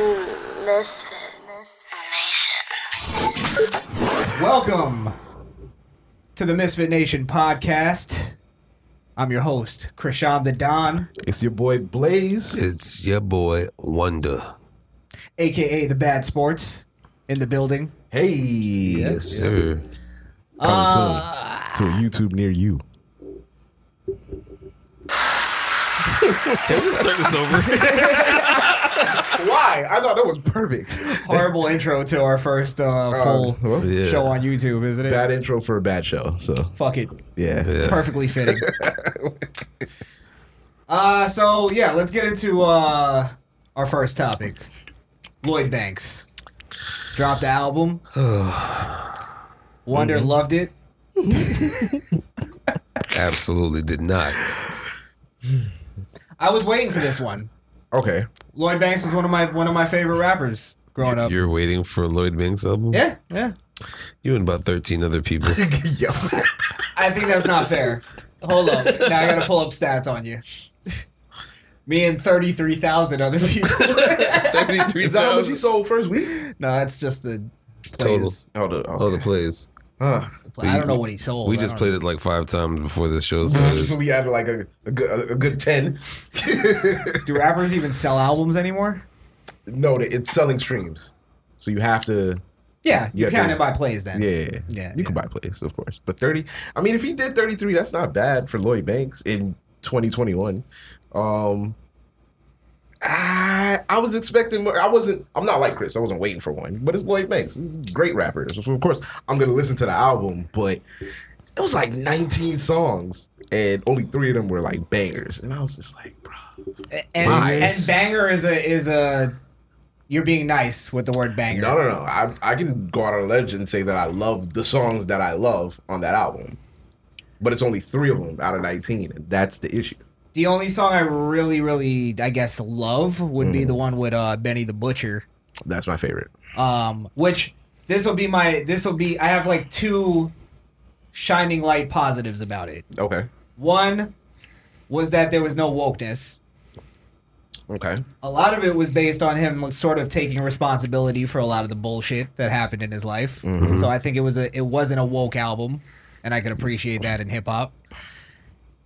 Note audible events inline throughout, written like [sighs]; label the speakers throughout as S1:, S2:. S1: Misfit Nation.
S2: Welcome to the Misfit Nation podcast. I'm your host, Krishan the Don,
S3: It's your boy Blaze.
S4: It's your boy Wonder.
S2: aka the Bad Sports, in the building.
S3: Hey,
S4: Yes, sir. Ah.
S3: coming soon to a YouTube near you.
S4: Can we start this over?
S3: Why? I thought that was perfect.
S2: Horrible intro to our first uh, full
S3: well,
S4: yeah.
S2: show on YouTube, isn't it?
S3: Bad intro for a bad show. So
S2: Fuck it.
S3: yeah,
S2: Perfectly fitting. uh, so, yeah, let's get into uh, our first topic Lloyd Banks. Dropped the album. Wonder loved it.
S4: Absolutely did not.
S2: I was waiting for this one.
S3: okay. [laughs]
S2: Lloyd Banks was one of my one of my favorite rappers growing up.
S4: You're waiting for Lloyd Banks album?
S2: Yeah, yeah.
S4: You and about 13 other [laughs] people.
S3: Yo,
S2: I think that's not fair. Hold on. Now I gotta pull up stats on you. Me and thirty three thousand other people.
S3: is that how much you sold first week?
S2: [laughs] no, that's just the
S4: Total.
S2: plays.
S3: Oh, the,
S4: All the
S3: okay.
S4: plays.
S3: Huh.
S2: I don't know what he sold.
S4: We
S2: I
S4: just
S2: don't
S4: played
S2: know.
S4: it like five times before the show started. [laughs]
S3: So we had like a, a, good- a good ten. [laughs]
S2: Do rappers even sell albums anymore?
S3: no, that it's selling streams, so you have to.
S2: Yeah, you
S3: Yeah,
S2: count
S3: they-
S2: it by plays then.
S3: Yeah,
S2: Yeah,
S3: You can buy plays, of course, but thirty. I mean, if he did thirty-three, that's not bad for Lloyd Banks in twenty twenty-one. Um, I I was expecting more. I wasn't. I'm not like Chris. I wasn't waiting for one, but it's Lloyd Banks. He's a great rapper, so of course I'm gonna listen to the album. But it was like 19 songs, and only three of them were like bangers, and I was just like, bro,
S2: And,
S3: Nice.
S2: and banger is a is a you're being nice with the word banger.
S3: no, no, no. I I can go out on a ledge and say that I love the songs that I love on that album. But it's only three of them out of 19, and that's the issue.
S2: The only song I really, really, I guess, love would
S4: Mm.
S2: be the one with uh, Benny the Butcher.
S3: That's my favorite.
S2: Um, which this will be my this will be I have like two shining light positives about it.
S3: Okay.
S2: One was that there was no wokeness.
S3: Okay.
S2: A lot of it was based on him like, sort of taking responsibility for a lot of the bullshit that happened in his life. So I think it was a it wasn't a woke album, and I can appreciate that in hip hop.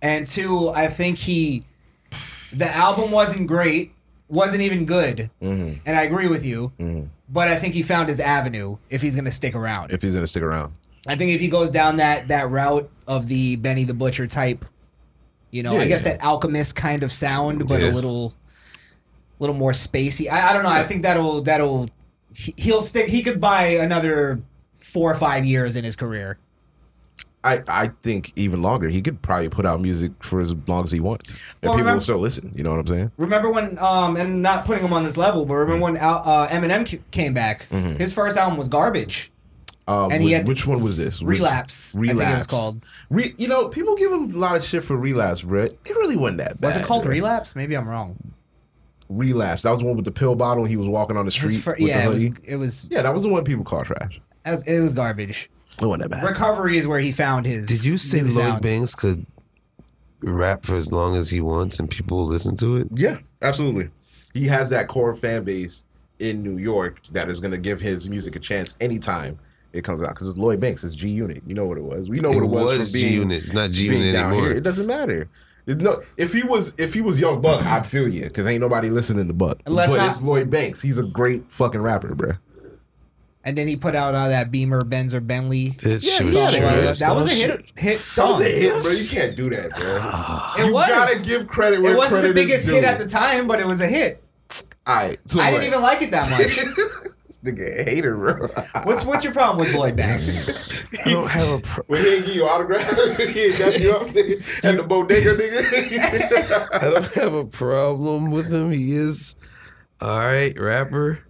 S2: And two, I think he the album wasn't great, wasn't even good, and I agree with you. But I think he found his avenue if he's gonna stick around.
S3: If he's gonna stick around.
S2: I think if he goes down that that route of the Benny the Butcher type, you know, I
S3: Yeah,
S2: guess
S3: yeah.
S2: that alchemist kind of sound, but
S4: Yeah.
S2: a little, little more spacey. I, I don't know. I think that'll that'll he- he'll stick. He could buy another four or five years in his career.
S3: I, I think even longer. He could probably put out music for as long as he wants. And
S2: Well,
S3: people
S2: remember-
S3: will still listen. You know what I'm saying?
S2: Remember when um and not putting him on this level, but remember when Al, uh, Eminem c- came back?
S3: Mm-hmm.
S2: His first album was garbage.
S3: Uh,
S2: And
S3: which,
S2: he had
S3: which one was this? Which-
S2: Relapse, I think it was
S3: relapse.
S2: called.
S3: Re, you know, people give him a lot of shit for relapse, Brett. It really wasn't that bad.
S2: Was it called
S3: bruh.
S2: Relapse? Maybe I'm wrong.
S3: relapse? That was the one with the pill bottle. and He was walking on the
S2: His
S3: street.
S2: fir-
S3: with
S2: yeah,
S3: the
S2: it was,
S3: hoodie.
S2: it was
S3: yeah, that was the one people call trash.
S2: it was it was garbage.
S3: It wasn't that bad.
S2: Recovery is where he found his.
S4: Did you say
S2: new
S4: Lloyd
S2: sound.
S4: Banks could rap for as long as he wants and people will listen to it?
S3: Yeah, absolutely. He has that core fan base in New York that is going to give his music a chance anytime it comes out because it's Lloyd Banks, it's G Unit. You know what it was. We know what
S4: It
S3: it was. from
S4: was
S3: being-
S4: G-Unit. It's not
S3: being
S4: G-Unit
S3: down
S4: anymore.
S3: It doesn't matter. It- no, if he was if he was Young Buck, I'd feel you because ain't nobody listening to Buck.
S2: And let's
S3: but
S2: not-
S3: it's Lloyd Banks. He's a great fucking rapper, bro.
S2: And then he put out uh, that Beamer, Benz or Bentley.
S4: That shit was
S3: yeah,
S2: song.
S3: that-
S4: trash.
S2: That was a
S4: shit-
S2: hit. Hit
S3: That
S2: song.
S3: was a hit, bro. You can't do that, bro.
S2: It
S3: you
S2: was.
S3: gotta give credit where
S2: it wasn't
S3: credit
S2: the biggest
S3: is due.
S2: hit at the time, but it was a hit.
S3: All right, so
S2: I
S3: what?
S2: didn't even like it that much.
S3: [laughs] Nigga, a hater, bro.
S2: [laughs] What's what's your problem with Lloyd
S3: [laughs]
S2: Banks?
S4: I don't have a pro-
S3: When he ain't give you autograph, [laughs] he ain't got you up nigga, at the bodega, nigga.
S4: [laughs] I don't have a problem with him. He is all right rapper,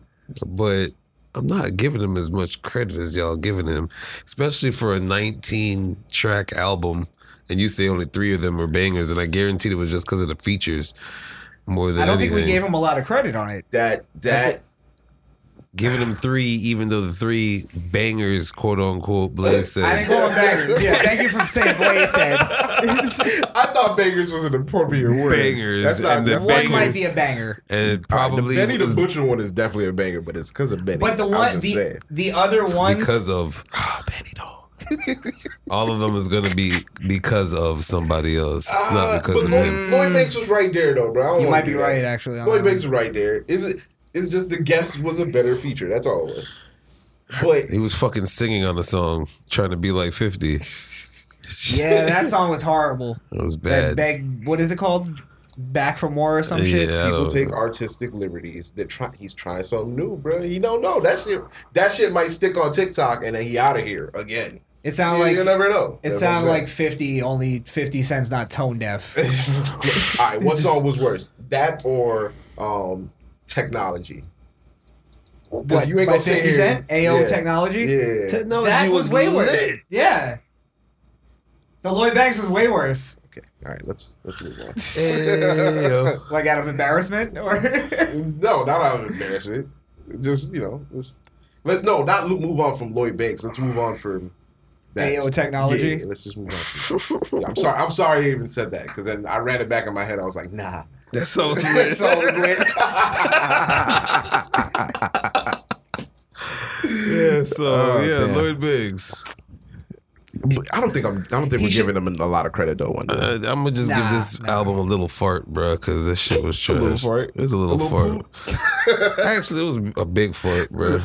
S4: but I'm not giving him as much credit as y'all giving him, especially for a 19 track album. And you say only three of them were bangers, and I guaranteed it was just because of the features more than
S2: I don't
S4: anything.
S2: think we gave him a lot of credit on it.
S3: that that
S4: giving him three, even though the three bangers, quote unquote, Blaze
S2: I didn't
S4: said.
S2: call him bangers. Yeah, thank you for saying Blaze
S3: [laughs]
S2: said.
S3: I thought bangers was an appropriate word.
S4: Bangers
S3: That's not
S4: and the
S3: that's
S2: One
S3: not-
S2: might be a banger.
S4: And it
S3: All right,
S4: probably
S3: the Benny
S4: was
S3: the Butcher one is definitely a banger, but it's because of Benny.
S2: But the
S3: I'm
S2: one,
S3: just
S2: the
S3: saying.
S2: the other ones,
S4: because of oh, Benny Dog.
S2: [laughs]
S4: All of them is gonna be because of somebody else. It's
S2: Uh,
S4: not because
S3: But
S4: of
S3: Lloyd,
S4: him.
S3: Lloyd Banks was right there though, bro. I don't
S2: you
S3: wanna
S2: might be
S3: do that.
S2: right actually. On
S3: Lloyd
S2: that one.
S3: Banks was right there. Is it? It's just the guest was a better feature. That's all. it was. But
S4: He was fucking singing on the song, trying to be like fifty. [laughs]
S2: yeah,
S3: [laughs]
S2: that song was horrible.
S4: It was
S2: That
S4: bad.
S2: beg, what is it called? Back from war or some shit.
S4: Yeah, I
S3: people
S4: don't
S3: take
S4: know.
S3: artistic liberties. That try he's trying something new, bro. He don't know that shit. That shit might stick on TikTok and then he out of here again.
S2: It
S3: You,
S2: sounded like
S3: you never know.
S2: it
S3: That's
S2: sounded
S3: what
S2: like
S3: I'm
S2: fifty, only fifty cents, not tone
S3: [laughs]
S2: deaf.
S3: saying. all right,
S2: [laughs]
S3: what song was worse, that or um, technology? But you ain't
S2: By
S3: gonna sit
S2: 50
S3: here.
S2: Cent, AO
S3: Yeah.
S2: technology.
S3: Yeah.
S4: Technology
S2: that was, way worse.
S4: lit.
S2: Yeah, the Lloyd Banks was way worse.
S3: Okay. All right. Let's let's move on.
S4: Hey, yo.
S2: Like out of embarrassment, or [laughs]
S3: No, not out of embarrassment. Just you know, let's let no, not lo- move on from Lloyd Banks. Let's move on from
S2: AO technology?
S3: Yeah, let's just move on. From Yeah, I'm sorry. I'm sorry I even said that because then I ran it back in my head. I was like,
S4: [laughs]
S3: nah.
S4: That's
S2: [laughs]
S4: so
S3: That's all it [laughs] went.
S4: yeah, so
S3: Oh,
S4: yeah,
S3: damn.
S4: Lloyd Biggs.
S3: But I don't think I'm. I don't think
S4: He
S3: we're
S4: should-
S3: giving him a lot of credit though. One
S4: Uh, I'm gonna just
S2: Nah,
S4: give this
S2: nah.
S4: album a little fart, bruh, because this shit
S3: [laughs]
S4: was trash.
S3: little fart?
S4: It was a little,
S3: A little
S4: fart. [laughs] Actually, it was a big fart, bruh.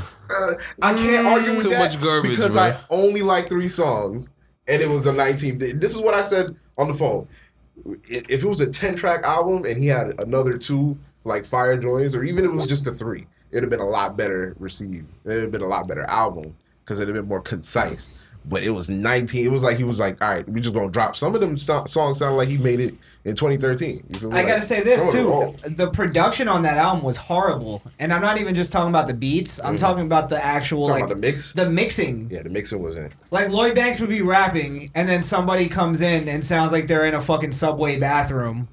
S3: I can't argue
S4: it's
S3: with
S4: Mm, too
S3: that
S4: much garbage,
S3: because
S4: bro.
S3: I only like three songs, and it was a 19. th- This is what I said on the phone. I- If it was a 10 track album and he had another two like fire joints, or even it was just a three, it'd have been a lot better received. It'd have been a lot better album because it'd have been more concise. But it was 19. It was like he was like, all right, we just gonna drop some of them so- songs. Sound like he made it in 2013. You feel me?
S2: I
S3: Like,
S2: gotta say this
S3: some of them
S2: too.
S3: all.
S2: The production on that album was horrible, and I'm not even just talking about the beats. I'm talking about the actual
S3: Mm. Talking
S2: like
S3: about the mix?
S2: the mixing.
S3: Yeah, the mixing was in.
S2: Like Lloyd Banks would be rapping, and then somebody comes in and sounds like they're in a fucking subway bathroom.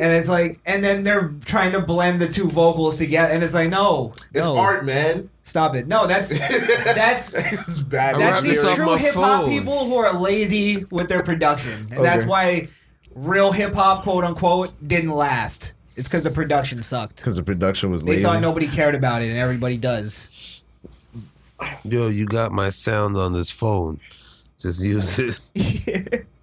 S2: And it's like, and then they're trying to blend the two vocals together, and it's like, no,
S3: It's
S2: no,
S3: art, man. [laughs]
S2: Stop it! No, that's that's
S3: It's bad.
S4: I
S2: that's
S4: wrapped this
S2: these
S4: off
S2: true
S4: my
S2: hip hop
S4: phone.
S2: people who are lazy with their production, and that's
S3: Okay.
S2: why real hip hop, quote unquote, didn't last. It's because the production sucked.
S3: because the production was
S2: They
S3: lazy.
S2: thought nobody cared about it, and everybody does.
S4: Yo, you got my sound on this phone. Just use [laughs] it.
S2: [laughs]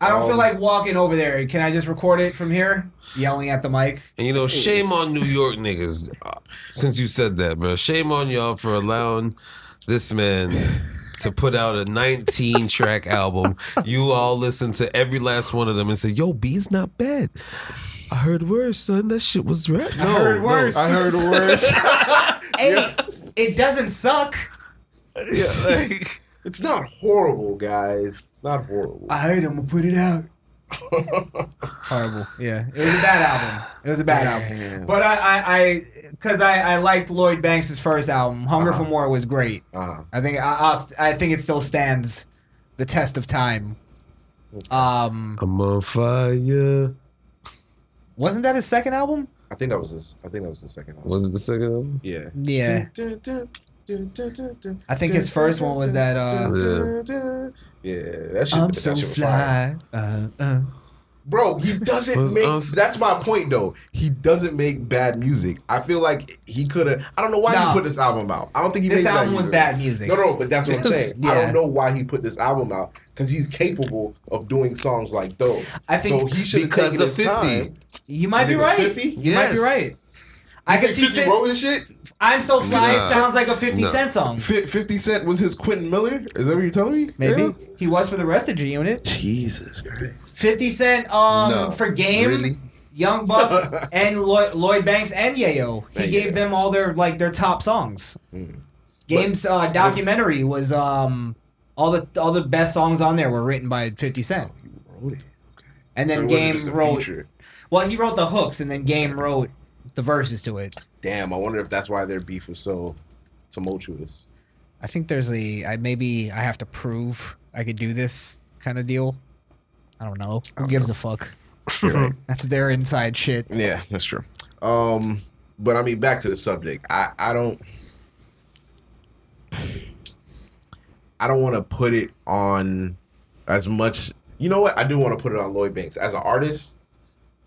S2: I don't feel
S3: Um,
S2: like walking over there. Can I just record it from here? Yelling at the mic.
S4: And you know, shame on New York niggas. uh, Since you said that, bro, shame on y'all for allowing this man to put out a 19 track album. You all listen to every last one of them and say, "Yo, B's not bad." I heard worse, son. That shit was rap. No,
S2: heard worse.
S4: No.
S2: [laughs]
S3: I heard the words.
S2: Hey, it doesn't suck.
S4: Yeah, like, [laughs]
S3: it's not horrible, guys. It's not horrible.
S2: I heard I'm gonna put it [laughs] out. Horrible. Yeah, it was a bad album. It was a bad album. But I, I, I because I, I liked Lloyd Banks' first album. Hunger for More was great.
S3: Uh-huh.
S2: I think I, I'll st- I think it still stands the test of time. Um,
S4: I'm on fire.
S2: wasn't that his second album?
S3: I think that was this. I think that was the second one.
S4: Was it the second album?
S3: Yeah.
S2: Yeah. I think his first one was that, uh,
S3: yeah, that shit.
S2: I'm
S3: that
S2: so
S3: shit was fire.
S2: fly. Uh, uh.
S3: bro.
S4: [laughs]
S3: He doesn't
S4: Was-
S3: make.
S4: I was-
S3: that's my point, though. He doesn't make bad music. I feel like he could have. I don't know why
S2: Nah.
S3: he put this album out. I don't think he.
S2: This
S3: made
S2: album was
S3: music.
S2: bad music.
S3: No, no, but that's what I'm saying. I
S2: Yeah.
S3: don't know why he put this album out because he's capable of doing songs like those.
S2: I think
S3: so he should have
S4: because
S3: taken
S4: of
S3: his
S4: 50.
S3: time.
S2: You might be
S3: Nigga,
S2: right.
S3: 50?
S2: You might be
S4: Yes.
S2: right. I
S3: I
S2: can
S3: can
S2: see.
S3: 50
S2: Fi-
S3: wrote his shit.
S2: I'm so fly.
S4: Nah.
S2: It sounds like a 50
S4: Nah.
S2: Cent song.
S3: Fi- 50 Cent was his Quentin Miller? Is that what you're telling me?
S2: Maybe
S3: Yeah?
S2: he was for the rest of G Unit.
S3: Jesus Christ.
S2: 50 Cent um
S4: No.
S2: for Game,
S4: Really?
S2: Young
S3: [laughs]
S2: Buck, and Lloyd, Lloyd Banks and Yayo. He
S3: Thank
S2: gave
S3: you. Hmm.
S2: them all their like their top songs. Game's uh, documentary was um all the all the best songs on there were written by 50 Cent.
S3: Wrote it.
S2: And
S3: So it
S2: then
S3: wasn't
S2: Game
S3: just a
S2: wrote
S3: feature.
S2: well he wrote the hooks and then Game wrote the verses to it.
S3: Damn, I wonder if that's why their beef was so tumultuous.
S2: I think there's a I maybe I have to prove I could do this kind of deal. I don't know. Who gives a fuck? That's their inside shit.
S3: Yeah, that's true. Um, But I mean, back to the subject. I I don't. I don't want to put it on as much. You know what? I do want to put it on Lloyd Banks as an artist.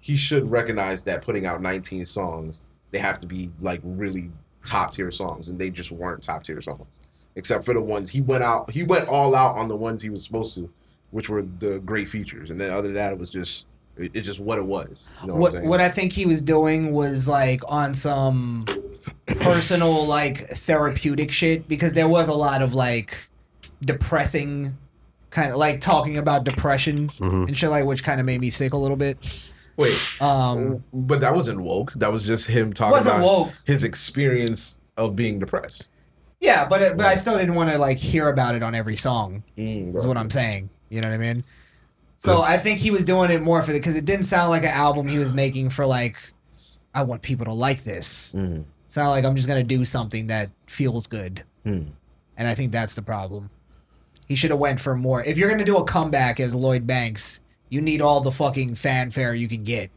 S3: He should recognize that putting out 19 songs, they have to be like really top tier songs, and they just weren't top tier songs, except for the ones he went out. He went all out on the ones he was supposed to, which were the great features, and then other than that, it was just it- it's just what it was. You know what, I'm
S2: what
S3: saying?
S2: what I think he was doing was like on some personal like therapeutic shit because there was a lot of like depressing kind of like talking about depression and shit like which kind of made me sick a little bit.
S3: Wait,
S2: Um
S3: But that wasn't woke. That was just him talking
S2: Wasn't
S3: about
S2: woke.
S3: his experience of being depressed.
S2: yeah, but it- but I still didn't want to like hear about it on every song.
S3: Mm,
S2: Is what I'm saying. You know what I mean? So I think he was doing it more for the because it didn't sound like an album he was making for like I want people to like this.
S3: Mm.
S2: Sound like I'm just gonna do something that feels good,
S3: Mm.
S2: and I think that's the problem. He should have went for more. If you're gonna do a comeback as Lloyd Banks, you need all the fucking fanfare you can get.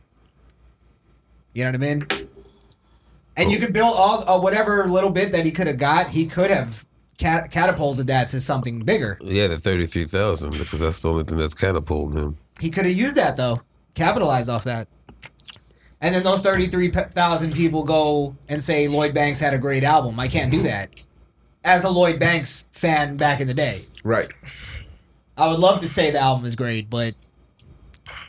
S2: You know what I mean? And you can build all uh, whatever little bit that he could have got. He could have cat- catapulted that to something bigger.
S4: Yeah, the thirty three thousand because that's the only thing that's catapulting him.
S2: He could have used that though, capitalized off that. And then those 33,000 people go and say Lloyd Banks had a great album. I can't do that. As a Lloyd Banks fan back in the day,
S3: Right.
S2: I would love to say the album is great, but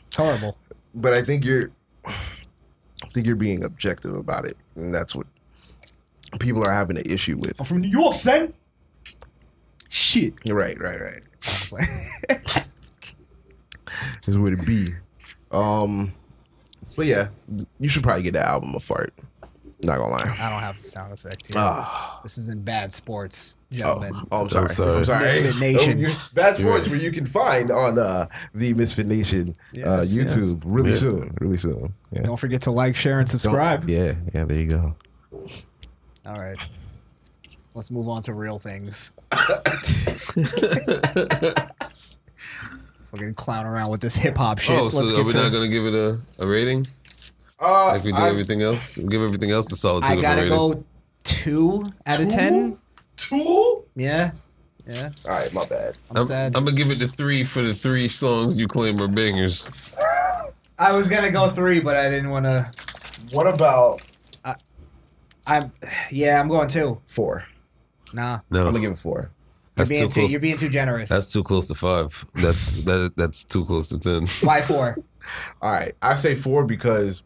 S2: it's horrible.
S3: But I think you're I think you're being objective about it. And that's what people are having an issue with.
S2: from New York, [laughs] son. Oh, Shit.
S3: Right, right, right. this is what it be. Um but yeah, you should probably get that album a fart. Not gonna lie.
S2: I don't have the sound effect here.
S3: Ah.
S2: This isn't bad sports,
S3: Oh,
S2: gentlemen.
S3: oh, I'm sorry. I'm sorry.
S4: sorry.
S2: Misfit Nation.
S3: Oh, That's Forge, where you can find on uh, the Misfit Nation uh,
S4: Yes, yes.
S3: YouTube really
S4: Yeah.
S3: soon. Really soon. Yeah.
S2: Don't forget to like, share, and subscribe.
S3: Yeah, yeah, there you go.
S2: All right. Let's move on to real things. We're gonna clown around with this hip hop shit.
S4: oh, so
S2: Let's
S4: are
S2: get
S4: we
S2: to,
S4: not gonna give it a, a rating
S3: Uh,
S4: like we do
S3: I-
S4: everything else? We give everything else the solitude
S2: I
S4: of a
S2: gotta
S4: rating.
S2: go two out of ten.
S3: Two? All
S2: Yeah. Yeah.
S3: right, my bad.
S2: I'm,
S4: I'm,
S2: sad.
S4: I'm gonna give it the three for the three songs you claim are bangers.
S2: I was gonna go three, but I didn't wanna
S3: What about
S2: I'm yeah, I'm going two.
S3: four?
S2: Nah.
S4: No,
S3: I'm gonna give it four.
S2: You're
S4: that's too
S2: being too,
S4: close.
S2: you're being too generous.
S4: that's too close to five. That's that. That's too close to ten.
S2: Why four?
S3: All right, I say four because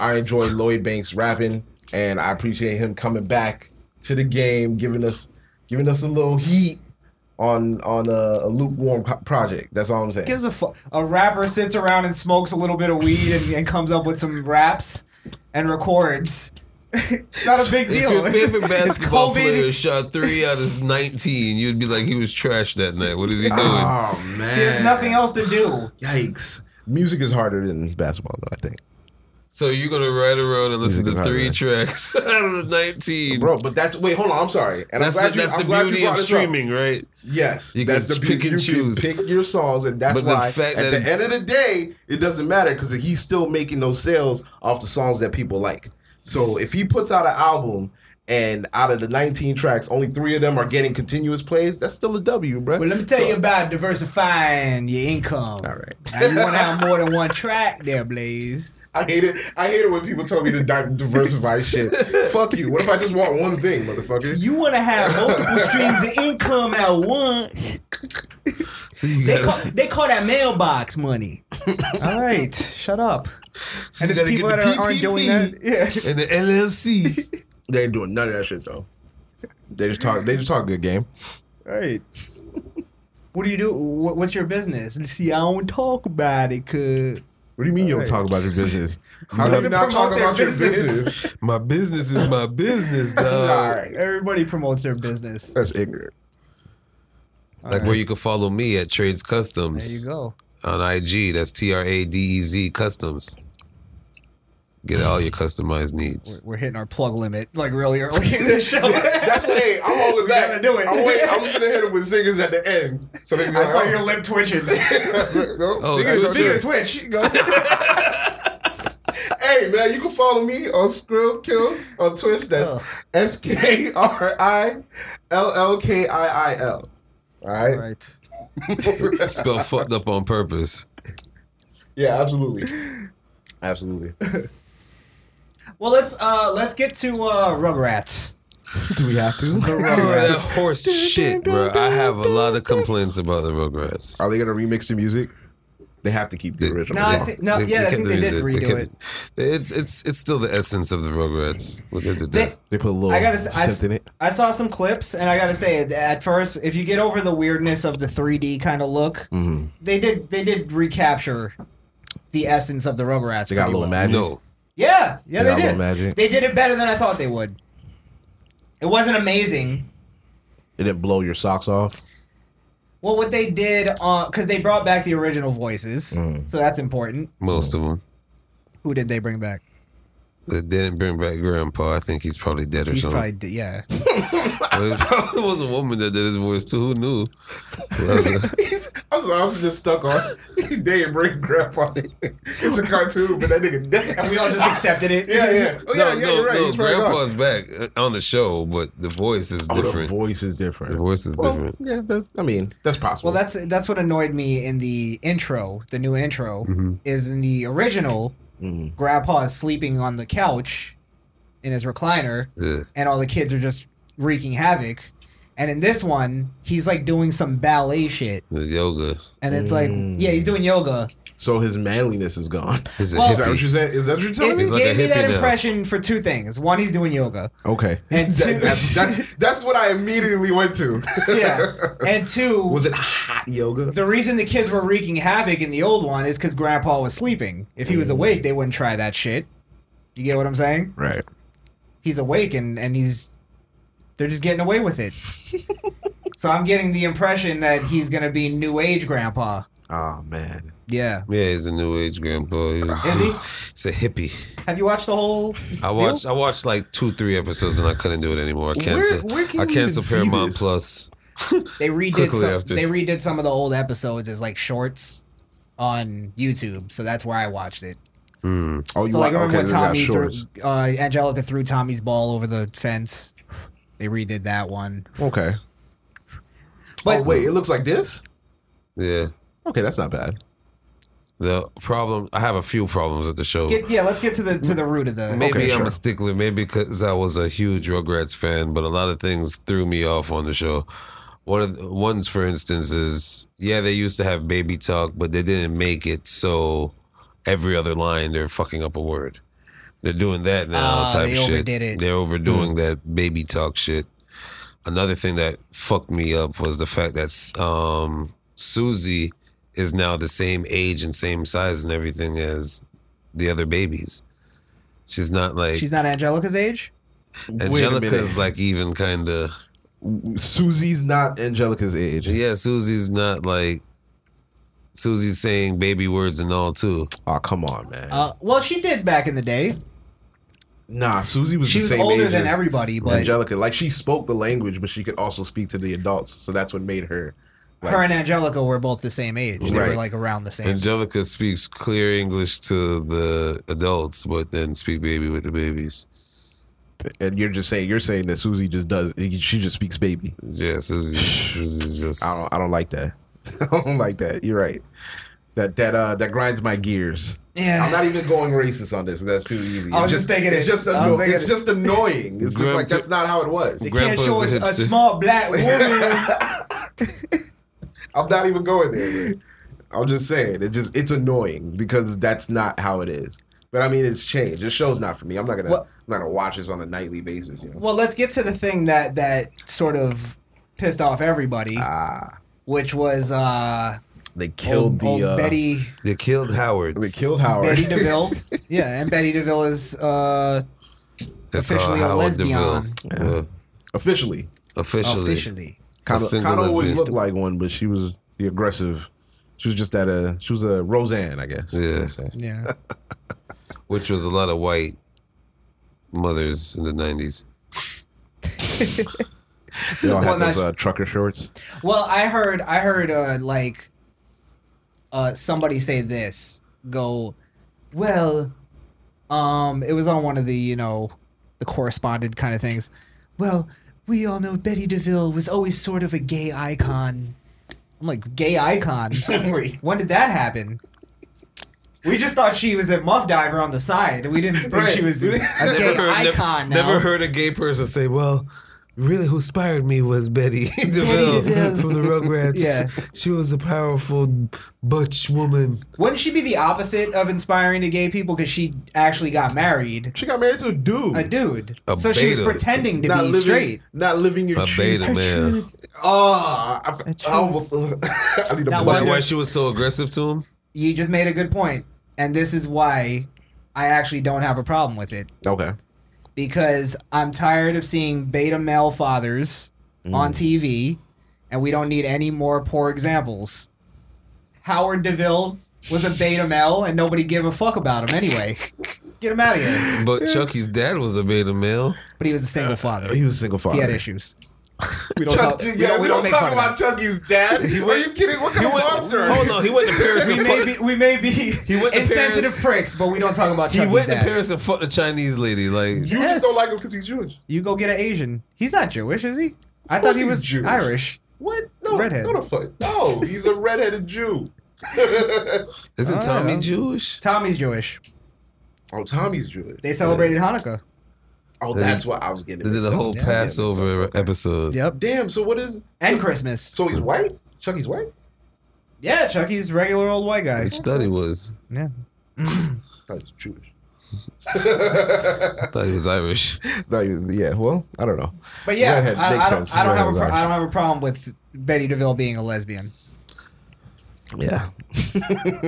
S3: I enjoy Lloyd Banks rapping, and I appreciate him coming back to the game, giving us giving us a little heat on on a, a lukewarm co- project. That's all I'm saying.
S2: gives a fuck? A rapper sits around and smokes a little bit of weed and, and comes up with some raps and records. [laughs] Not a big
S4: If
S2: deal.
S4: your
S2: [laughs]
S3: [laughs]
S4: favorite
S2: It's
S4: basketball
S2: COVID.
S4: player shot three out of nineteen, you'd be like, he was trash that night. What is he doing?
S3: oh man,
S2: There's nothing else to do.
S3: Yikes! Music is harder than basketball, though. I think,
S4: so you're gonna ride around and listen
S3: Music
S4: to
S3: is
S4: three
S3: hard,
S4: tracks [laughs] out of the nineteen.
S3: bro. But that's wait, hold on. I'm sorry, and
S4: that's
S3: I'm glad
S4: the,
S3: you.
S4: that's
S3: I'm
S4: the
S3: glad you
S4: beauty of
S3: brought this up.
S4: streaming, right?
S3: Yes,
S4: You
S3: that's the
S4: can pick
S3: beauty.
S4: and
S3: You
S4: choose.
S3: can pick your songs, and that's
S4: But the
S3: why.
S4: fact
S3: at
S4: that
S3: the
S4: it's-
S3: end of the day, it doesn't matter because he's still making those sales off the songs that people like. So if he puts out an album. And out of the 19 tracks, only three of them are getting continuous plays. That's still a W, bro.
S2: But let me tell you about diversifying your income.
S3: All right.
S2: Now you want to have more than one track there, Blaze.
S3: I hate it. I hate it when people tell me to di-
S4: [laughs]
S3: diversify shit. Fuck you. What if I just want one thing, motherfucker?
S2: You want to
S4: [laughs]
S2: have multiple streams of income at once.
S4: So you
S2: They
S4: gotta,
S2: call, they call that mailbox money.
S4: [laughs]
S2: All right, shut up.
S4: so
S2: And it's
S4: you gotta
S2: people
S4: get
S2: that
S4: the
S2: are, aren't doing that.
S4: PPP
S2: Yeah.
S4: And the
S3: [laughs]
S4: LLC.
S3: They ain't doing none of that shit though. They just talk. They just talk good game.
S2: Right. [laughs] What do you do? What, what's your business? [laughs] See, I don't talk about it, cause
S3: What do you mean you don't talk about your business? How do
S2: doesn't
S3: you not talk
S2: promote their
S3: about your
S2: business?
S3: business?
S4: my business is my business,
S3: [laughs]
S4: dog.
S2: everybody promotes their business.
S3: That's ignorant.
S4: Like where you can follow me at Trades Customs.
S2: There you go.
S4: on IG. That's T R A D E Z Customs. Get all your customized needs.
S2: We're hitting our plug limit like really early in the show.
S3: That's what. Hey, I'm holding back.
S2: gotta do it.
S3: I'm, wait, I'm gonna hit them with zingers at the end. So they be
S2: I
S3: like,
S2: saw
S3: oh.
S2: your
S3: [laughs]
S2: lip twitching.
S3: no,
S4: Oh,
S3: speaking of-
S4: Twitch.
S2: Speaking of Twitch, go.
S3: hey, hey man, you can follow me on Skrill Kill on Twitch. That's S K R I L L K I I L. All
S2: All
S3: right.
S2: right.
S4: Spell fucked up on
S3: [laughs]
S4: purpose.
S3: yeah, absolutely, absolutely.
S2: Well, let's uh let's get to uh Rugrats.
S5: Do we have to?
S2: The
S4: Oh, that
S2: Rugrats.
S4: horse shit, bro. I have a lot of complaints about the Rugrats.
S3: Are they gonna remix the music? They have to keep the original.
S2: No, I
S3: song.
S2: think- no, yeah, I
S4: kept
S2: think
S4: the
S2: they did
S4: music.
S2: redo
S4: kept- It's it's it's still the essence of the Rugrats. What they did
S2: They-
S4: [laughs] there.
S3: they put a little
S2: I gotta. s- I,
S3: synth
S2: s-
S3: in it.
S2: I saw some clips, and I gotta say, at- at first, if you get over the weirdness of the 3D kind of look,
S3: Mm-hmm.
S2: they did they did recapture the essence of the Rugrats.
S3: They got a
S2: pretty
S3: little
S2: well.
S3: magic.
S4: No,
S2: Yeah, yeah,
S3: They got
S2: they
S3: a little
S2: did.
S3: magic.
S2: They did it better than I thought they would. It wasn't amazing.
S3: It didn't blow your socks off.
S2: Well, what they did, because they brought back the original voices,
S3: Mm.
S2: so that's important.
S4: most of them.
S2: Who did they bring back?
S4: They didn't bring back Grandpa. I think he's probably dead or
S2: He's
S4: something.
S2: probably d- yeah.
S4: [laughs] it probably was a woman that did his voice too. Who knew?
S3: I'm, sorry, I'm just stuck on. [laughs] He didn't bring grandpa. It's a cartoon, but that nigga dead.
S2: we all
S3: [laughs]
S2: just accepted [laughs] it.
S3: Yeah, yeah. [laughs] Oh, yeah,
S4: no,
S3: yeah,
S4: no,
S3: you're right.
S4: no.
S3: He's right on.
S4: Grandpa's back uh, on the show, but the voice is
S3: Oh,
S4: different.
S3: The voice is
S4: The
S3: different.
S4: voice is
S3: Well,
S4: different.
S3: Yeah, that, I mean that's possible.
S2: Well, that's that's what annoyed me in the intro, the new intro,
S4: Mm-hmm.
S2: is in the original, Grandpa is sleeping on the couch in his recliner,
S4: Yeah.
S2: and all the kids are just wreaking havoc. And in this one, he's like doing some ballet shit,
S4: The yoga.
S2: and it's like, yeah, he's doing yoga.
S3: so his manliness is [laughs] gone.
S4: Is it
S2: Well-
S3: Is that what you're saying? Is that what you're
S2: It
S3: telling
S4: He's
S3: me?
S4: like a
S2: gave me
S4: hippie
S2: that
S4: now.
S2: impression for two things. One, he's doing yoga.
S3: Okay.
S2: And two-
S3: That- that's, that's that's what I immediately went to.
S2: Yeah. [laughs] and two,
S3: [laughs]
S4: [laughs]
S3: Was it hot yoga?
S2: the reason the kids were wreaking havoc in the old one is because Grandpa was sleeping. If he was awake, they wouldn't try that shit. You get what I'm saying?
S3: right.
S2: he's awake and and he's they're just getting away with it. so I'm getting the impression that he's gonna be new age grandpa.
S3: Oh man.
S2: Yeah.
S4: Yeah, he's a new age grandpa. He was-
S2: Is he?
S4: He's a hippie.
S2: Have you watched the whole?
S4: I watched I watched like two three episodes and I couldn't do it anymore. I canceled.
S3: where can
S4: I
S3: you
S4: canceled
S3: even see
S4: Paramount
S3: this?
S4: Plus.
S2: They redid
S4: Quickly
S2: some.
S4: after.
S2: They redid some of the old episodes as like shorts on YouTube. So that's where I watched it.
S3: Oh, you
S2: So
S3: wa-
S2: like remember when
S3: they got
S2: Tommy threw
S3: shorts.
S2: uh, Angelica threw Tommy's ball over the fence. They redid that one.
S3: Okay.
S2: But-
S3: oh wait, it looks like this.
S4: Yeah.
S3: Okay, that's not bad.
S4: The problem I have a few problems with the show.
S2: Get, yeah, let's get to the to the root of the.
S4: Maybe
S3: Okay,
S4: I'm
S3: sure.
S4: a stickler. Maybe because I was a huge Rugrats fan, but a lot of things threw me off on the show. One of the ones, for instance, is yeah, they used to have baby talk, but they didn't make it so every other line they're fucking up a word. They're doing that now,
S2: Ah,
S4: type
S2: they
S4: shit.
S2: overdid it.
S4: They're overdoing
S3: Mm.
S4: that baby talk shit. Another thing that fucked me up was the fact that um, Susie is now the same age and same size and everything as the other babies. She's not like
S2: She's not Angelica's age.
S4: Angelica's like even kind of
S3: Susie's not Angelica's age.
S4: yeah. Susie's not like Susie's saying baby words and all too.
S3: Oh come on, man.
S2: Uh, well, she did back in the day.
S3: nah, Susie was
S2: She
S3: the
S2: was
S3: same
S2: older
S3: age
S2: than
S3: as
S2: everybody, but
S3: Angelica. Like she spoke the language, but she could also speak to the adults. So that's what made her. Like,
S2: her and Angelica were both the same age. They were
S3: Right.
S2: like around the same.
S4: Angelica speaks clear English to the adults, but then speak baby with the babies.
S3: and you're just saying you're saying that Susie just does. She just speaks baby.
S2: [sighs]
S4: Yeah, Susie, Susie's just
S3: I don't. I don't like that. [laughs] I don't like that. You're right. That that uh that grinds my gears.
S2: Yeah.
S3: I'm not even going racist on this. That's too easy.
S2: I was
S3: It's
S2: just thinking
S3: It's
S2: it.
S3: just
S2: I was
S3: anno-
S2: thinking
S3: It's
S2: it.
S3: just annoying. It's just
S4: Graham
S3: like
S4: took-
S3: that's not how it was.
S2: you can't
S4: Grandpa's
S2: show
S4: a
S2: us a
S4: hipster.
S2: small
S3: [laughs]
S2: black woman.
S3: I'm not even going there. man. I'm just saying it just it's annoying because that's not how it is. But I mean, it's changed. This show's not for me. I'm not gonna.
S2: What-
S3: I'm not gonna watch this on a nightly basis. You know.
S2: well, let's get to the thing that that sort of pissed off everybody,
S3: Ah,
S2: which was uh,
S3: they
S2: old,
S3: killed
S2: old
S3: the uh,
S2: Oh,
S3: [laughs]
S2: Betty
S4: they killed Howard.
S3: They killed Howard.
S2: Betty DeVille. yeah, and Betty DeVille is uh,
S4: They call
S2: officially a
S4: Howard
S2: lesbian.
S4: DeVille. Yeah.
S3: Officially,
S4: Officially.
S2: officially.
S3: kind of
S4: single
S3: kind of always
S4: lesbian.
S3: looked like one, but she was the aggressive. She was just that uh she was a Roseanne, I guess.
S4: Yeah.
S2: Yeah.
S4: Which was a lot of white mothers in the 90s.
S3: They all
S2: Well,
S3: had
S2: that's-
S3: those uh, trucker shorts.
S2: Well, I heard I heard uh, like uh, somebody say this. Go, well, Um, it was on one of the you know the correspondent kind of things. Well, we all know Betty DeVille was always sort of a gay icon. I'm like gay icon.
S3: Wait.
S2: when did that happen? We just thought she was a muff diver on the side. We didn't think
S3: Right.
S2: she was a
S3: Never
S2: gay
S4: never-
S2: icon.
S4: Never,
S2: no.
S4: heard a gay person say, "Well, really, who inspired me was Betty [laughs] DeVille
S2: DeVille.
S4: from the Rugrats.
S2: Yeah.
S4: She was a powerful butch woman.
S2: Wouldn't she be the opposite of inspiring to gay people because she actually got married?
S3: She got married to a dude.
S2: A dude.
S4: A
S2: so she was
S4: beta.
S2: pretending to
S3: not
S2: be
S3: living,
S2: straight.
S3: not living your
S4: A
S3: truth.
S4: beta
S3: [laughs]
S4: man. Is
S3: Oh, I, I,
S2: truth.
S3: almost- [laughs] I need a
S2: Now,
S3: blood.
S4: that why she was so aggressive to him?
S2: You just made a good point, And this is why I actually don't have a problem with it.
S3: Okay.
S2: Because I'm tired of seeing beta male fathers
S4: Mm.
S2: on TV, and we don't need any more poor examples. Howard DeVille was a beta male, and nobody gave a fuck about him anyway. Get him out of here.
S4: But Chucky's dad was a beta male.
S2: But he was a
S4: Uh,
S2: single father.
S3: He was a single father.
S2: He had
S3: [laughs]
S2: issues. We don't
S3: Chuck,
S2: talk, we
S3: yeah,
S2: don't, we don't make
S3: talk
S2: fun of
S3: about
S2: that.
S3: Chucky's dad. Are you kidding? What kind of monster? are
S4: Hold
S3: you?
S4: on, he went to Paris.
S2: We
S4: and
S2: may
S4: fucked-
S2: be, we may be
S4: went to
S2: insensitive
S4: Paris.
S2: pricks, but we don't talk about
S4: He
S2: Chucky's
S4: went to
S2: dad.
S4: Paris and fucked a Chinese lady. Like
S3: You
S2: Yes.
S3: just don't like him because he's Jewish.
S2: You go get an Asian. He's not Jewish, is he? I
S3: course
S2: thought he
S3: he's
S2: was
S3: Jewish.
S2: Irish.
S3: What? No,
S2: Redhead.
S3: no, the fuck. [laughs] No, he's a redheaded Jew.
S4: isn't
S2: Oh,
S4: Tommy
S2: yeah.
S4: Jewish?
S2: Tommy's Jewish.
S3: oh, Tommy's Jewish.
S2: They celebrated Hanukkah.
S3: Oh, that's what I was getting.
S4: They did a
S3: mixed
S4: whole
S3: up.
S4: Passover episode.
S2: Yep.
S3: Damn. So what is?
S2: And Christmas.
S3: So he's white. Chucky's white.
S2: Yeah, Chucky's regular old white guy.
S4: Which thought he was.
S2: Yeah.
S3: I thought he's Jewish.
S4: I thought he was Irish.
S3: No, you- yeah. Well, I don't know.
S2: But yeah,
S3: Redhead
S2: I,
S3: makes
S2: I don't,
S3: sense.
S2: I don't have a
S3: Redhead's
S2: pro-
S3: Irish.
S2: I don't have a problem with Betty DeVille being a lesbian.
S3: Yeah. I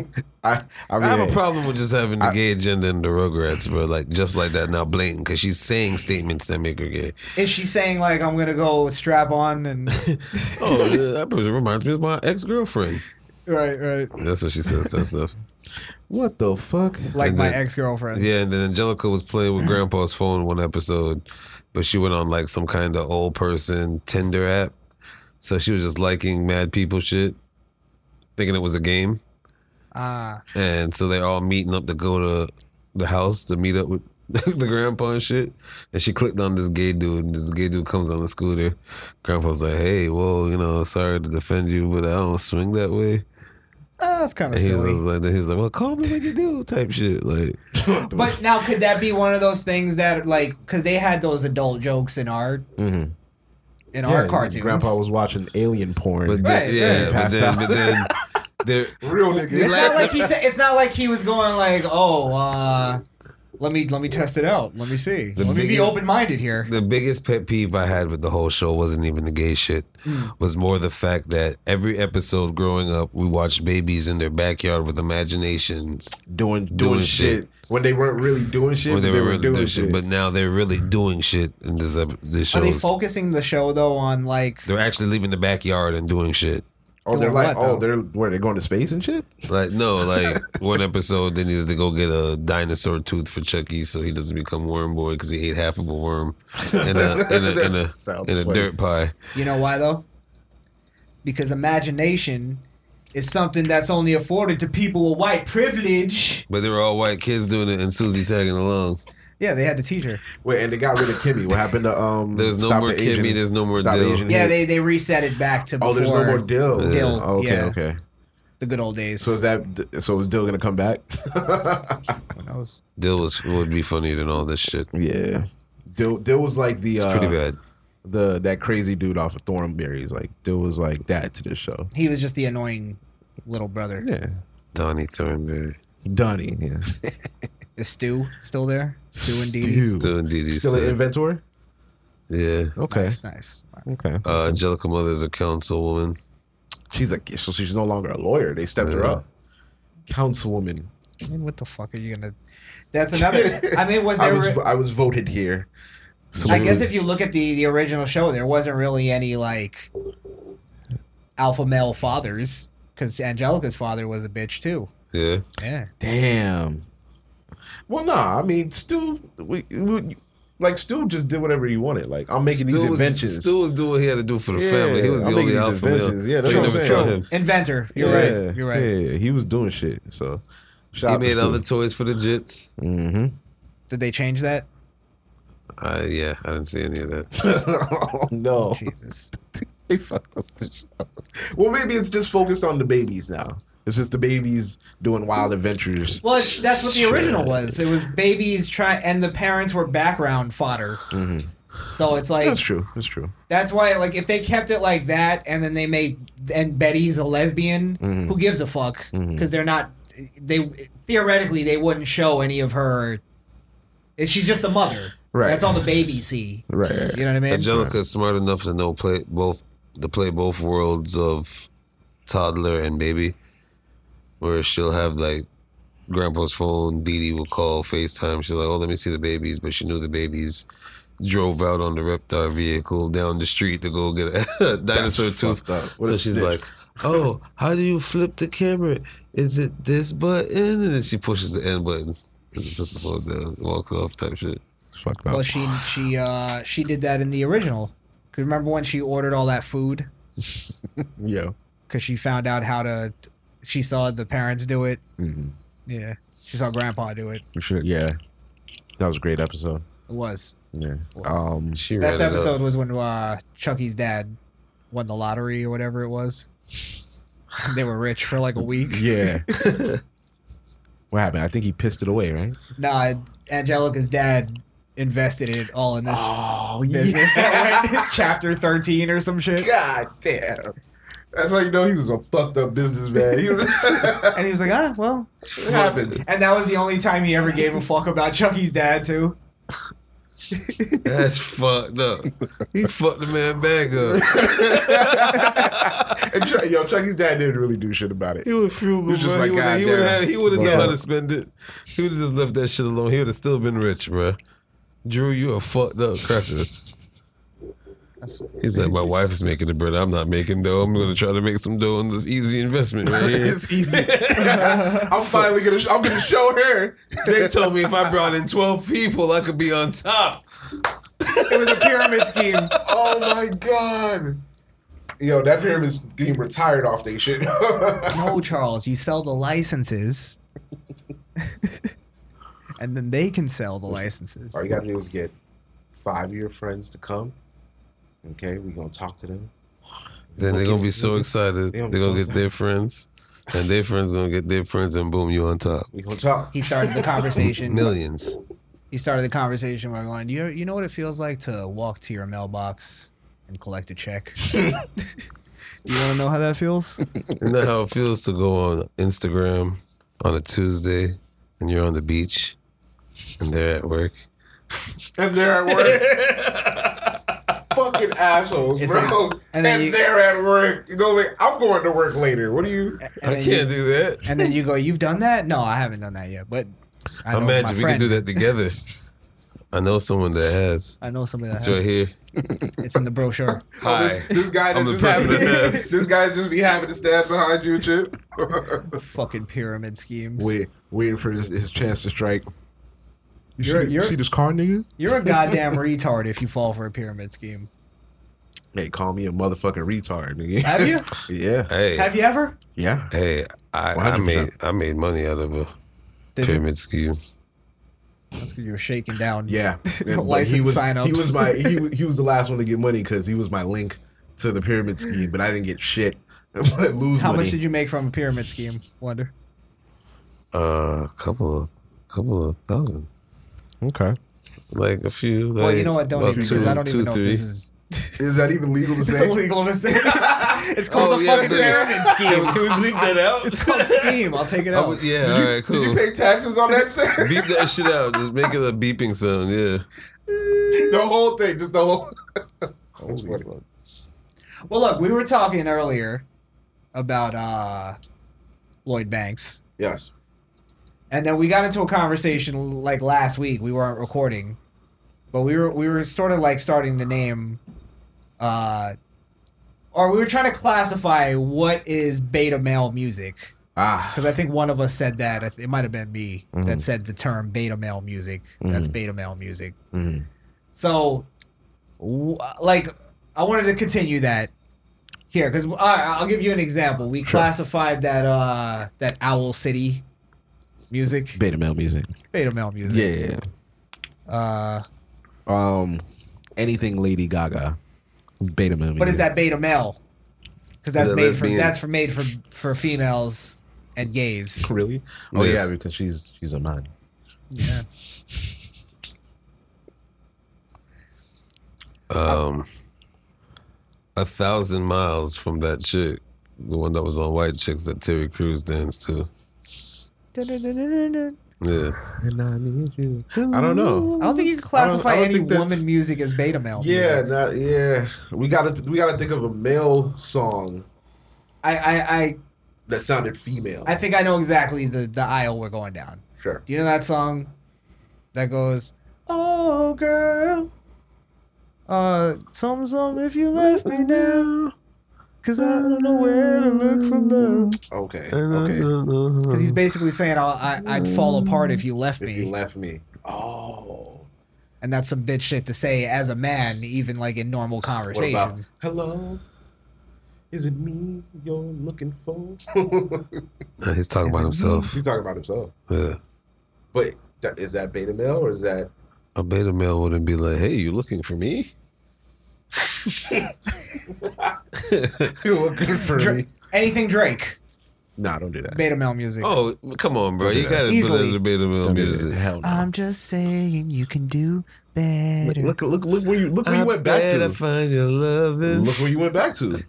S3: I,
S4: I
S3: really
S4: have a problem with just having the gay agenda in the Rugrats, bro. Like just like that now, blatant because she's saying statements that make her gay.
S2: Is she saying like I'm gonna go strap on
S3: [laughs]
S2: and
S4: Oh, yeah, that person reminds me of my ex girlfriend.
S2: right, right,
S4: That's what she says. That stuff.
S3: What the fuck?
S2: like
S4: And
S2: my
S4: then-
S2: ex girlfriend?
S4: Yeah, and then Angelica was playing with Grandpa's phone one episode, but she went on like some kind of old person Tinder app, so she was just liking mad people shit, thinking it was a game,
S2: Ah,
S4: and so they're all meeting up to go to the house to meet up with. [laughs] the grandpa and shit, and she clicked on this gay dude, and this gay dude comes on the scooter. Grandpa's like, "Hey, whoa, you know, sorry to defend you, but I don't swing that way."
S2: Ah, that's kind of
S4: And he was
S2: silly.
S4: like, "He was like, well, call me when you do," type shit. Like,
S3: [laughs]
S2: But now, could that be one of those things that, like, because they had those adult jokes in our in our cartoons?
S3: Mm-hmm. Grandpa was watching alien porn.
S4: But
S2: Right,
S4: then, yeah,
S2: right.
S4: but
S3: Passed
S4: then,
S3: out.
S4: but then, they're
S3: [laughs] real nigga.
S2: It's not like he said. It's not like he was going like, oh, uh, let me let me test it out. Let me see. let me be
S4: biggest-
S2: open minded here.
S4: the biggest pet peeve I had with the whole show wasn't even the gay shit.
S2: Hmm.
S4: Was more the fact that every episode growing up, we watched babies in their backyard with imaginations
S3: doing doing,
S4: Doing
S3: shit.
S4: shit.
S3: when they weren't really doing shit.
S4: when
S3: but
S4: they, were really
S3: doing,
S4: doing
S3: shit. Hmm.
S4: shit, but now they're really doing shit in this ep- this
S2: Are they
S4: shows.
S2: focusing the show though on like?
S4: They're actually leaving the backyard and doing shit.
S3: oh, they're
S2: doing
S3: like,
S2: what,
S3: oh,
S2: though?
S3: they're where they're going to space and shit.
S4: Like no, like one episode they needed to go get a dinosaur tooth for Chucky so he doesn't become worm boy because he ate half of a worm in a
S3: [laughs]
S4: in a in a,
S3: That sounds
S4: in a
S3: funny.
S4: dirt pie.
S2: You know why though? Because imagination is something that's only afforded to people with white privilege.
S4: But they were all white kids doing it, and Susie tagging along.
S2: Yeah, they had to teach her.
S3: Wait, and they got rid of Kimmy. What happened to um?
S4: There's no
S3: Stop
S4: more
S3: the Asian-
S4: Kimmy, there's no more
S3: Stop the
S4: Dill.
S3: Asian
S2: Yeah,
S3: Hate?
S2: they they reset it back to before
S3: Oh, there's no more Dill.
S2: Dill,
S3: Oh, okay,
S2: yeah.
S3: okay.
S2: the good old days.
S3: So is that so is Dill gonna come back? [laughs]
S2: Who knows?
S4: Dill was would be funnier than all this shit.
S3: yeah. Dill Dill was like the uh,
S4: Pretty bad.
S3: the that crazy dude off of Thornberry's. Like Dill was like that to this show.
S2: He was just the annoying little brother.
S3: Yeah.
S4: Donnie Thornberry.
S3: Donnie. [laughs] Yeah.
S2: Is Stu still there? Stu and Dee.
S3: Stu.
S4: Still in DD's.
S3: Still an inventor?
S4: yeah.
S3: Okay.
S2: Nice, nice.
S3: Okay.
S4: Uh, Angelica Mother's a councilwoman.
S3: She's a so she's no longer a lawyer. They stepped her
S4: Yeah.
S3: up. Councilwoman.
S2: I mean, what the fuck are you gonna? That's another. I mean, was
S3: [laughs] I
S2: there?
S3: was
S2: re-
S3: I was voted here. So
S2: I guess if you look at the the original show, there wasn't really any like alpha male fathers because Angelica's father was a bitch too.
S4: Yeah.
S2: Yeah,
S3: damn. Well, nah. I mean, Stu, we, we, like Stu just did whatever he wanted. Like I'm making these
S4: Stu was-
S3: inventions.
S4: Stu was doing what he had to do for the
S3: Yeah,
S4: family. He was the
S3: I'm making
S4: only
S3: these
S4: alpha male.
S3: inventions. Yeah, that's
S4: so you
S3: what I'm
S4: never
S3: saying.
S4: saw
S3: Sure.
S4: him.
S2: inventor. You're
S3: Yeah,
S2: right. You're right.
S3: Yeah, he was doing shit. So shout
S4: He
S3: out to
S4: made
S3: Stu.
S4: other toys for the Jits.
S3: Mm-hmm.
S2: Did they change that?
S4: Uh, yeah, I didn't see any of that.
S3: [laughs] oh no,
S2: Jesus.
S3: they fucked up the show. Well, maybe it's just focused on the babies now. It's just the babies doing wild adventures.
S2: Well, it's- that's what the original was. It was babies try, and the parents were background fodder.
S3: Mm-hmm.
S2: So it's like
S3: That's true. That's true.
S2: that's why like if they kept it like that, and then they made and Betty's a lesbian,
S3: Mm-hmm.
S2: who gives a fuck? Because they're not. They theoretically they wouldn't show any of her. and She's just the mother.
S3: Right.
S2: That's all the babies see.
S3: Right, right, right.
S2: You know what I mean?
S4: Angelica's smart enough to know play both to play both worlds of toddler and baby, where she'll have like grandpa's phone. Dee Dee will call FaceTime. She's like, "Oh, let me see the babies," but she knew the babies drove out on the Reptar vehicle down the street to go get a [laughs] dinosaur tooth.
S3: fucked up. What
S4: So
S3: a
S4: she's
S3: snitch. [laughs]
S4: like. Oh, how do you flip the camera? Is it this button? And then she pushes the end button. And it puts the phone down, walks off type shit.
S3: It's fucked up.
S2: Well, she she uh she did that in the original. Cause remember when she ordered all that food?
S3: yeah.
S2: Cause she found out how to. She saw the parents do it.
S3: Mm-hmm.
S2: Yeah, she saw Grandpa do it.
S3: We should- yeah. That was a great episode.
S2: It was
S3: Yeah. Um,
S4: She
S2: best
S4: ran it up.
S2: episode was when uh Chucky's dad won the lottery or whatever it was. [laughs] they were rich for like a week.
S3: yeah. what happened? I think he pissed it away, right?
S2: Nah, Angelica's dad invested it all in this
S3: Oh,
S2: [laughs] business [laughs] that went chapter thirteen or some shit.
S3: God damn. That's how you know he was a fucked up businessman. He was [laughs]
S2: And he was like, ah, well,
S3: it happens.
S2: And that was the only time he ever gave a fuck about Chucky's dad, too.
S4: [laughs] That's fucked up. He fucked the man back up.
S3: And Chuck, yo, Chucky's dad didn't really do shit about it.
S4: He would fuel
S3: He's just
S4: bro.
S3: like,
S4: he
S3: "God
S4: would- he would
S3: damn."
S4: have. He would have known
S3: Yeah.
S4: how to spend it. He would have just left that shit alone. He would have still been rich, bro. Drew, you a fucked up cracker. He's [laughs] like, my wife is making the bread. I'm not making dough. I'm gonna try to make some dough on this easy investment right here.
S3: It's easy. [laughs] I'm finally gonna. I'm gonna show her.
S4: [laughs] they told me if I brought in 12 people, I could be on top.
S2: It was a pyramid
S3: [laughs]
S2: scheme.
S3: Oh my god. Yo, that pyramid scheme retired off they shit. [laughs]
S2: No, Charles, you sell the licenses. [laughs] and then they can sell the licenses.
S3: All you gotta do is get five of your friends to come. Okay, we gonna talk to them.
S4: Then they're gonna be so excited.
S3: They
S4: They're
S3: gonna be
S4: gonna
S3: so
S4: get
S3: excited.
S4: their friends, and their friends gonna get their friends, and boom, you on top.
S3: We gonna talk.
S2: He started the conversation.
S4: Millions.
S2: he started the conversation by going, you, you know what it feels like to walk to your mailbox and collect a check? [laughs] you want to know how that
S4: [laughs]
S2: feels?
S4: Isn't that how it feels to go on Instagram on a Tuesday and you're on the beach and they're at work?
S3: [laughs] And they're at work. [laughs] Fucking assholes,
S2: It's
S3: bro.
S2: like- and
S3: and
S2: then you-
S3: they're at work. You know, like, I'm going to work later. What do you?
S2: And
S4: I
S2: then
S4: can't
S2: you,
S4: do that.
S2: And then you go, you've done that? No, I haven't done that yet. But I know my
S4: Imagine we could
S2: friend-
S4: do that together. I know someone that has.
S2: I know somebody that
S4: It's
S2: has-
S4: right here.
S2: It's in the
S4: [laughs]
S2: brochure.
S4: Hi.
S3: This, this guy that
S4: I'm the
S3: just happened.
S4: person that
S3: This, [laughs]
S4: has.
S3: this guy just be having to stand behind you, Chip.
S2: Fucking pyramid schemes.
S3: [laughs] Wait, waiting for his, his chance to strike. You
S2: You're- you're-
S3: this car, nigga?
S2: You're a goddamn
S4: [laughs]
S2: retard if you fall for a pyramid scheme.
S3: They call me a motherfucking retard, nigga.
S2: Have you?
S3: [laughs] yeah,
S4: Hey,
S2: Have you ever?
S3: yeah.
S4: hey, I, I
S3: 100%.
S4: made I made money out of a
S2: Did you?
S4: pyramid scheme.
S2: That's because you were shaking down. [laughs]
S3: Yeah,
S2: No
S3: But he
S2: license
S3: was
S2: sign-ups.
S3: he was
S2: [laughs]
S3: my he, wa- he was the last one to get money because he was my link to the pyramid scheme, but I didn't get shit. [laughs] But lose
S2: How
S3: money.
S2: much did you make from a pyramid scheme? Wonder.
S4: Uh, couple of couple of thousand,
S3: Okay,
S4: like a few. Like
S2: Well, you know what? Don't
S4: about
S2: even
S4: two,
S2: because I don't
S4: two,
S2: even know
S4: three.
S2: if this is
S3: is that
S2: [laughs]
S3: even legal to say? [laughs]
S2: illegal to say. it's called
S4: Oh,
S2: the
S4: yeah,
S2: fucking [laughs]
S4: but-
S2: pyramid
S4: Can,
S2: scheme. Oh,
S4: can we bleep that out?
S2: It's called scheme. I'll take it
S4: I
S2: out.
S4: would- Oh, yeah. all right. Cool.
S3: [laughs] Did you pay taxes on that,
S4: [laughs]
S3: sir? [laughs]
S4: Beep that shit out. Just make it a beeping sound. Yeah.
S3: the whole thing, just the whole. [laughs] That's funny.
S2: Well, look, we were talking earlier about uh, Lloyd Banks.
S3: Yes.
S2: And then we got into a conversation like last week. We weren't recording, but we were we were sort of like starting to name, uh, or we were trying to classify what is beta male music
S3: Ah.
S2: because I think one of us said that I th- it might have been me
S3: Mm-hmm.
S2: that said the term beta male music. That's beta male music.
S3: Mm-hmm.
S2: So, w- like, I wanted to continue that here because I'll give you an example. We classified that uh that Owl City music
S3: Beta male music.
S2: beta male music.
S3: Yeah.
S2: Uh,
S5: Um, anything Lady Gaga, Beta Male.
S2: but is that beta male? Because that's
S4: Yeah,
S2: made
S4: lesbian.
S2: for that's for made for for females and
S3: [laughs]
S2: gays.
S3: Really?
S5: Oh
S4: Yes.
S5: yeah, because she's she's a man.
S2: Yeah.
S4: Um, a thousand miles from that chick, the one that was on White Chicks that Terry Crews danced to. Yeah,
S5: And I need you.
S3: I don't know.
S2: I don't think you can
S3: I don't- I
S2: classify
S3: don't
S2: any
S3: think that's-
S2: woman music as beta male.
S3: Yeah,
S2: music.
S3: not, yeah. We gotta we gotta think of a male song
S2: I, I I
S3: that sounded female.
S2: I think I know exactly the the aisle we're going down.
S3: sure.
S2: Do you know that song that goes, "Oh girl, uh, some song if you left me now, cause I don't know where to look for love."
S3: Okay. Okay.
S2: uh, Because he's basically saying, I'll, I, "I'd fall apart if you left
S3: If you
S2: me,"
S3: left me. Oh.
S2: and that's some bitch shit to say as a man, even like in normal
S3: What
S2: conversation.
S3: about hello? Is it me you're looking for? [laughs]
S4: Nah, he's talking about himself.
S3: He's talking about himself.
S4: Yeah,
S3: But that, is that beta male or is that [laughs]
S4: a beta male wouldn't be like, "Hey, you looking for me?"
S3: you're looking for
S2: Dra-
S3: me?
S2: anything Drake,
S5: Nah, don't do that.
S2: beta male music.
S4: Oh, come on, bro!
S5: do
S4: You
S5: that.
S4: gotta put
S2: Easily.
S4: that in the beta male
S5: Don't do that.
S4: music.
S5: Hell no.
S2: I'm just saying you can do better.
S3: Look, look, look where you look where you went back
S4: better
S3: to.
S4: find your loving.
S3: Look where you went back to.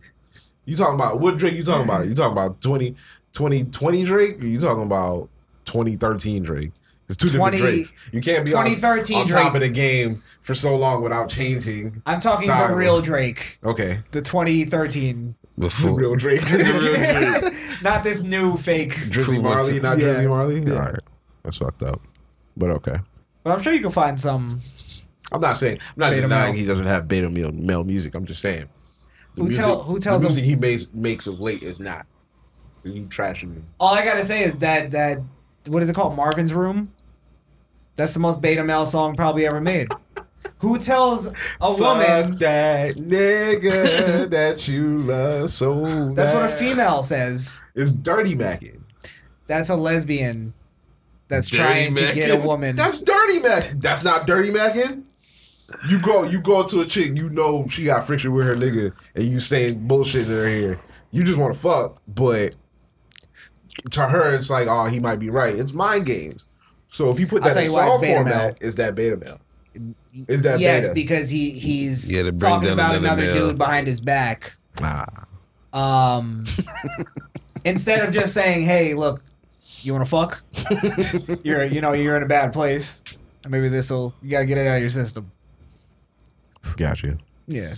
S3: You talking about what Drake? You talking about? You talking about 20, 2020 Drake? Or you talking about twenty thirteen Drake? It's two
S2: 20
S3: different Drakes. You can't be on-
S2: 2013
S3: on, top of
S2: Drake.
S3: the game for so long without changing.
S2: I'm talking
S3: style.
S2: the real Drake,
S3: Okay,
S2: the
S3: [laughs]
S2: 2013,
S3: the
S4: Before
S3: real [laughs] Drake.
S2: [laughs] not this new fake.
S3: Drizzy
S4: Cool,
S3: Marley,
S4: what's-
S3: not
S2: Yeah.
S3: Drizzy Marley.
S5: Yeah.
S3: All right, that's fucked up. But okay,
S2: But I'm sure you can find some.
S3: I'm not saying I'm not
S2: Beta
S3: denying
S2: male.
S3: he doesn't have beta male, male music. I'm just saying the
S2: Who
S3: music,
S2: tell- who tells
S3: the
S2: him-
S3: music he makes makes of late is not. You trashing me.
S2: All I gotta say is that that what is it called? Marvin's Room. That's the most beta male song probably ever made. Who tells a
S3: Fuck
S2: woman? [laughs]
S3: that nigga that you love so
S2: That's what a
S3: bad.
S2: female says.
S3: It's dirty macking.
S2: That's a lesbian. That's
S4: Dirty
S2: trying to get a
S4: Mackin'.
S2: woman.
S3: That's dirty macking. That's not dirty macking. You go, you go to a chick, you know she got friction with her nigga, and you saying bullshit in her ear. You just want to fuck, but to her it's like, oh, he might be right. It's mind games. So if you put
S2: I'll
S3: that
S2: tell
S3: in
S2: you why it's
S3: song
S2: beta
S3: format, is that beta male? Is that
S2: yes,
S3: beta?
S2: because he he's
S4: Yeah, to bring
S2: talking
S4: down
S2: about another,
S4: another male.
S2: dude behind his back.
S5: Nah.
S4: [laughs]
S2: Um, instead of just saying, "Hey, look, you want to
S4: [laughs]
S2: fuck? you're you know you're in a bad place. Maybe this will you gotta get it out of your system."
S5: Gotcha.
S2: Yeah.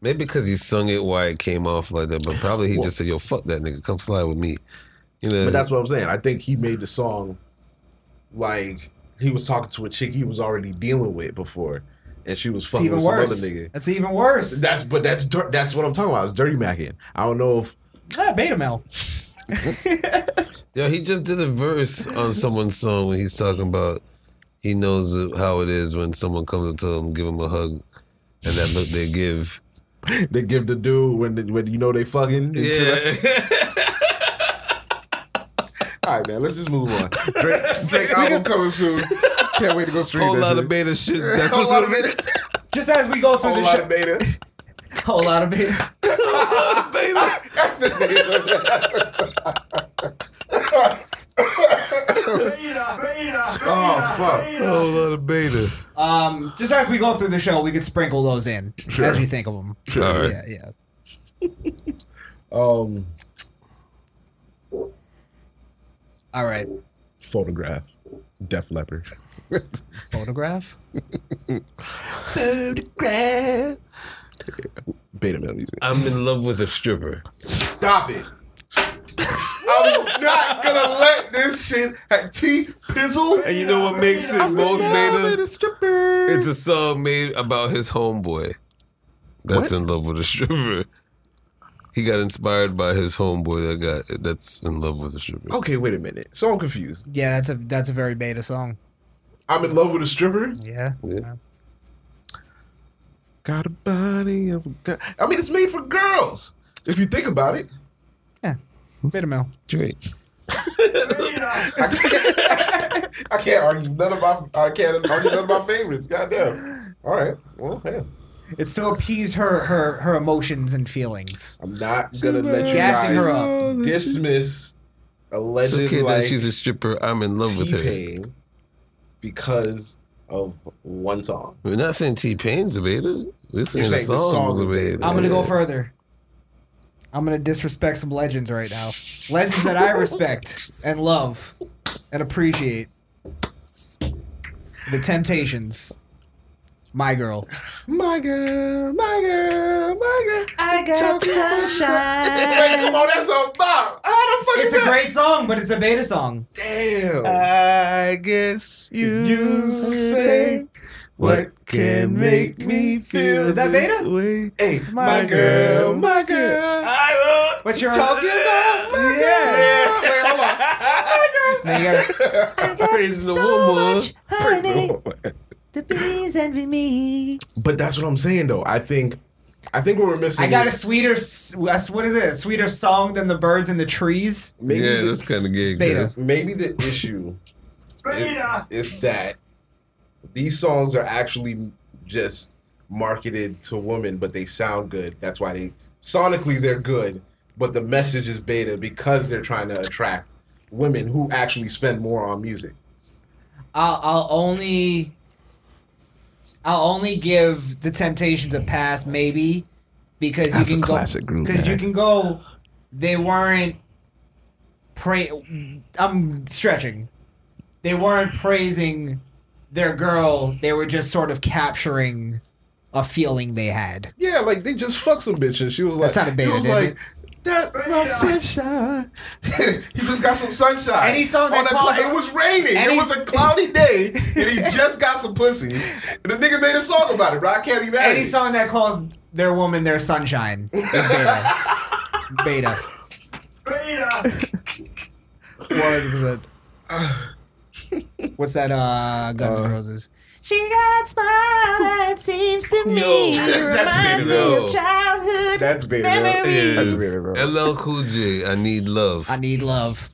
S4: Maybe because he sung it, why it came off like that. But probably he just said, "Yo, fuck that nigga, come slide with me." You know,
S3: But that's what I'm saying. I think he made the song like he was talking to a chick he was already dealing with before, and she was
S2: It's
S3: fucking
S2: even
S3: with
S2: worse.
S3: some other nigga.
S2: That's even worse.
S3: That's but that's dir- that's what I'm talking about. It's dirty macking. I don't know if
S2: Ah, beta male.
S4: Yo, he just did a verse on someone's song when he's talking about he knows how it is when someone comes up to him, give him a hug, and that look they give.
S3: they give the dude when the, when you know they fucking. and shit like- All right, man. Let's just move
S4: [laughs]
S3: on. Drake, Drake album coming soon. Can't wait to go stream.
S4: Whole
S3: that
S4: lot of
S3: shit.
S4: beta
S3: [laughs]
S4: shit. That's
S3: Whole
S4: what's
S3: lot
S4: on
S3: of beta.
S2: Just as we go through
S3: Whole
S2: the
S3: lot of
S2: show,
S3: beta.
S2: [laughs] whole lot of beta.
S4: beta.
S3: [laughs] Oh fuck.
S4: Whole lot of beta.
S2: Um, just as we go through the show, we could sprinkle those in as you think of them.
S4: All right.
S2: Yeah, yeah.
S3: Um,
S2: All right.
S3: photograph. Def Leppard.
S2: Photograph.
S3: Beta male music.
S4: I'm in love with a stripper.
S3: Stop it. I'm not gonna let this shit at T Pizzle.
S4: And you know what makes it most beta?
S3: stripper.
S4: It's a song made about his homeboy that's in love with a stripper. He got inspired by his homeboy that got that's in love with a stripper.
S3: okay, wait a minute. So I'm confused.
S2: Yeah, that's a that's a very beta song.
S3: I'm in love with a stripper.
S2: Yeah.
S4: Yeah.
S3: Got a body of a gu- I mean, it's made for girls. If you think about it,
S2: Yeah. Beta male. [laughs]
S4: Drake.
S3: I can't, I can't argue none of my I can't argue none of my favorites. Goddamn. All right. Well, yeah.
S2: It's to appease her her her emotions and feelings.
S3: I'm not gonna let you
S2: Gassing her
S3: guys
S2: up.
S3: dismiss a
S4: It's
S3: legend
S4: okay
S3: like
S4: that she's a stripper. I'm in love with her.
S3: T-Pain because of one song.
S4: We're not saying T Pain's a beta. We're saying
S3: saying
S4: the
S3: the
S4: song's
S3: song's
S4: a
S3: a beta.
S4: beta.
S2: I'm gonna go further. I'm gonna disrespect some legends right now. Legends that I respect and love and appreciate. The Temptations. My girl.
S3: My girl, my girl, my girl.
S2: I got
S3: Wait, come on, that's a bop. How the fuck
S2: It's
S3: is
S2: a
S3: that?
S2: great song, but it's a beta song.
S3: Damn.
S4: I guess you,
S3: You say what can make me feel
S2: Is that
S4: this
S2: beta?
S4: way.
S3: Hey,
S2: My
S3: my girl, my girl. I love
S2: But you're
S3: talking about my girl.
S2: Yeah.
S3: Wait, hold on. [laughs] My girl.
S2: Now you gotta-
S4: Praise the woman.
S3: [laughs]
S2: The bees envy me.
S3: But that's what I'm saying, though. I think, I think what we're missing.
S2: I got a
S3: is
S2: sweeter, s- what is it? A sweeter song than the birds in the trees.
S3: maybe,
S4: yeah, that's
S3: the,
S4: kind of gay.
S2: beta.
S3: [laughs]
S4: Chris.
S3: maybe the issue i- is that these songs are actually just marketed to women, but they sound good. That's why they sonically they're good, but the message is beta because they're trying to attract women who actually spend more on music.
S2: I'll, I'll only, I'll only give the Temptations a pass, maybe, because
S5: That's
S2: you
S5: a
S2: can
S5: classic
S2: go
S5: group,
S2: because you
S5: man.
S2: can go. They weren't pray. I'm stretching. They weren't praising their girl. They were just sort of capturing a feeling they had.
S3: Yeah, like they just fucked some bitch and she was like,
S2: That's not a beta,
S3: he was
S2: damn
S3: like,
S2: it.
S3: that my
S2: [laughs]
S3: sunshine. [laughs] he just got some sunshine.
S2: Any song that
S3: On a
S2: calls-
S3: clou- it was raining.
S2: any-
S3: It was a cloudy day, and
S2: [laughs]
S3: he just got some pussy. And the nigga made a song about it, bro. I can't be mad. at
S2: Any
S3: it.
S2: song that calls their woman their sunshine is
S3: [laughs]
S2: beta. beta. Beta. One hundred percent. [laughs] What's that? Uh, Guns N' Roses.
S6: She got smile that seems to me
S3: that's
S6: reminds
S3: beta,
S6: me
S4: yo.
S6: of childhood.
S3: That's beta. bro.
S6: Memories.
S3: That's beta, bro.
S4: Yes. LL Cool J, I need love.
S2: I need love.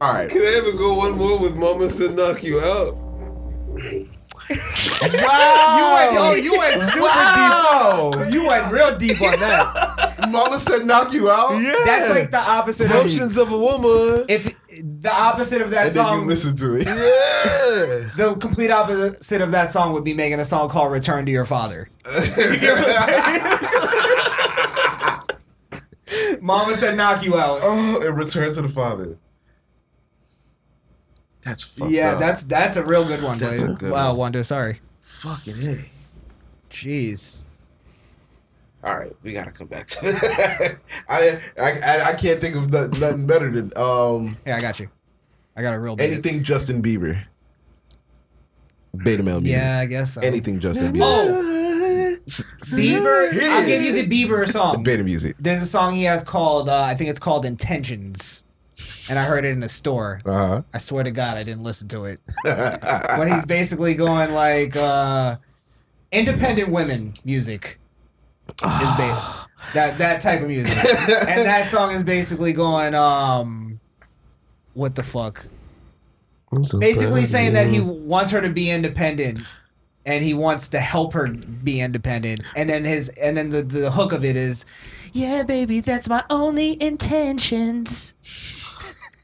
S3: All right.
S4: Can I ever go one more with Mama said knock you out?
S2: [laughs] You went, oh, you went super
S3: Wow.
S2: deep. You went real deep on that.
S3: Mama said knock you out.
S2: That's like the opposite of
S4: Emotions of a woman.
S2: if the opposite of that
S3: And then you
S2: song.
S3: listen to it.
S4: Yeah.
S2: The complete opposite of that song would be making a song called "Return to Your
S3: [laughs]
S2: Father." Mama said, "Knock you out."
S3: [laughs] oh, and return to the father. That's fucked
S2: yeah,
S3: up.
S2: that's that's a real good one,
S3: That's
S2: Blaze.
S3: a good
S2: wow,
S3: one.
S2: Wanda, sorry.
S3: fucking it.
S2: Jeez.
S3: All right, we gotta come back
S2: [laughs]
S3: to that. I, I I- I can't think of nothing, nothing better than um
S2: Here, I got you. I got a real beta.
S3: anything Justin Bieber, beta male music.
S2: Yeah, I guess so.
S3: anything Justin Bieber,
S2: Oh, Bieber. I'll give you the Bieber song.
S3: beta music.
S2: There's a song he has called, uh, I think it's called Intentions. And I heard it in a store.
S3: Uh
S2: I swear to God, I didn't listen to
S3: [laughs]
S2: it.
S3: huh.
S2: When he's basically going like, uh, independent women music is
S3: [sighs]
S2: beta. that that type of music. and that song is basically going, um, what the fuck? basically saying that he wants her to be independent and he wants to help her be independent and then his and then the, the hook of it is yeah baby that's my only
S3: [laughs]
S2: intentions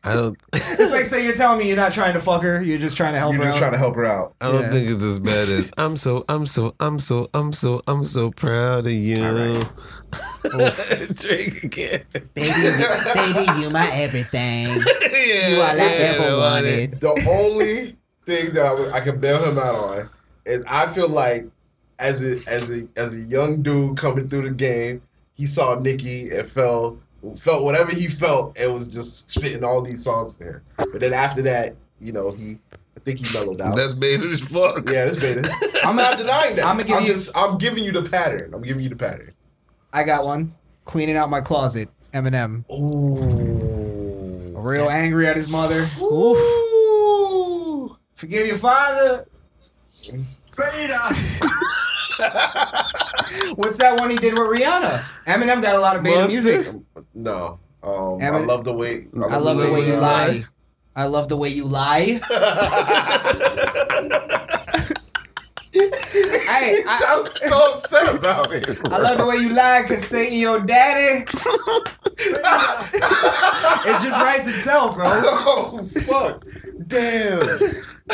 S4: I don't.
S2: it's like so you're telling me you're not trying to fuck her you're just trying to help
S3: You're
S2: her
S3: just
S2: out.
S3: trying to help her out.
S4: I don't
S2: Yeah.
S4: think it's as bad as I'm so I'm so I'm so I'm so I'm so proud of you. [laughs] Drake again.
S2: baby baby you my everything
S4: Yeah,
S2: you all i
S4: wish
S2: ever wanted
S3: The only thing that I, would- I can bail him out on is I feel like as a as a as a young dude coming through the game, he saw Nicki and fell felt whatever he felt and was just spitting all these songs there. But then after that, you know, he I think he mellowed out.
S4: That's beta as fuck.
S3: yeah, that's beta. I'm not denying
S2: [laughs]
S3: that.
S2: I'ma
S3: I'm,
S2: give you-
S3: just I'm giving you the pattern. I'm giving you the pattern.
S2: i got one cleaning out my closet eminem
S3: Ooh.
S2: real angry at his mother Oof. forgive your father What's that one he did with Rihanna? Eminem got a lot of beta music.
S3: No. Um, I
S2: Evan-
S3: love the way.
S2: I love the way you
S3: [laughs]
S4: Lie.
S2: lie. I love the way you lie. hey, I,
S3: I'm so upset about it.
S2: I love the way you lie because Satan your daddy. it just writes itself,
S3: [laughs]
S2: bro.
S3: [laughs] Oh fuck! Damn.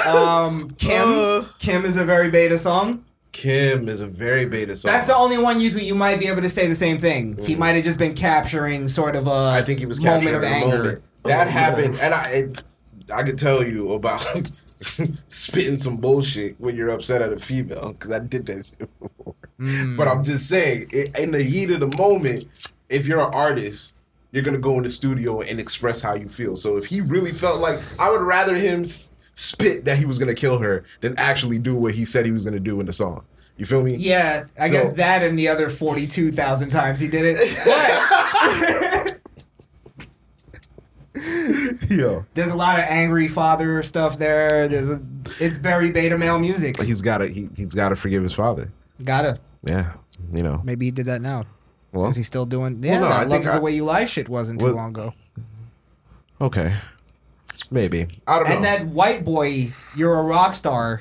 S2: Um, Kim, Kim is a very beta song.
S3: Kim is a very beta song.
S2: That's the only one you could, you might be able to say the same thing. He might have just been capturing sort of a
S3: Mm. I think he was
S2: moment
S3: capturing
S2: of
S3: the
S2: anger.
S3: moment. That happened, and I, it, I could tell you about [laughs] spitting some bullshit when you're upset at a female because I did that shit before.
S2: Hmm.
S3: But I'm just saying, i in the heat of the moment, if you're an artist, you're gonna go in the studio and express how you feel. So if he really felt like, I would rather him s- spit that he was gonna kill her than actually do what he said he was gonna do in the song. You feel me?
S2: Yeah, I
S3: So-
S2: guess that and the other forty-two thousand times he did it.
S3: [laughs]
S2: But
S3: [laughs] Yo.
S2: there's a lot of angry father stuff there. There's a, it's very beta male music.
S3: But he's gotta he, he's gotta forgive his father.
S2: Gotta.
S5: Yeah. You know.
S2: Maybe he did that now.
S5: Well,
S2: Is he still doing? Yeah,
S3: no, I
S2: I, love
S3: think I-
S2: the way you lie. Shit wasn't too
S3: Well-
S2: long ago.
S5: okay. Maybe.
S3: I don't know.
S2: And that white boy, you're a rock star,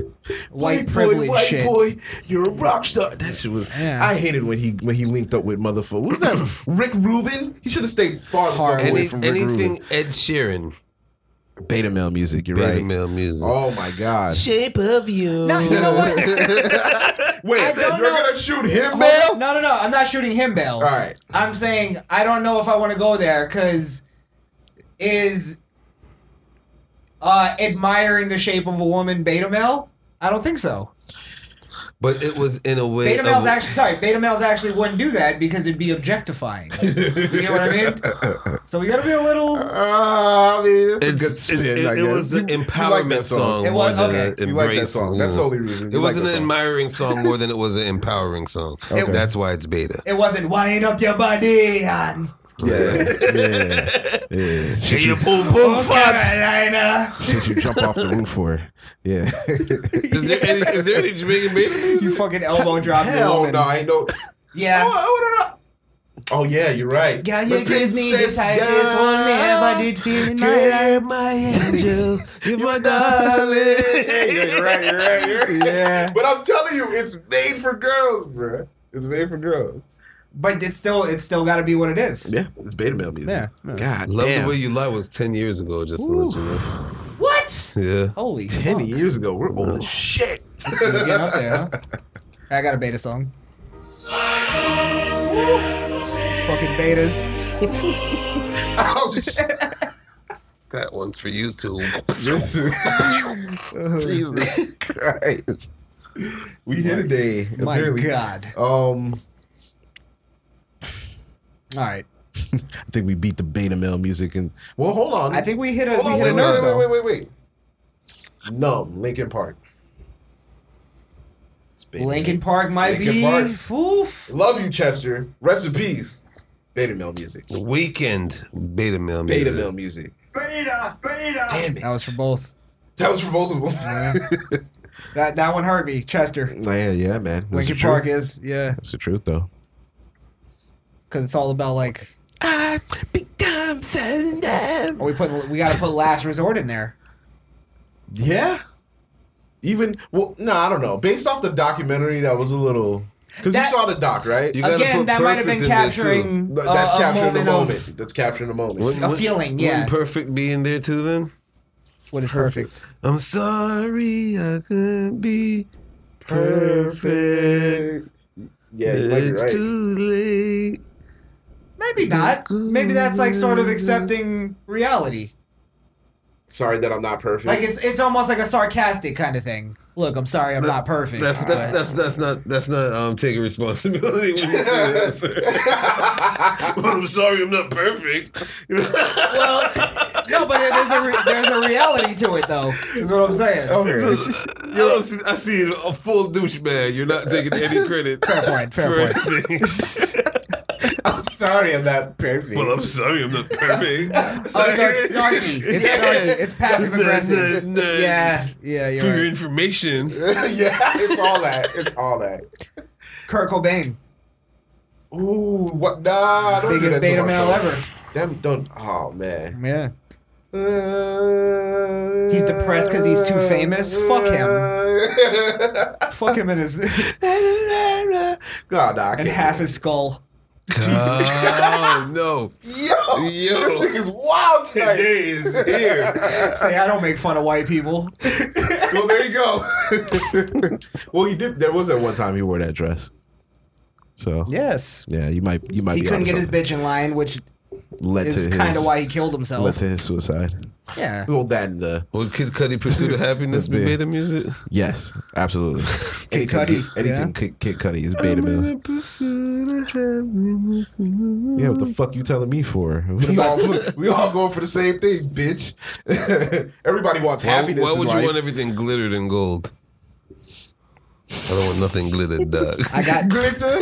S2: white privilege
S3: boy, white
S2: shit.
S3: boy, you're a rock star. That shit was.
S2: Yeah.
S3: I hated when he when he linked up with motherfucker. What was that? Rick Rubin. He should have stayed far the fuck
S2: Hard.
S3: away
S4: Any,
S3: from Rick
S4: anything
S3: Rubin.
S4: Ed Sheeran,
S5: Beta male music. You're
S4: beta
S5: right.
S4: male music.
S3: Oh my god.
S4: Shape of you.
S2: No, you know
S3: [laughs]
S2: what?
S3: Wait,
S2: I
S3: you're
S2: don't know.
S3: gonna shoot him,
S2: no,
S3: Mel?
S2: no, no. I'm not shooting him, Bell.
S3: All right.
S2: I'm saying I don't know if I want to go there because is uh, admiring the shape of a woman beta male? I don't think so.
S4: But it was in a
S3: Uh,
S4: way.
S2: Beta
S4: of-
S2: males actually sorry, beta males actually wouldn't do that because it'd be
S3: [laughs]
S2: objectifying. you get what I mean? So we gotta be a little.
S3: Uh, I mean, it's, a good
S4: It's,
S3: spin.
S4: it,
S3: I
S4: it,
S3: guess.
S4: was an
S3: You- you
S4: empowerment
S3: like that
S4: song.
S2: It
S4: more
S2: was-
S4: than
S2: okay.
S4: an
S3: You like that
S4: embrace
S3: song. That's the only reason.
S4: It
S3: You like
S4: wasn't
S3: that
S4: an
S3: song.
S4: admiring song more than it was an empowering [laughs] song.
S3: Okay.
S4: That's why it's beta.
S2: It wasn't wind up your body on
S3: Yeah.
S5: Yeah. yeah. Shit you,
S3: Oh,
S2: North Carolina.
S5: shit you jump off the roof for. Yeah.
S4: Is there any is there any Jamaican [laughs] beta music?
S2: You fucking elbow drop your
S3: Hell
S2: woman.
S3: no, I ain't no.
S2: Yeah.
S3: Oh, oh, no, no. Oh, yeah, you're right.
S2: Girl, you
S3: But
S2: give me the
S3: princess
S2: tightest one I ever did feel in my life.
S4: You're my angel,
S3: [laughs]
S4: you're my darling.
S3: yeah, you're right, you're right,
S2: [laughs]
S3: you're right.
S2: Yeah.
S3: But I'm telling you, it's made for girls, bruh. It's made for girls.
S2: But it's still it's still gotta be what it is.
S5: yeah. It's beta male music.
S2: Yeah.
S5: God.
S4: Love
S5: damn.
S4: the way you lie was ten years ago. Just to let you
S2: What?
S4: know. Yeah.
S3: [laughs]
S2: Holy
S5: Ten
S2: fuck.
S5: years ago, we're old as shit.
S2: You're getting up there, huh? I got a beta song. Fucking betas.
S3: Oh, shit.
S4: [laughs]
S5: [laughs]
S4: That one's for you too.
S3: Jesus [laughs] Christ. We hit a day.
S2: My
S3: apparently.
S2: God.
S3: Um,
S2: All right.
S5: I think we beat the beta male music and
S3: well, hold on.
S2: I think we hit a,
S3: Hold
S2: we
S3: on,
S2: hit a
S3: wait,
S2: nerve.
S3: wait,
S2: though.
S3: wait, wait, wait, wait. Numb, Lincoln Park.
S5: it's beta
S2: Lincoln Park might
S3: Lincoln
S2: be.
S3: Park.
S2: Oof.
S3: Love you, Chester. Rest in peace. Beta male music.
S4: Weekend beta male.
S3: Beta
S4: music.
S3: male music.
S1: Beta, beta.
S3: Damn it.
S2: That was for both.
S3: That was for both of [laughs] them.
S2: That that one hurt me, Chester.
S5: male. Yeah, yeah, man. That's
S2: Lincoln
S5: the
S2: Park
S5: truth.
S2: is yeah,
S5: That's the truth, though.
S2: because it's all about like.
S5: I've become Sunday.
S3: Oh,
S2: Are we putting? We got to put Last Resort in there.
S3: Yeah. Even well, no, I don't know. Based off the documentary, that was a little because you
S2: That-
S3: saw the doc, right?
S4: You gotta
S2: Again,
S4: put
S2: that might have
S4: perfect
S2: been
S4: in there, too.
S2: capturing.
S3: Th-
S2: uh,
S3: That's
S2: a
S3: capturing the
S2: moment of-
S3: moment. That's capturing the moment.
S4: Wouldn't-
S2: A
S4: wouldn't-
S2: feeling, yeah.
S4: Wouldn't perfect be in there too then?
S2: what is perfect?
S4: I'm sorry I couldn't be
S3: Perfect. Yeah, you might be
S4: It's
S3: right.
S4: too late.
S2: Maybe not. Maybe that's like sort of accepting reality.
S3: Sorry that I'm not perfect.
S2: Like it's it's almost like a sarcastic kind of thing. Look, I'm sorry, I'm not perfect.
S4: That's that's
S2: but-
S4: that's that's not that's not um taking responsibility. When you say that, sir. well, I'm sorry, I'm not perfect. [laughs]
S2: well, no, but there's a re- there's a reality to it though. Is what I'm saying.
S4: Oh.
S3: Okay.
S4: You know, I see- I see a full douchebag. You're not taking any credit. Fair
S2: point, fair point.
S3: I'm [laughs] sorry I'm not perfect.
S4: well,
S3: [laughs]
S4: I'm sorry, I'm not perfect.
S2: Oh, so it's snarky. It's
S4: [laughs] Yeah.
S2: snarky. It's passive aggressive.
S4: Nah, nah, nah.
S2: Yeah, yeah, you're
S4: For your
S2: right.
S4: information,
S3: yeah, it's all that. It's all that.
S2: Kurt Cobain,
S3: Ooh, what? Nah, don't do
S2: biggest
S3: that to
S2: beta male
S3: myself.
S2: ever.
S3: Them don't. Oh man.
S2: Yeah. He's depressed 'cause he's too famous? Fuck
S3: [laughs] him.
S2: Fuck him in his
S3: God, nah, I
S2: and
S3: can't
S2: half
S3: do
S2: his skull.
S4: Oh no!
S3: that. Yo,
S4: Yo.
S3: this thing is wild tonight.
S4: Today is here.
S2: Say I don't make fun of white people.
S3: well, there
S5: [laughs]
S3: you go. well, he did. There was that one time he wore that dress.
S5: So yeah,
S2: Yes.
S5: you might you might
S2: He
S5: be
S2: couldn't
S5: onto
S2: get his
S5: something.
S2: bitch in line, which
S5: led
S2: is
S5: to
S2: kind of
S5: his-
S2: why he killed himself.
S5: led to his suicide.
S3: [laughs]
S2: Yeah.
S3: Well, that and the
S4: Would Kid Cudi pursue the happiness
S5: That's
S4: be
S5: big.
S4: beta music?
S5: Yes,
S3: [laughs]
S5: absolutely.
S2: Kid
S5: Anything-
S2: Cudi,
S5: anything
S2: yeah.
S5: Kid, Kid Cudi is beta male.
S4: pursue happiness.
S5: Yeah, what the fuck you telling me for?
S3: Mm-hmm.
S5: [laughs]
S3: we all, we all going for the same thing, bitch. [laughs] Everybody wants
S4: Why,
S3: happiness.
S4: why
S3: in
S4: would you
S3: life.
S4: want everything glittered in gold? I don't want nothing glittered, Doug.
S2: [laughs] I got
S3: [laughs] glitter?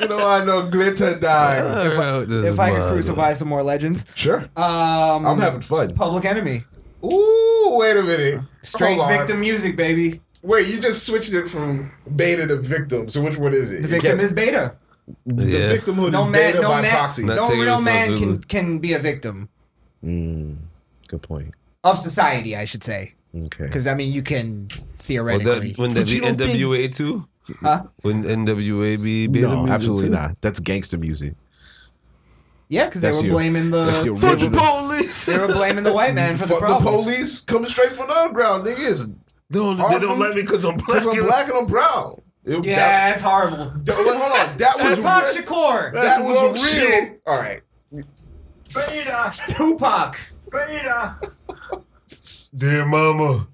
S3: you know I know
S5: [laughs]
S3: glitter die.
S4: if [laughs] I,
S2: if I could crucify some more legends.
S3: Sure.
S2: Um
S3: I'm having fun.
S2: Public Enemy.
S3: Ooh, wait a minute.
S2: Straight
S3: Hold on.
S2: victim music, baby.
S3: Wait, you just switched it from beta to victim. So which one is it?
S2: The victim is beta.
S3: the
S4: Yeah.
S3: victimhood
S2: No
S3: is
S2: man,
S3: beta
S2: no
S3: by
S2: man,
S3: proxy.
S4: Not
S2: no
S4: taking
S2: real man can
S4: responsibility.
S2: can be a victim
S5: Good point.
S2: of society, I should say.
S5: Okay.
S2: Because I mean, you can
S4: Well,
S2: theoretically.
S4: that, wouldn't that be NWA too?
S2: Huh?
S4: Wouldn't NWA be beta
S5: No,
S4: music
S5: absolutely
S4: too?
S5: not. That's gangster music.
S2: yeah, because they
S5: That's
S2: were
S5: you.
S2: blaming
S3: Uh,
S5: That's your
S2: the
S4: Fuck the
S5: original.
S4: police!
S2: they were blaming the white
S3: [laughs]
S2: man for the
S3: Fuck the,
S2: problem.
S3: police coming straight from the underground, niggas.
S4: don't, they
S3: Harvey?
S4: don't like me because I'm black.
S3: Because I'm black and I'm brown. It-
S2: Yeah,
S3: that-
S2: that's horrible.
S3: that- wait, hold on. That was
S2: Tupac
S3: real- [laughs]
S2: Shakur,
S3: That
S4: That's
S3: was
S4: woke
S3: real.
S4: shit.
S3: All right.
S2: Tupac.
S4: Dear mama,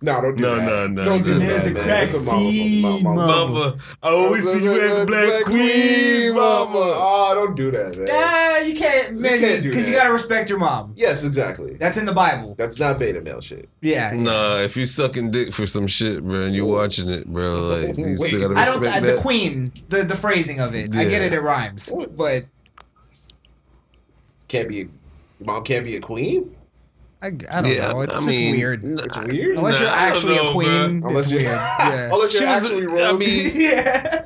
S3: No, don't do
S4: No,
S3: that.
S4: no, no,
S3: Don't do
S4: no,
S3: that, man.
S4: no, no.
S3: That's a mama, mama, mama.
S4: mama, I always see you as a black queen, mama.
S3: Oh, don't do that, man.
S2: Ah, you can't, man,
S3: can't do
S2: because you
S3: that.
S2: gotta respect your mom.
S3: Yes, exactly.
S2: That's in the Bible.
S3: That's not beta male shit.
S2: Yeah.
S4: Nah, if you sucking dick for some shit, bro, and you watching it, bro, like you still gotta respect
S2: I don't. uh,
S4: that.
S2: the Queen, the the phrasing of it. I get
S4: Yeah.
S2: it. It rhymes, but
S3: Can't be. Your mom can't be a queen
S2: I, I don't
S4: Yeah,
S2: know. It's
S4: I
S2: just
S4: mean,
S2: weird.
S4: nah,
S3: It's weird.
S2: Unless
S4: nah,
S2: you're
S4: I don't
S2: actually
S4: know,
S2: a queen,
S4: bruh.
S3: Unless
S2: it's
S3: you're-
S2: weird. Yeah.
S3: unless
S4: She
S3: you're
S4: was-
S3: actually
S4: I
S3: royalty.
S4: mean,
S2: [laughs] yeah.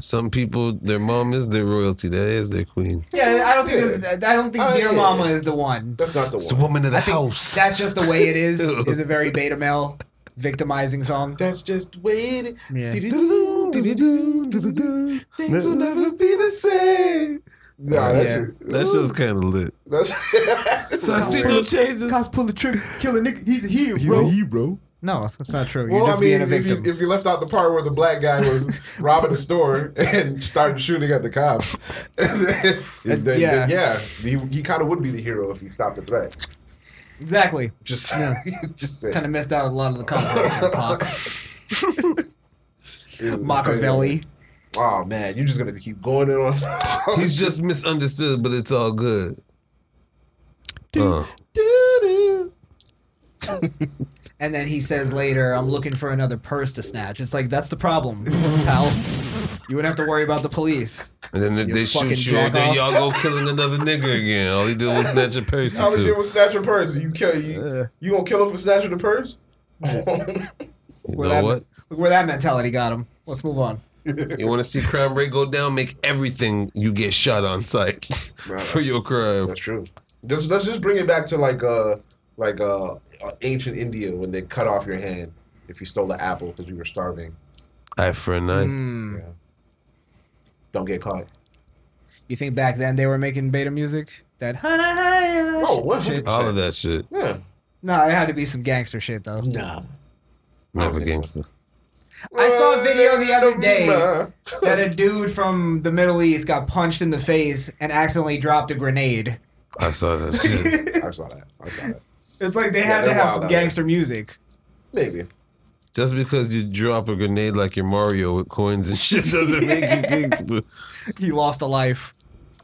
S4: some people, their mom is their royalty. That is their queen.
S2: Yeah, I don't think this, I don't think
S3: Oh,
S2: Dear
S3: yeah.
S2: Mama is the one.
S3: that's not the one.
S4: woman in the
S2: I think that's just the way it is. is a very beta male victimizing song.
S3: That's just waiting.
S2: Yeah.
S3: Things will never be the same. Nah, that's
S2: Yeah.
S3: just-
S4: Oh, That shit's kind of lit.
S3: [laughs] That's
S4: So I see no changes.
S2: pull the trigger, kill a nigga. He's a hero.
S5: hero.
S2: No, that's not true. You're
S3: Well,
S2: just
S3: I mean,
S2: being a
S3: if you,
S2: victim.
S3: if you left out the part where the black guy was
S4: [laughs]
S3: robbing the store and started shooting at the cop, [laughs] then, then- then
S2: yeah.
S3: yeah, he, he kind of would be the hero if he stopped the threat.
S2: exactly.
S3: Just, [laughs] just saying.
S2: Kind of missed out on a lot of the context with Pac.
S3: It was
S2: Machiavelli.
S3: crazy. Oh man, you're just gonna keep going in on. [laughs]
S4: He's just misunderstood, but it's all good. Uh,
S2: And then he says later, I'm looking for another purse to snatch. It's like, that's the problem, pal. You wouldn't have to worry about the police.
S4: and then if
S2: You
S4: they
S2: fucking
S4: shoot you, all
S2: jack
S4: day, y'all go killing another nigga again. All he did was
S3: [laughs]
S4: snatch a purse
S3: All
S4: or
S3: he did
S4: two.
S3: was snatch a purse. You kill you. You gonna kill him for snatching the purse?
S4: You
S2: Where
S4: know
S2: that,
S4: what?
S2: Look where that mentality got him. Let's move on.
S4: You want to see crime rate go down? Make everything you get shot on sight [laughs] for your crime.
S3: That's true. Let's, let's just bring it back to like uh like uh uh, ancient India when they cut off your hand if you stole an apple because you were starving.
S4: Eye for an
S3: Mm,
S4: eye.
S2: Hmm.
S3: Don't get caught.
S2: You think back then they were making beta music? That hana haya
S3: Oh, what?
S2: shit.
S4: All of that shit.
S3: Yeah.
S2: No, it had to be some gangster shit though.
S3: Nah.
S4: Never gangster.
S2: I saw a video the other day that a dude from the Middle East got punched in the face and accidentally dropped a grenade.
S4: I saw that shit.
S3: I saw that. I saw that.
S2: It's like they had to
S3: they're
S2: have
S3: wild
S2: some
S3: out there.
S2: gangster music.
S3: Maybe.
S4: Just because you drop a grenade like you're Mario with coins and [laughs] shit doesn't make you gangster.
S2: He lost a life.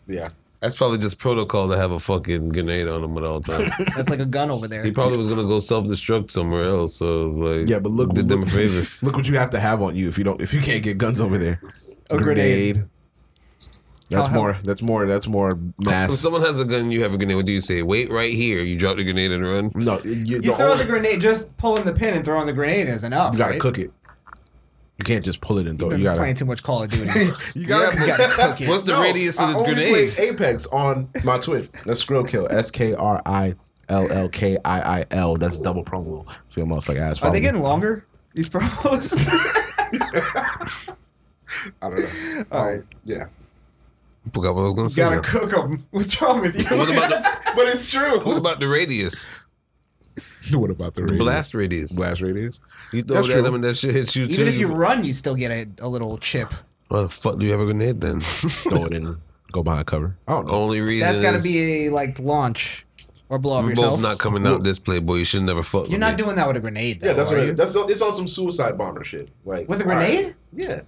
S3: Yeah.
S4: That's probably just protocol to have a fucking grenade on him at all times.
S2: That's like a gun over there.
S4: He probably was gonna go self destruct somewhere else. So it was like,
S5: Yeah, but look,
S4: did them a
S5: look,
S4: favor.
S3: [laughs]
S5: [laughs] look what you have to have on you if you don't if you can't get guns over there.
S2: A grenade.
S5: That's
S2: I'll help.
S5: more. That's more. That's more
S4: If
S5: mass.
S4: someone has a gun, you have a grenade. What do you say? Wait right here. You drop the grenade and run.
S5: No, you,
S2: You
S5: the
S2: throw
S5: only-
S2: the grenade, just pulling the pin and throwing the grenade is enough.
S5: you [laughs] gotta
S2: right?
S5: cook it. You can't just pull it and throw it.
S2: Been
S5: You gotta.
S2: playing too much Call of
S3: [laughs]
S2: Duty.
S3: You
S2: gotta cook it.
S4: What's the
S3: No,
S4: radius
S3: I
S4: of this
S3: only
S4: grenade?
S3: play Apex on my Twitch.
S5: That's Skrill Kill. S K R I L L K I I L. That's double promo. Feel motherfucking ass.
S2: Are
S5: follow
S2: they
S5: me.
S3: Um,
S2: getting longer? These
S3: [laughs]
S2: promos.
S3: I don't
S5: [laughs]
S3: know. All right. Yeah.
S4: Forgot what I was gonna say.
S2: Gotta
S4: now.
S2: cook them. What's wrong with you?
S4: What about the,
S3: But it's true.
S4: what about the radius?
S5: [laughs] What about the radius?
S4: Blast radius.
S5: Blast radius.
S4: You throw
S5: That's
S4: that
S5: true.
S4: and that shit hits
S2: [laughs]
S4: you
S2: Even
S4: too.
S2: if you run, you still get a, a little chip.
S4: Why the fuck do you have a
S2: [laughs]
S4: grenade then? [laughs]
S5: Throw it in. Go behind cover. I don't know.
S4: Only reason
S2: That's gotta
S4: is
S2: be a like launch or blow up
S4: we
S2: yourself.
S4: both not coming out this playboy. You should never fuck.
S2: You're
S4: with
S2: not
S4: me.
S2: doing that with a grenade. Though,
S3: Yeah, that's
S2: are
S3: what
S2: you?
S3: it, that's it's on some suicide bomber shit. Like
S2: With a
S3: all right.
S2: grenade?
S3: Yeah,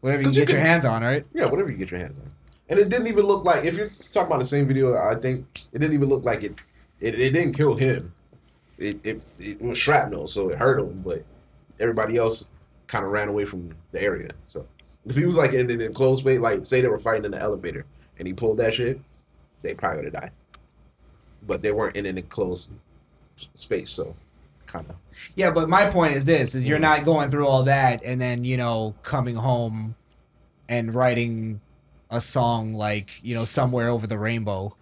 S2: Whatever you
S3: 'Cause
S2: get
S3: you
S2: your
S3: can-
S2: hands on, right?
S3: yeah, whatever you get your hands on. And it didn't even look like if you're talking about the same video. I think it didn't even look like it. It, it didn't kill him. It, it it was shrapnel, so it hurt him. But everybody else kind of ran away from the area. So if he was like in an enclosed way, like say they were fighting in the elevator, and he pulled that shit, they probably would have died. But they weren't in an enclosed s- space, so kind of
S2: Yeah, but my point is this: is you're not going through all that and then you know coming home and writing a song like you know somewhere over the rainbow.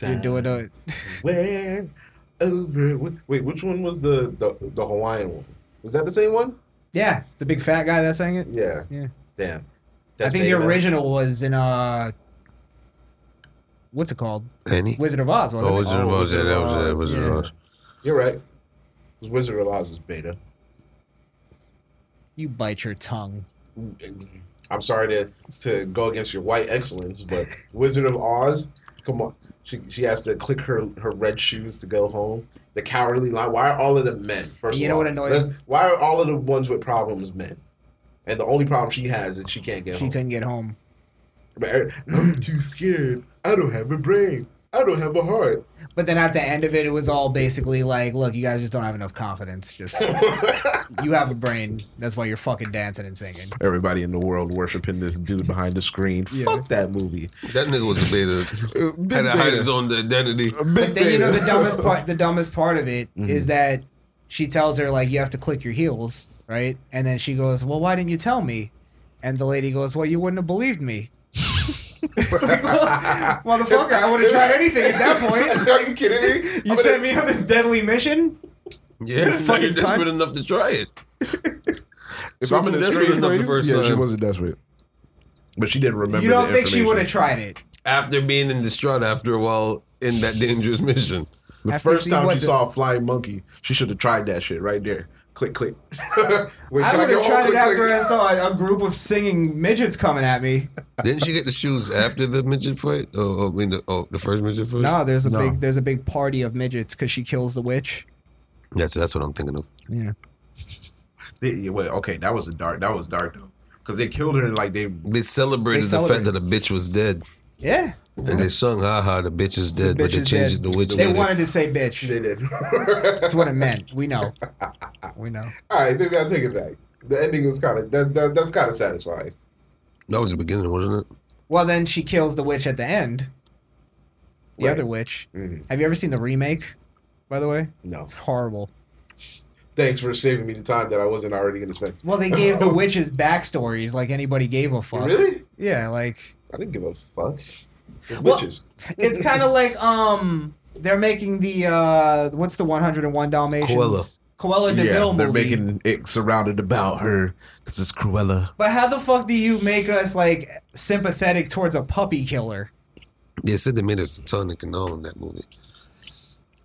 S2: You're doing a
S3: Where over? wh- Wait, which one was the, the the Hawaiian one? Was that the same one?
S2: yeah, the big fat guy that sang it.
S3: Yeah.
S2: Yeah.
S3: Damn.
S2: I think the
S3: big, man.
S2: original was in uh, what's it called?
S4: Any?
S2: Wizard of Oz. Wasn't
S4: Oh,
S2: it?
S4: Wizard of
S3: Oh,
S4: Oz. Yeah, that was that was
S2: yeah.
S4: Oz.
S3: You're right. It was Wizard of Oz is beta.
S2: You bite your tongue.
S3: I'm sorry to to go against your white
S2: [laughs]
S3: excellence, but Wizard of Oz, come on. She she has to click her her red shoes to go home. The cowardly lion. Why are all of the men? First,
S2: You
S3: of
S2: know
S3: all?
S2: what annoys-
S3: Let's- Why are all of the ones with problems men? And the only problem she has is she can't get
S2: She
S3: home.
S2: couldn't get home.
S3: But Eric, I'm too scared. I don't have a brain. I don't have a heart.
S2: But then at the end of it, it was all basically like, look, you guys just don't have enough confidence. Just you have a brain. That's why you're fucking dancing and singing.
S5: Everybody in the world worshiping this dude behind the screen. Fuck that movie.
S4: That nigga was a
S2: [laughs]
S4: beta. [laughs] Had to hide
S5: beta.
S4: his own identity.
S2: But then you know the dumbest part. The dumbest part of it is
S3: Mm-hmm.
S2: that she tells her like you have to click your heels, right? And then she goes, well, why didn't you tell me? And the lady goes, well, you wouldn't have believed me. [laughs] It's like, well, motherfucker, I would have tried anything at that point.
S3: [laughs] Are you kidding me? I'm
S2: You
S3: gonna-
S2: sent me on this deadly mission.
S4: Yeah, now you're
S2: fucking
S4: desperate
S2: cunt.
S4: enough to try it.
S5: If
S4: She wasn't desperate enough the
S5: place-
S4: first
S5: yeah, she
S4: time.
S5: wasn't desperate. But she didn't remember.
S2: uh, You don't
S5: the
S2: think she would have
S5: information.
S2: tried it?
S4: After being in distraught after a while in that dangerous [laughs] mission.
S5: The
S2: After
S5: first
S2: she
S5: time she
S2: wasn't-
S5: saw a flying monkey,
S3: Monkey. She should have tried that shit right there. Click, click. [laughs] Wait,
S2: I would
S3: can get
S2: have
S3: home?
S2: tried it
S3: Click,
S2: after I
S3: click.
S2: saw a, a group of singing midgets coming at me.
S4: Didn't she get the shoes after the midget fight? Oh, oh, I mean the, oh, the first midget fight.
S2: No, there's a big there's a big party of midgets because she kills the witch.
S4: that's that's what I'm thinking of.
S2: Yeah.
S3: Yeah, yeah, wait, okay, that was a dark. That was dark though, because they killed her like they. [laughs]
S4: They celebrated
S2: They
S4: the fact that a bitch was dead,
S2: Yeah.
S4: and they sung "Ha ha, the bitch is dead," but
S2: Bitch
S4: they
S2: is
S4: changed
S2: dead.
S4: it to "Witch."
S2: They
S4: later.
S2: wanted to say bitch.
S3: They did.
S2: That's what it meant. We know. We know.
S3: All right, maybe I'll take it back. The ending was kind of that, that, that's kind of satisfying.
S4: that was the beginning, wasn't it?
S2: Well, then she kills the witch at the end. The other witch.
S3: Mm-hmm.
S2: Have you ever seen the remake? By the way,
S3: No,
S2: it's horrible.
S3: thanks for saving me the time that I wasn't already gonna spend.
S2: Well, they gave
S4: [laughs]
S2: the witches backstories like anybody gave a fuck.
S3: Really?
S2: Yeah, like
S3: I didn't give a fuck. The
S2: Well-
S3: witches.
S2: it's kind of like um they're making the uh what's the 101 Dalmatians
S4: Cruella.
S2: Cruella
S5: yeah,
S2: Deville
S5: they're
S2: movie.
S5: making it surrounded about her because it's Cruella.
S2: But how the fuck do you make us like sympathetic towards a puppy killer?
S4: They said they made a satanic and all in that movie.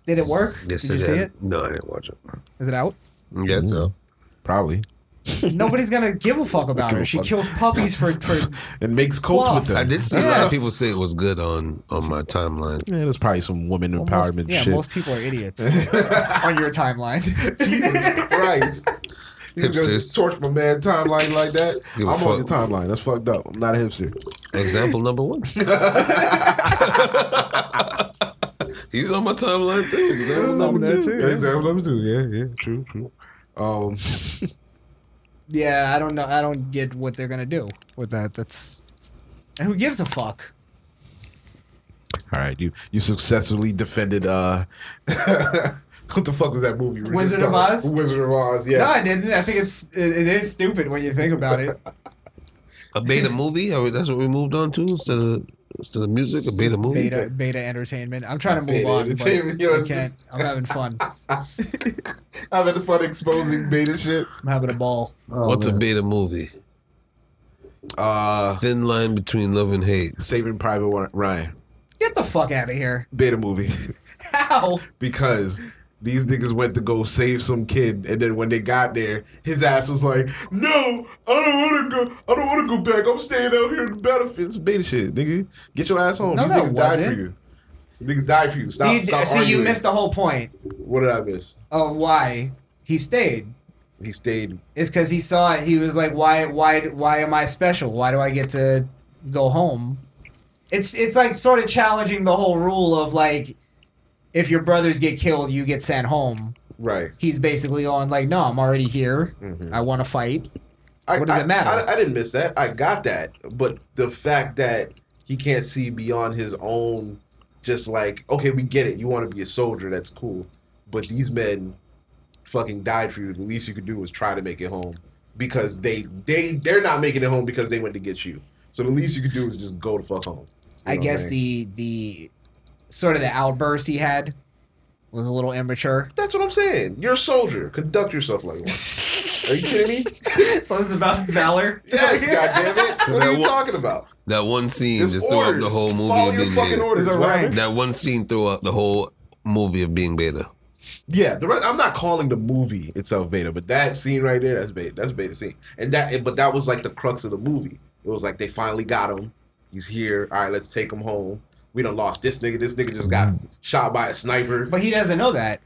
S2: Did it work?
S4: They
S2: Did
S4: said
S2: you see
S4: that-
S2: it?
S4: No, I didn't watch it.
S2: Is it out?
S4: Yeah, so
S5: Probably.
S2: Nobody's gonna give a fuck about her. She kills puppies for, for
S3: [laughs]
S5: And makes coats
S2: Cloth.
S5: with them.
S4: I did see a lot of
S2: Yes.
S4: people say it was good on on my timeline.
S5: [laughs] Yeah, there's probably some woman
S2: most,
S5: empowerment
S2: yeah,
S5: shit.
S2: most people are idiots on your timeline.
S3: [laughs] Jesus [laughs] Christ. He's gonna
S4: Hipsters.
S3: torch my man timeline like that.
S4: Give
S5: I'm
S4: a
S5: on the
S4: fuck.
S5: timeline. That's fucked up. I'm not a hipster.
S4: Example number one. He's on my timeline too. Example number
S5: I'm there
S4: two.
S5: too. Yeah, example number two. Yeah, yeah, true, true. Um,
S2: yeah, I don't know. I don't get what they're gonna do with that. That's and who gives a fuck?
S5: all right, you you successfully defended uh
S3: [laughs] What the fuck was that movie? we were just
S2: Wizard of
S3: talking-
S2: Oz?
S3: Wizard of Oz. Yeah.
S2: No, I didn't. I think it's it, it is stupid when you think about
S3: [laughs]
S2: it.
S4: A beta movie? Are we- That's what we moved on to instead of instead of music. A beta movie.
S2: Beta Beta Entertainment. I'm trying to move
S3: Beta
S2: on, but
S3: Entertainment, yo,
S2: I can't. I'm having
S3: [laughs]
S2: fun. I'm
S3: I'm [laughs] having fun exposing beta shit.
S2: having a ball.
S4: What's a beta movie?
S5: Uh,
S4: Thin line between love and hate.
S5: Saving Private Wa- Ryan.
S2: Get the fuck out of here.
S5: Beta
S3: [laughs]
S5: movie.
S2: How?
S5: because these niggas went to go save some kid, and then when they got there, his ass was like,
S3: No, I don't want to go. I don't want to go back. I'm staying out here in the battlefield. It's beta shit, nigga. Get your ass home.
S2: No,
S3: These
S2: that
S3: niggas died
S2: wasn't.
S3: for you. Niggas died for you. Stop.
S2: You-
S3: stop
S2: see,
S3: arguing.
S2: you missed the whole point
S3: What did I miss?
S2: of why he stayed.
S3: He stayed.
S2: It's because he saw it. He was like, "Why? Why? Why am I special? Why do I get to go home?" It's it's like sort of challenging the whole rule of like, if your brothers get killed, you get sent home.
S3: Right.
S2: He's basically on like, "No, I'm already here. I want to fight."
S3: I,
S2: What does
S3: I-
S2: it matter?
S3: I, I didn't miss that. I got that. But the fact that he can't see beyond his own, just like, okay, we get it. You want to be a soldier. That's cool. But these men fucking died for you. The least you could do was try to make it home because they they they're not making it home because they went to get you. So the least you could do is just go the fuck home.
S2: I guess the the sort of the outburst he had was a little immature. [laughs]
S3: That's what I'm saying. You're a soldier. Conduct yourself like one. Are you
S2: [laughs]
S3: kidding me?
S2: so this is about [laughs] valor.
S3: yes, goddamn it. What are
S4: that
S3: you
S4: wa-
S3: talking about?
S4: That one scene
S3: It's
S4: just threw up
S3: orders.
S4: the whole movie.
S3: Follow
S4: of
S3: your
S4: being
S3: fucking
S4: beta.
S3: orders,
S2: It's a
S3: Robert.
S2: rank.
S4: That one scene threw up the whole movie of being beta.
S3: Yeah, the rest, I'm not calling the movie itself beta, but that scene right there, that's beta. That's beta scene, and that. But that was like the crux of the movie. It was like they finally got him. He's here. All right, let's take him home. We done lost this nigga. This nigga just got shot by a sniper.
S2: Mm-hmm. But he doesn't know that.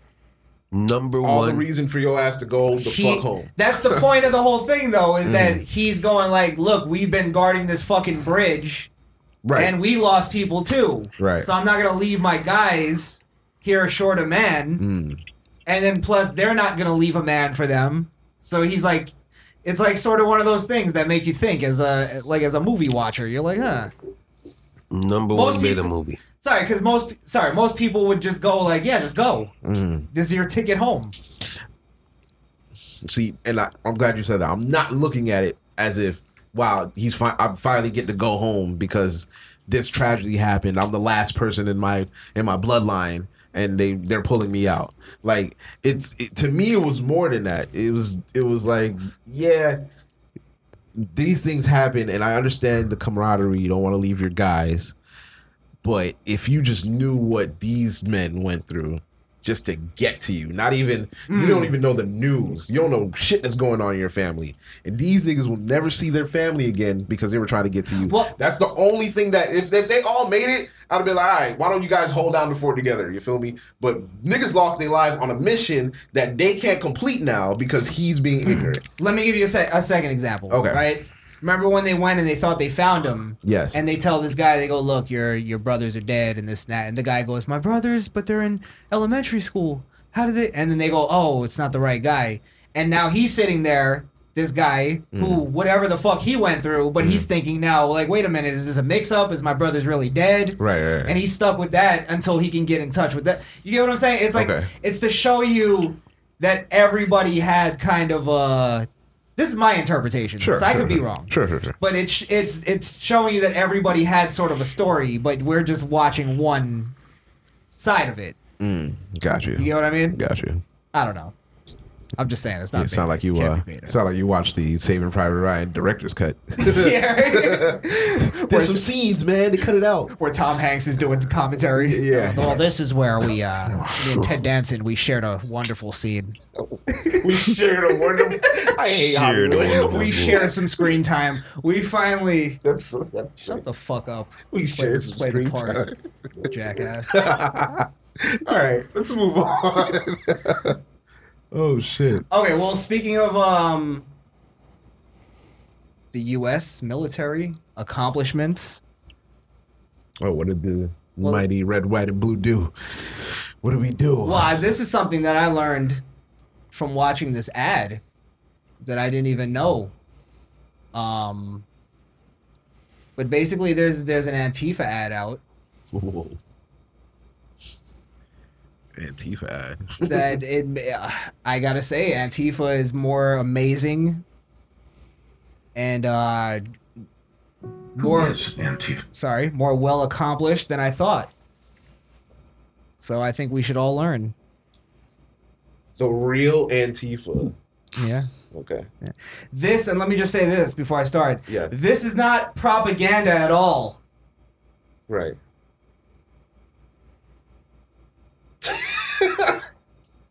S4: Number
S3: All the
S4: one.
S3: reason for your ass to go the
S2: He-
S3: fuck home. Mm.
S2: That's the point of the whole thing, though, is that he's going like, "Look, we've been guarding this fucking bridge,
S5: Right.
S2: and we lost people too.
S5: Right.
S2: So I'm not gonna leave my guys here short a man,
S3: Mm.
S2: and then plus they're not gonna leave a man for them. So he's like, it's like sort of one of those things that make you think as a like as a movie watcher. You're like, huh?
S4: number
S2: Most
S4: one beta
S2: people- [laughs]
S4: movie.
S2: Sorry, because most sorry most people would just go like, yeah, just go.
S3: Mm.
S2: This is your ticket home.
S3: See, and I, I'm glad you said that. I'm not looking at it as if wow, he's fine. I'm finally getting to go home because this tragedy happened. I'm the last person in my in my bloodline, and they they're pulling me out. Like it's it, to me, it was more than that. It was it was like yeah, these things happen, and I understand the camaraderie. You don't want to leave your guys, but if you just knew what these men went through just to get to you, not even you
S2: Mm.
S3: don't even know the news. You don't know shit that's going on in your family, and these niggas will never see their family again because they were trying to get to you.
S2: Well-
S3: that's the only thing that if, if they all made it, I'd have been like, all right, why don't you guys hold down the fort together? You feel me? But niggas lost their life on a mission that they can't complete now because he's being
S2: Hmm.
S3: ignorant.
S2: Let me give you a, sec- a second example.
S3: Okay.
S2: Right. Remember when they went and they thought they found him?
S3: Yes.
S2: And they tell this guy, they go, "Look, your your brothers are dead," and this and that. And the guy goes, "My brothers, but they're in elementary school. How did they?" And then they go, "Oh, it's not the right guy." And now he's sitting there, this guy
S3: Mm.
S2: who whatever the fuck he went through, but he's thinking now, like, "Wait a minute, is this a mix-up? Is my brothers really dead?"
S3: Right, right, right.
S2: And he's stuck with that until he can get in touch with that. You get what I'm saying? It's like
S3: Okay.
S2: it's to show you that everybody had kind of a. This is my interpretation,
S3: Sure,
S2: so I
S3: sure,
S2: could be
S3: sure.
S2: wrong.
S3: Sure, sure, sure.
S2: But it's it's it's showing you that everybody had sort of a story, but we're just watching one side of it.
S5: "Got
S2: You
S5: you,
S2: get what I mean?
S5: got you."
S2: I don't know. I'm just saying it's not.
S5: It sound
S2: beta.
S5: like you uh,
S2: Can't be beta.
S5: sound like you watched the Saving Private Ryan director's
S3: [laughs]
S5: cut. [laughs]
S2: [laughs] Yeah, right?
S3: There's some scenes, man. They cut it out.
S5: [laughs]
S2: where Tom Hanks is doing the commentary.
S3: Yeah.
S2: Well, this is where we,
S3: [laughs]
S2: uh, me and Ted Danson, we shared a wonderful scene.
S3: We shared a wonderful. [laughs] I hate
S4: Shared a
S3: Hollywood.
S4: wonderful-
S2: We shared some screen time. We finally
S3: [laughs]
S5: [laughs]
S3: That's, that's
S2: shut the fuck up.
S3: We shared some
S2: play the
S3: screen
S2: part,
S5: [laughs]
S3: time.
S2: jackass.
S3: [laughs] All right, let's move on.
S5: [laughs]
S3: oh shit!
S2: Okay, well, speaking of um, the U.S. military accomplishments,
S5: oh, what did the mighty red, white, and blue do? What do we do?
S2: well, I- this is something that I learned from watching this ad that I didn't even know. Um, but basically, there's there's an Antifa ad out
S5: Antifa.
S2: that it, I gotta say, Antifa is more amazing and uh,
S7: Who
S2: more
S7: is Antifa?
S2: sorry, more well accomplished than I thought. So I think we should all learn.
S3: The real Antifa.
S2: Yeah.
S3: Okay.
S2: This, and let me just say this before I start.
S3: Yeah.
S2: This is not propaganda at all.
S5: [laughs]
S3: Right.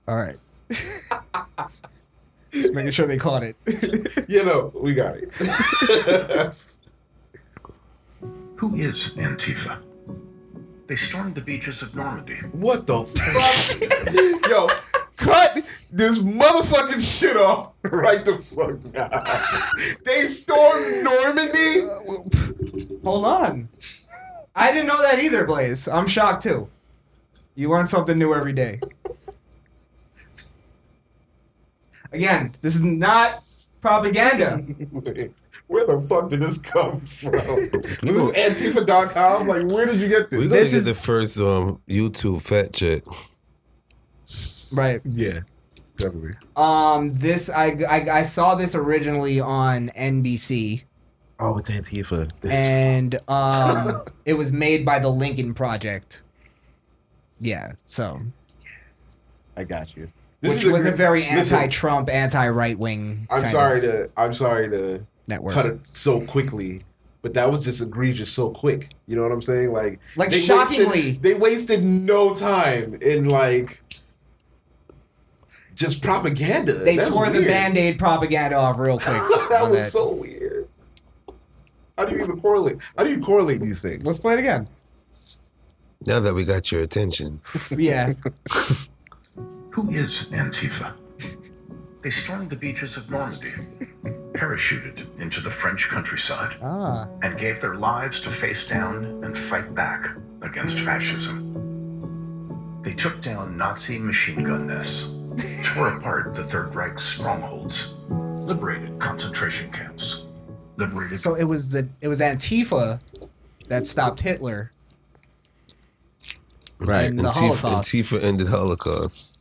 S2: All right. [laughs] just making sure they caught it.
S3: You know, we got
S5: [laughs]
S3: it.
S7: Who is Antifa? They stormed the beaches of Normandy.
S3: What the fuck? [laughs] Yo, cut this motherfucking shit off right the fuck now. They stormed Normandy?
S2: Hold on. I didn't know that either, Blaze. I'm shocked too. You learn something new every day. Again, this is not propaganda.
S3: Where the fuck did this come from? Was this Antifa.com? Like, where did you get this?
S4: We gotta
S2: This
S4: get
S2: is-
S4: the first um YouTube fat check.
S2: Right.
S3: Yeah, definitely.
S2: Um this I I, I saw this originally on NBC
S5: Oh, it's Antifa. This
S2: and um it was made by the Lincoln Project. Yeah, so
S5: I got you.
S3: This
S2: which
S3: is
S2: was a
S3: gr-
S2: very
S3: listen,
S2: anti-Trump, anti-right wing.
S3: I'm sorry to. I'm sorry to
S2: network.
S3: cut it so quickly, but that was just egregious so quick. You know what I'm saying? Like,
S2: Like,
S3: they
S2: shockingly.
S3: wasted, they wasted no time in like just propaganda.
S2: They
S3: That's
S2: tore the
S3: weird.
S2: band-aid propaganda off real [laughs] quick.
S3: that
S2: on
S3: was so weird. How do you even correlate? How do you correlate these things?
S2: Let's play it again.
S4: Now that we got your attention,
S2: Yeah.
S7: Who is Antifa? They stormed the beaches of Normandy, parachuted into the French countryside,
S2: [laughs] ah.
S7: and gave their lives to face down and fight back against fascism. They took down Nazi machine gun nests, tore apart the Third Reich's strongholds, liberated concentration camps, liberated
S2: So it was the it was Antifa that stopped Hitler.
S4: right?
S2: And the
S4: Antifa,
S2: Holocaust.
S4: Antifa ended Holocaust.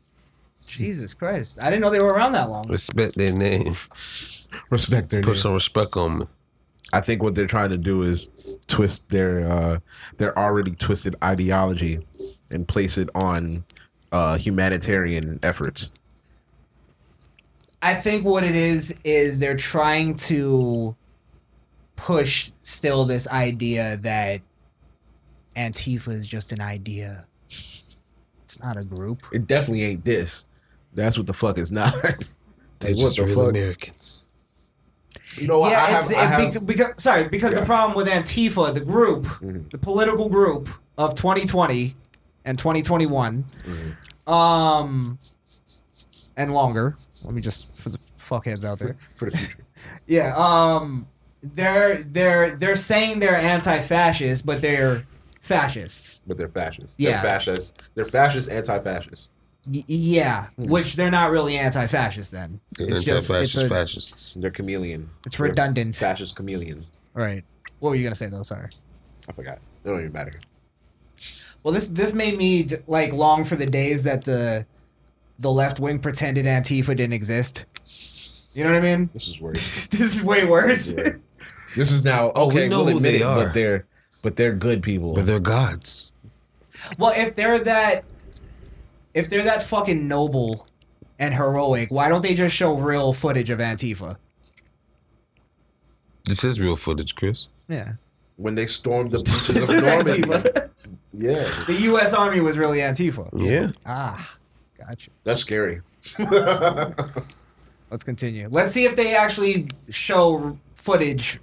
S2: Jesus Christ. I didn't know they were around that long.
S4: Respect their name.
S5: Respect their
S4: Put some respect on me.
S5: I think what they're trying to do is twist their uh, their already twisted ideology and place it on uh, humanitarian efforts.
S2: I think what it is is they're trying to push still this idea that Antifa is just an idea. It's not a group.
S5: It definitely ain't this. That's what the fuck is not.
S4: They're
S5: What
S4: just
S5: the
S4: real
S5: fuck?
S4: Americans.
S3: [laughs] You know, what? I
S2: yeah,
S3: have.
S2: it's
S3: I have
S2: it, because, sorry because the problem with Antifa, the group,
S3: Mm-hmm.
S2: the political group of 2020 and 2021,
S3: Mm-hmm.
S2: um, and longer. Let me just for the fuckheads out there.
S3: for the future.
S2: Yeah, um, they're they're they're saying they're anti-fascist, but they're fascists.
S3: But they're fascists.
S2: Yeah.
S3: They're fascists. They're fascist, anti-fascist.
S2: Y- yeah,
S3: Hmm.
S2: which they're not really anti-fascist then. It's just it's,
S4: Anti-fascist
S2: a-
S4: fascists.
S3: They're chameleon.
S2: it's
S3: They're
S2: redundant.
S3: fascist chameleons.
S2: Right. What were you gonna say though? Sorry.
S3: I forgot. It don't even matter.
S2: Well, this this made me like long for the days that the the left wing pretended Antifa didn't exist. You know what I mean? [laughs]
S3: This is worse.
S2: This is way worse.
S3: Yeah. This is now okay.
S4: Oh, we
S3: we
S4: know
S3: will
S4: who
S3: admit
S4: they
S3: it,
S4: are.
S5: but they're but they're good people.
S4: But they're gods.
S2: [laughs] well, if they're that if they're that fucking noble and heroic, why don't they just show real footage of Antifa?
S4: This is real footage, Chris.
S2: Yeah.
S3: when they stormed the beaches
S2: This
S3: of
S2: is
S3: Normandy.
S2: Antifa.
S3: Yeah,
S2: The US Army was really Antifa.
S4: Yeah.
S2: Ah, gotcha.
S3: that's scary.
S2: Let's continue. Let's see if they actually show footage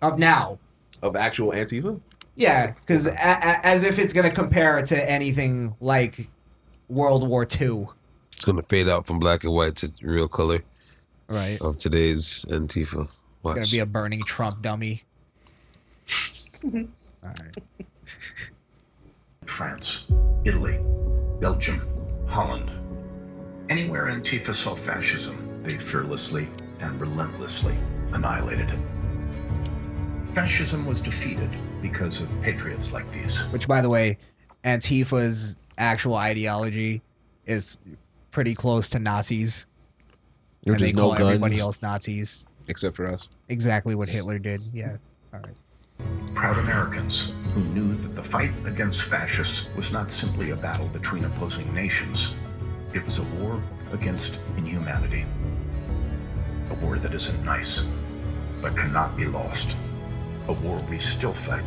S2: of now.
S3: Of actual Antifa.
S2: Yeah, because a- a- as if it's gonna compare it to anything like World War II.
S4: It's gonna fade out from black and white to real color
S2: Right. It's
S4: of today's Antifa.
S2: gonna
S4: Watch.
S2: be a burning Trump dummy. All right.
S7: France, Italy, Belgium, Holland. Anywhere Antifa saw fascism, they fearlessly and relentlessly annihilated it. Fascism was defeated because of patriots like these.
S2: Which, by the way, Antifa's actual ideology is pretty close to Nazis,
S3: Which
S2: and they
S3: is no
S2: call everybody
S3: guns
S2: else Nazis.
S3: except for us.
S2: Exactly what Hitler did. Yeah. All right.
S7: proud Americans who knew that the fight against fascists was not simply a battle between opposing nations, it was a war against inhumanity. A war that isn't nice, but cannot be lost. A war we still fight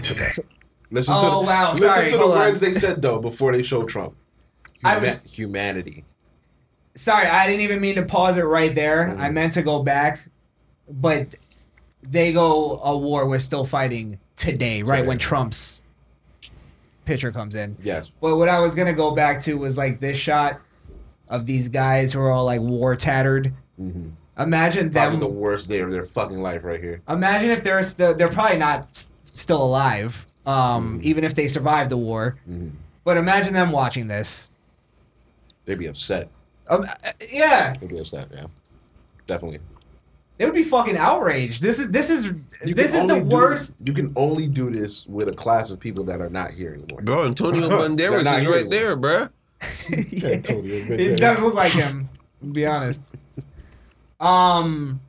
S7: today.
S3: Listen
S2: to Oh, the- wow, listen sorry, to the hold on. words
S3: they said though before they show Trump.
S2: I was-
S3: humanity.
S2: Sorry, I didn't even mean to pause it right there.
S3: Mm-hmm.
S2: I meant to go back, but they go a war we're still fighting today, right when Trump's picture comes in.
S3: Yes.
S2: But what I was gonna go back to was like this shot of these guys who are all like war tattered. Imagine
S3: Mm-hmm. Probably
S2: them.
S3: the worst day of their fucking life right here.
S2: imagine if they're st- they're probably not s- still alive,
S3: Mm-hmm.
S2: um, even if they survived the war. But imagine them watching this.
S3: They'd be upset.
S2: Um, uh, yeah,
S3: They'd be upset, yeah. Definitely.
S2: they would be fucking outraged. This is this is
S3: You
S2: this
S3: can
S2: is the
S3: only do-
S2: worst.
S3: you can only do this with a class of people that are not here anymore.
S4: Bro, Antonio
S3: They're
S4: Banderas
S3: not
S4: is
S3: here
S4: right
S3: anymore.
S4: there, bro.
S3: [laughs] Yeah,
S2: [laughs]
S3: totally.
S2: It does look like him. to be honest. Um,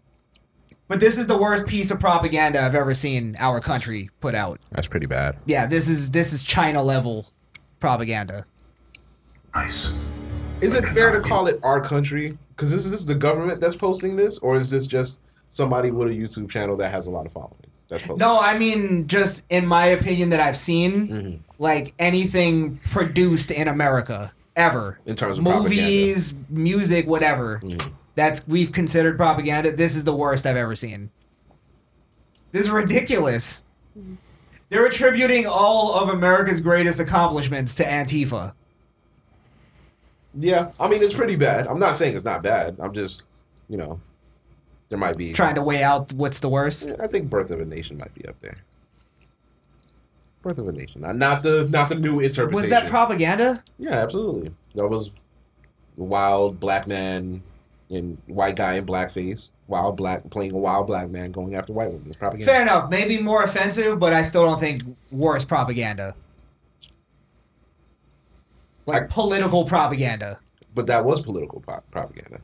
S2: but this is the worst piece of propaganda I've ever seen our country put out.
S3: That's pretty bad.
S2: Yeah, this is this is China level propaganda.
S7: Nice.
S3: Is it fair to call it our country? Because is this the government that's posting this, or is this just somebody with a YouTube channel that has a lot of following? That's posting.
S2: No, I mean just in my opinion that I've seen,
S3: Mm-hmm.
S2: like anything produced in America ever
S3: In terms of Mm-hmm.
S2: movies, music, whatever. That's we've considered propaganda. This is the worst I've ever seen. This is ridiculous. They're attributing all of America's greatest accomplishments to Antifa.
S3: Yeah, I mean it's pretty bad. I'm not saying it's not bad. I'm just, you know, there might be.
S2: Trying to weigh out what's the worst.
S3: I think Birth of a Nation might be up there. Birth of a Nation, not, not the not the new interpretation.
S2: Was that propaganda?
S3: Yeah, absolutely. That was wild black man and white guy in blackface. Wild black playing a wild black man going after white women. It's propaganda.
S2: Fair enough. Maybe more offensive, but I still don't think war is propaganda. Like political propaganda.
S3: But that was political pro- propaganda.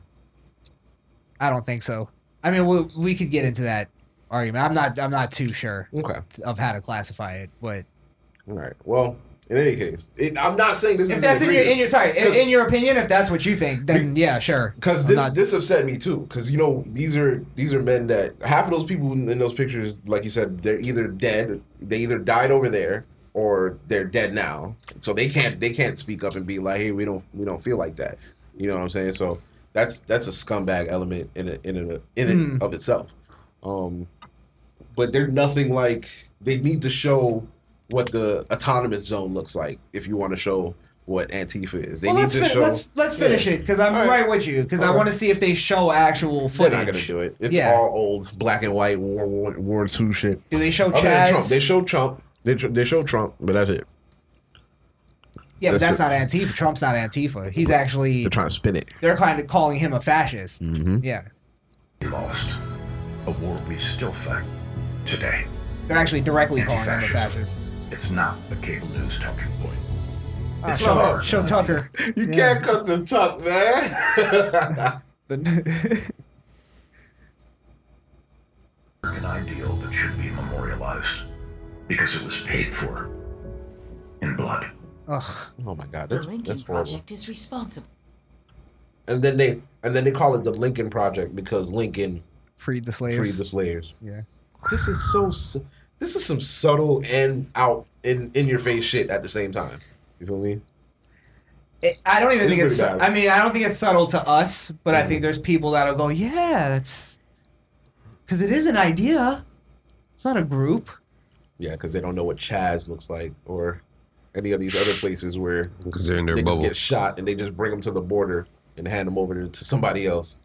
S2: I don't think so. I mean, we, we could get into that argument. I'm not I'm not too sure
S3: Okay.
S2: of how to classify it, but
S3: All right. Well, in any case, it, I'm not saying this
S2: if
S3: is
S2: that's in your in your sorry in,
S3: 'Cause-
S2: in your opinion, if that's what you think, then yeah, sure.
S3: because
S2: I'm
S3: this
S2: not-
S3: this upset me too. Because you know these are these are men that half of those people in, in those pictures, like you said, they're either dead, they either died over there or they're dead now. So they can't they can't speak up and be like, hey, we don't we don't feel like that. You know what I'm saying? So that's that's a scumbag element in a, in a, in it
S2: Hmm.
S3: of itself. Um, but they're nothing like they need to show what the autonomous zone looks like if you want to show what Antifa is. They
S2: well,
S3: need
S2: let's,
S3: to
S2: fin-
S3: show.
S2: let's let's finish
S3: Yeah.
S2: it because I'm
S3: All right.
S2: right. with you because I
S3: All
S2: want to
S3: right.
S2: see if they show actual
S3: They're
S2: footage.
S3: not gonna do it. It's
S2: Yeah.
S3: all old black and white World War War Two shit.
S2: Do they show
S3: Other than
S2: Chaz?
S3: Oh, Trump, they show Trump. They tr- they show Trump, but that's it.
S2: yeah, but that's
S3: that's
S2: not Antifa. Trump's not Antifa. He's actually
S3: They're trying to spin it.
S2: they're kind of calling him a fascist. Yeah,
S7: We lost. A war we still fight today.
S2: they're actually directly calling him a
S7: Anti-fascist.
S2: fascist.
S7: It's not a cable news talking point. It's
S2: Ah, show,
S7: our-
S2: show Tucker.
S3: You can't cut the tuck,
S2: [laughs]
S3: man.
S7: an ideal that should be memorialized because it was paid for in blood.
S2: Ugh.
S3: [laughs] oh my god,
S8: The
S3: that's
S8: Lincoln
S3: that's horrible.
S8: Project is responsible.
S3: And then they and then they call it the Lincoln Project because Lincoln
S2: Freed the slaves.
S3: freed the slaves.
S2: yeah.
S3: This is so. s- This is some subtle and out in in your face shit at the same time. You feel me?
S2: It, I don't even
S3: It's
S2: think it's.
S3: pretty bad.
S2: I mean, I don't think it's subtle to us, but I think there's people that'll go, yeah, that's because it is an idea. It's not a group.
S3: Yeah, because they don't know what Chaz looks like or any of these other places where
S4: Because they're in their
S3: they just
S4: bubble.
S3: get shot and they just bring them to the border and hand them over to somebody else,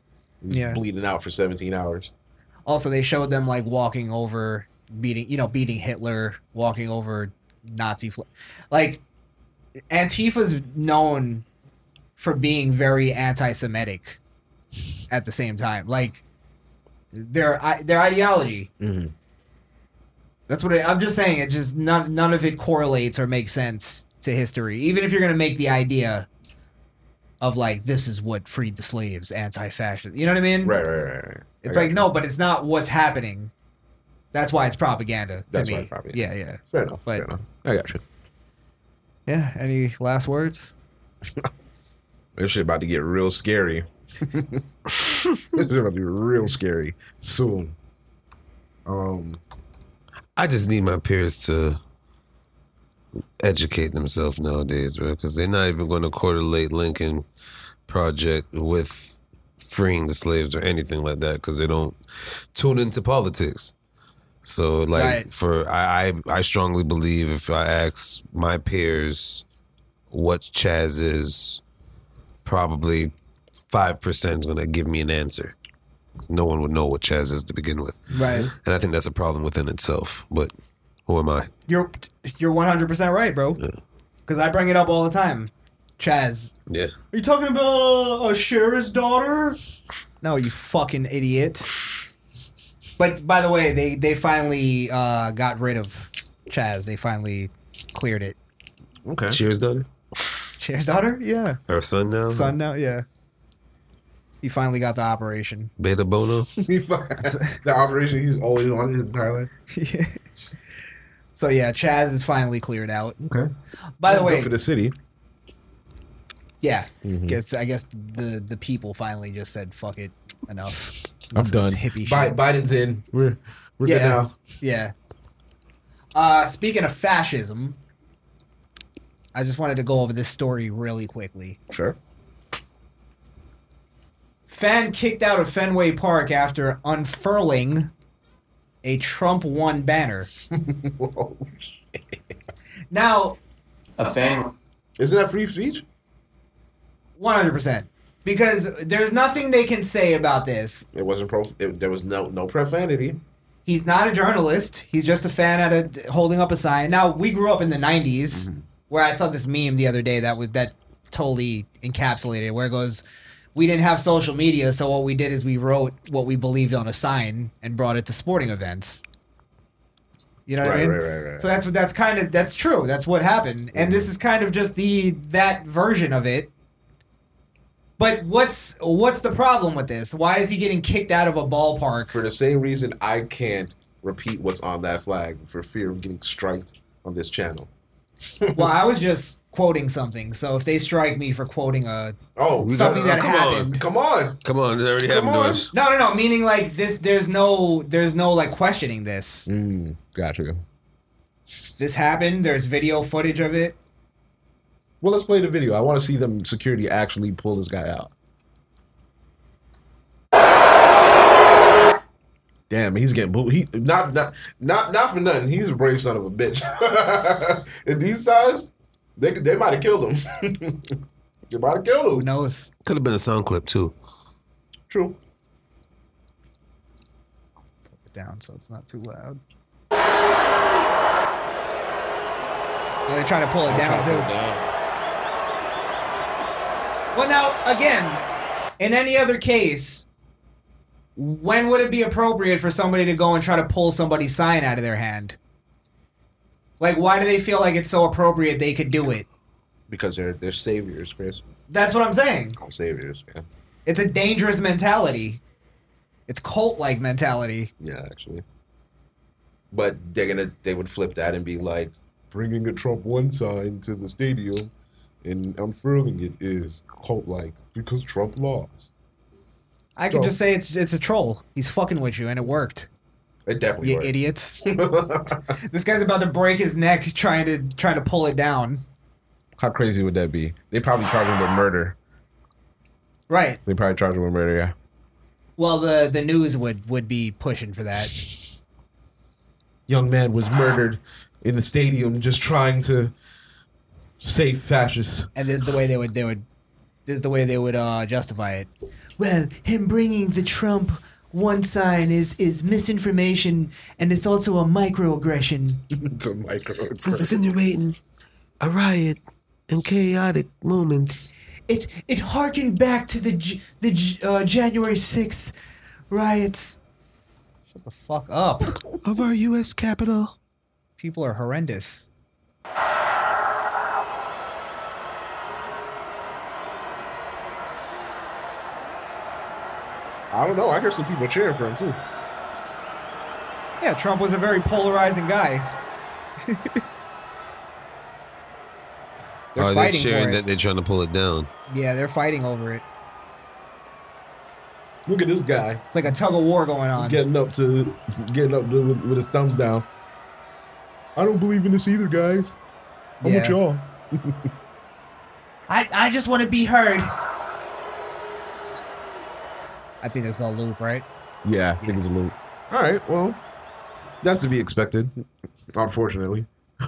S2: Yeah.
S3: bleeding out for 17 hours.
S2: Also, they showed them like walking over, beating, you know, beating Hitler, walking over Nazi, fl- like Antifa's known for being very anti-Semitic. At the same time, like their i- their ideology. That's what I, I'm just saying. It just none none of it correlates or makes sense to history. Even if you're gonna make the idea, of like this is what freed the slaves, anti-fascist. You know what I mean?
S3: Right, right, right. right.
S2: Mm-hmm. It's
S3: I
S2: like
S3: got
S2: no, but it's not what's happening. That's why it's propaganda to
S3: That's
S2: me.
S3: why it's propaganda.
S2: Yeah, yeah,
S3: you. Fair enough.
S2: but-
S3: fair enough. I got you.
S2: yeah. Any last words?
S3: This shit about to get
S2: [laughs]
S3: real scary. this is about to be real scary soon. Um,
S4: I just need my peers to educate themselves nowadays, bro, because they're not even going to correlate Lincoln Project with freeing the slaves or anything like that because they don't tune into politics. So, like,
S2: Right.
S4: for I, I, I strongly believe if I ask my peers what Chaz is, probably five percent is going to give me an answer. 'Cause No one would know what Chaz is to begin with.
S2: Right.
S4: And I think that's a problem within itself. But who am I?
S2: You're you're one hundred percent right, bro. Because I bring it up all the time. Chaz,
S4: Yeah.
S2: are you talking about a, a sheriff's daughter? No, you fucking idiot. But by the way, they they finally uh, got rid of Chaz. They finally cleared it.
S3: okay. [laughs]
S4: Cheers, daughter.
S2: Sheriff's daughter? Yeah.
S4: Or son now?
S2: Son now? Yeah. Mm-hmm. He finally got the operation.
S4: Beta [laughs] Bono?
S3: the operation he's always on his entire life.
S2: so yeah, Chaz is finally cleared out.
S3: Okay.
S2: By the way,
S3: Good for the city.
S2: Yeah,
S3: Mm-hmm.
S2: guess I guess the the people finally just said fuck it enough.
S3: I'm
S2: Enough of
S3: done.
S2: this Hippie
S3: Bi-
S2: shit.
S3: Biden's in. We're we're
S2: yeah,
S3: good now.
S2: yeah. Uh, speaking of fascism, I just wanted to go over this story really quickly.
S3: Sure.
S2: Fan kicked out of Fenway Park after unfurling a Trump one
S3: [laughs]
S2: banner. Now,
S7: A fan.
S3: Isn't that free speech?
S2: one hundred percent, because there's nothing they can say about this.
S3: It wasn't pro. It, there was no no profanity.
S2: he's not a journalist. He's just a fan at a holding up a sign. Now we grew up in the '90s,
S3: Mm-hmm.
S2: where I saw this meme the other day that was that totally encapsulated it, where it goes, "We didn't have social media, so what we did is we wrote what we believed on a sign and brought it to sporting events." You know what I
S3: Right,
S2: mean?
S3: right, right, Mm-hmm. right.
S2: So that's what that's kind of that's true. That's what happened, and this is kind of just the that version of it. But what's what's the problem with this? Why is he getting kicked out of a ballpark
S3: For the same reason, I can't repeat what's on that flag for fear of getting striked on this channel.
S2: Well, I was just quoting something. So if they strike me for quoting a
S3: Oh,
S4: We
S2: something
S4: got-
S2: that
S4: come on.
S2: happened,
S3: come on!
S4: Come on, it already
S3: Come
S4: happened to
S3: on.
S4: us.
S2: no, no, no, meaning like this. There's no, there's no like questioning this.
S3: Mm, gotcha.
S2: This happened. There's video footage of it.
S3: Well, let's play the video. I want to see them security actually pull this guy out. Damn, he's getting booed. He not not not not for nothing. He's a brave son of a bitch. [laughs] In these times, they they might have killed him. [laughs] they might have
S2: Who
S3: killed him.
S2: knows?
S4: Could have been a sound clip, too.
S3: True.
S2: Put it down so it's not too loud. Oh, they're trying to pull it down too. Well, now again, in any other case, when would it be appropriate for somebody to go and try to pull somebody's sign out of their hand? Like, why do they feel like it's so appropriate they could do it?
S3: Because they're they're saviors, Chris.
S2: That's what I'm saying.
S3: Oh, saviors. Yeah,
S2: It's a dangerous mentality. It's cult-like mentality.
S3: yeah, actually. But they're gonna they would flip that and be like, bringing a Trump one sign to the stadium and unfurling it is cult like because Trump lost.
S2: I could
S3: So-
S2: just say it's it's a troll. He's fucking with you, and it worked.
S3: It definitely
S2: You
S3: worked.
S2: idiots. this guy's about to break his neck trying to trying to pull it down.
S3: How crazy would that be? They probably charge him with murder.
S2: Right.
S3: They probably charge him with murder. Yeah.
S2: Well, the the news would would be pushing for that.
S3: Young man was murdered in the stadium just trying to save fascists.
S2: and this is the way they would they would this is the way they would uh, justify it. Well, him bringing the Trump one sign is is misinformation, and it's also a microaggression.
S3: [laughs] to micro.
S4: insinuating a riot and chaotic moments.
S2: It it harkened back to the J- the J- uh, January sixth riots. Shut the fuck up!
S4: Of our U.S. capital.
S2: People are horrendous.
S3: [laughs] I don't know. I hear some people cheering for him too.
S2: Yeah, Trump was a very polarizing guy. [laughs]
S3: Oh,
S2: they're
S4: Are they
S2: fighting
S4: sharing
S2: for
S4: that
S2: it.
S4: Oh, they're trying to pull it down?
S2: yeah, they're fighting over it.
S3: Look at this guy
S2: It's like a tug of war going on.
S3: getting up to getting up to, with, with his thumbs down. I don't believe in this either, guys. I'm
S2: Yeah.
S3: with y'all.
S2: I, I just want to be heard. I think that's a loop, right?
S9: Yeah, I think it's a loop.
S3: All right. Well, that's to be expected. Unfortunately, [laughs]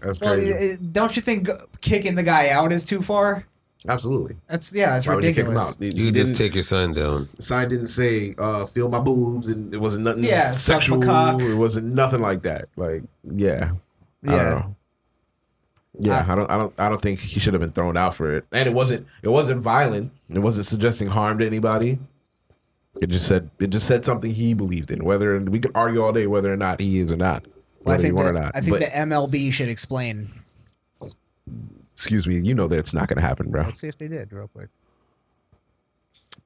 S3: that's
S2: Well,
S3: crazy.
S2: i- i- don't you think kicking the guy out is too far?
S3: Absolutely.
S2: That's yeah, that's
S3: Why would you kick him
S2: ridiculous.
S3: out? He-
S4: You
S3: he
S4: could just
S3: didn't-
S4: take your sign down.
S3: sign didn't say uh feel my boobs and it wasn't nothing
S2: Yeah, suck my
S3: sexual
S2: cock.
S3: it wasn't nothing like that like yeah I don't
S2: Yeah,
S3: know. yeah I, don't i don't i don't think he should have been thrown out for it and it wasn't it wasn't violent it wasn't suggesting harm to anybody it just said it just said something he believed in whether and we could argue all day whether or not he is or not
S2: well, I
S3: whether you
S2: think
S3: want
S2: that,
S3: or not
S2: I think
S3: but
S2: the MLB should explain.
S3: excuse me you know that it's not gonna happen bro
S2: see if they did real quick.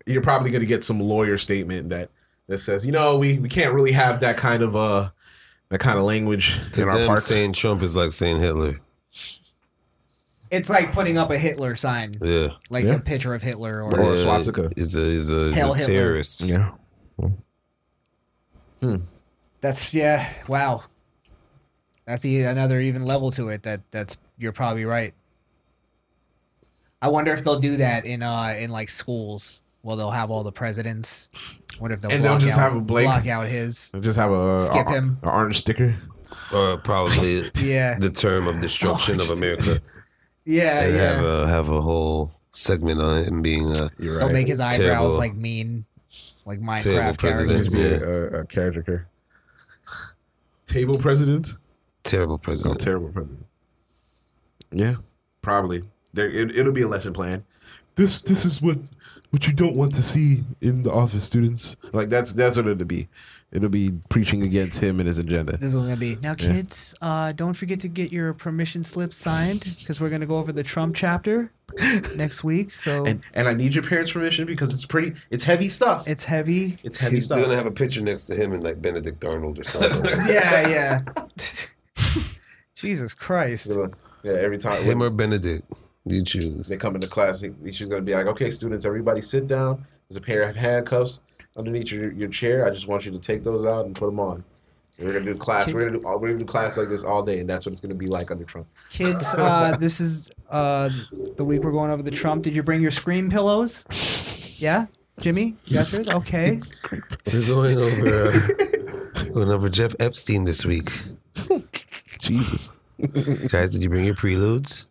S3: you're probably going to get some lawyer statement that that says, you know, we, we can't really have that kind of uh that kind of language
S4: To
S3: in our
S4: them,
S3: park.
S4: saying Trump is like saying Hitler.
S2: It's like putting up a Hitler sign,
S4: Yeah.
S2: like
S3: Yeah.
S2: a picture of Hitler or
S3: Or
S4: Yeah,
S3: swastika.
S4: Is a is a, is
S2: Hell
S4: a
S2: Hitler.
S4: terrorist.
S3: yeah.
S2: That's yeah. Wow. That's e another even level to it. That that's you're probably right. I wonder if they'll do that in uh in like schools. Well, they'll have all the presidents. Wonder if they'll
S3: And they'll
S2: block
S3: just
S2: out,
S3: have a Blake-
S2: block out his.
S3: Just have a
S2: Skip
S3: a-
S2: him.
S3: a orange sticker.
S4: Or probably
S2: Yeah,
S4: the term of destruction of [laughs] America.
S5: Uh,
S2: yeah,
S4: and
S2: yeah.
S4: have a have a whole segment on it and being a
S3: You're
S2: they'll make his eyebrows
S4: Terrible-
S2: like mean, like
S4: terrible
S2: Minecraft
S4: president.
S2: characters.
S3: Just be
S4: Yeah.
S3: a, a caricature. Table president.
S4: terrible
S3: Oh,
S4: president.
S3: terrible president. Yeah, probably. There, it, it'll be a lesson plan. This, this is what, what you don't want to see in the office, students. Like that's that's what it'll be. It'll be preaching against him and his agenda.
S2: This is what we're gonna be. Now, kids, uh, don't forget to get your permission slip signed because we're gonna go over the Trump chapter next week. So
S3: and and I need your parents' permission because it's pretty, it's heavy stuff.
S2: it's heavy.
S3: It's heavy
S4: He's
S3: stuff.
S4: gonna have a picture next to him and like Benedict Arnold
S5: [laughs]
S4: or something.
S2: yeah, yeah. Jesus Christ.
S3: yeah, every time
S4: him or Benedict, you choose.
S3: they come into class, he, she's gonna be like, "Okay, students, everybody sit down. There's a pair of handcuffs underneath your, your chair. I just want you to take those out and put them on." We're gonna do class. We're gonna do all, we're gonna do class like this all day, and that's what it's gonna be like under Trump.
S2: Kids, uh, this is uh, the week we're going over the Trump. Did you bring your scream pillows? Yeah? Jimmy? Yes, Okay.
S4: We're going over
S5: [laughs]
S4: uh, going over Jeff Epstein this week.
S3: Jesus,
S4: Guys, did you bring your preludes?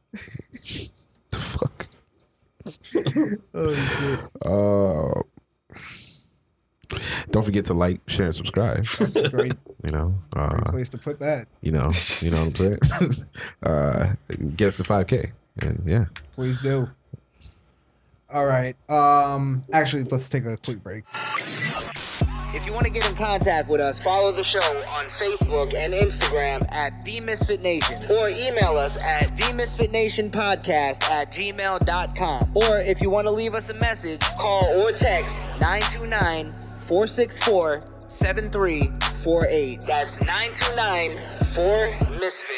S3: the [laughs] fuck. oh, Uh, don't forget to like, share, and subscribe.
S2: That's a great
S3: You know, uh,
S2: place to put that.
S3: you know, you know what I'm [laughs] saying. uh, get us to 5K, and yeah.
S2: Please do. All right. Um, actually, let's take a quick break. If you want to get in contact with us, follow the show on Facebook and Instagram at The Misfit Nation or email us at The Misfit Nation Podcast at gmail.com. Or if you want to leave us a message, call or text 929 464 7348. That's 929 4 Misfit.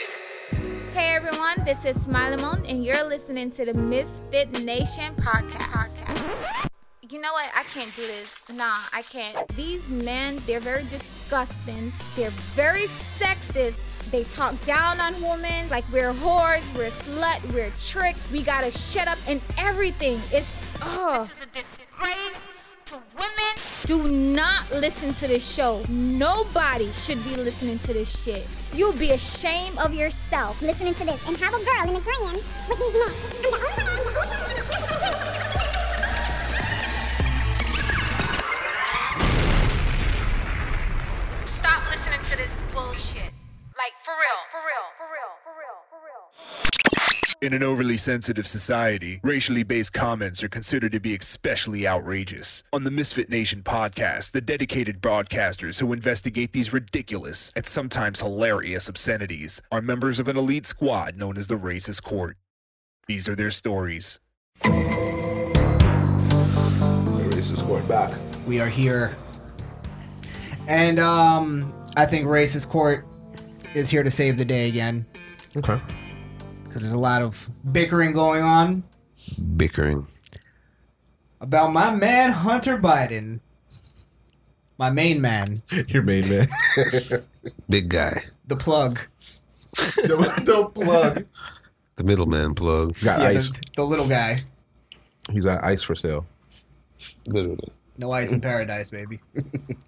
S10: Hey everyone, this is Smiley Moon, and you're listening to the Misfit Nation podcast. You know what? I can't do this. Nah, I can't. These men, they're very disgusting. They're very sexist. They talk down on women like we're whores, we're slut, we're tricks. We gotta shut up and everything. It's oh. This is a disgrace to women. Do not listen to this show. Nobody should be listening to this shit. You'll be ashamed of yourself.
S1: listening to this and have a girl in agreeing with these men. I'm the only man who
S10: Stop listening to this bullshit. Like for real, for real, for real, for real, for real.
S11: In an overly sensitive society, racially based comments are considered to be especially outrageous. On the Misfit Nation podcast, the dedicated broadcasters who investigate these ridiculous and sometimes hilarious obscenities are members of an elite squad known as the Racist Court. These are their stories.
S5: This is going back.
S2: We are here. And um, I think Racist Court is here to save the day again
S3: Okay.
S2: because there's a lot of bickering going on
S4: Bickering.
S2: about my man Hunter Biden, my main man,
S3: Your main [laughs] man.
S4: Big guy.
S2: the plug,
S3: the, the plug.
S4: The middleman plug.
S3: He's got
S2: yeah,
S3: ice.
S2: the, the little guy.
S3: He's got ice for sale.
S4: Literally.
S2: No ice
S3: [laughs]
S2: in paradise, baby.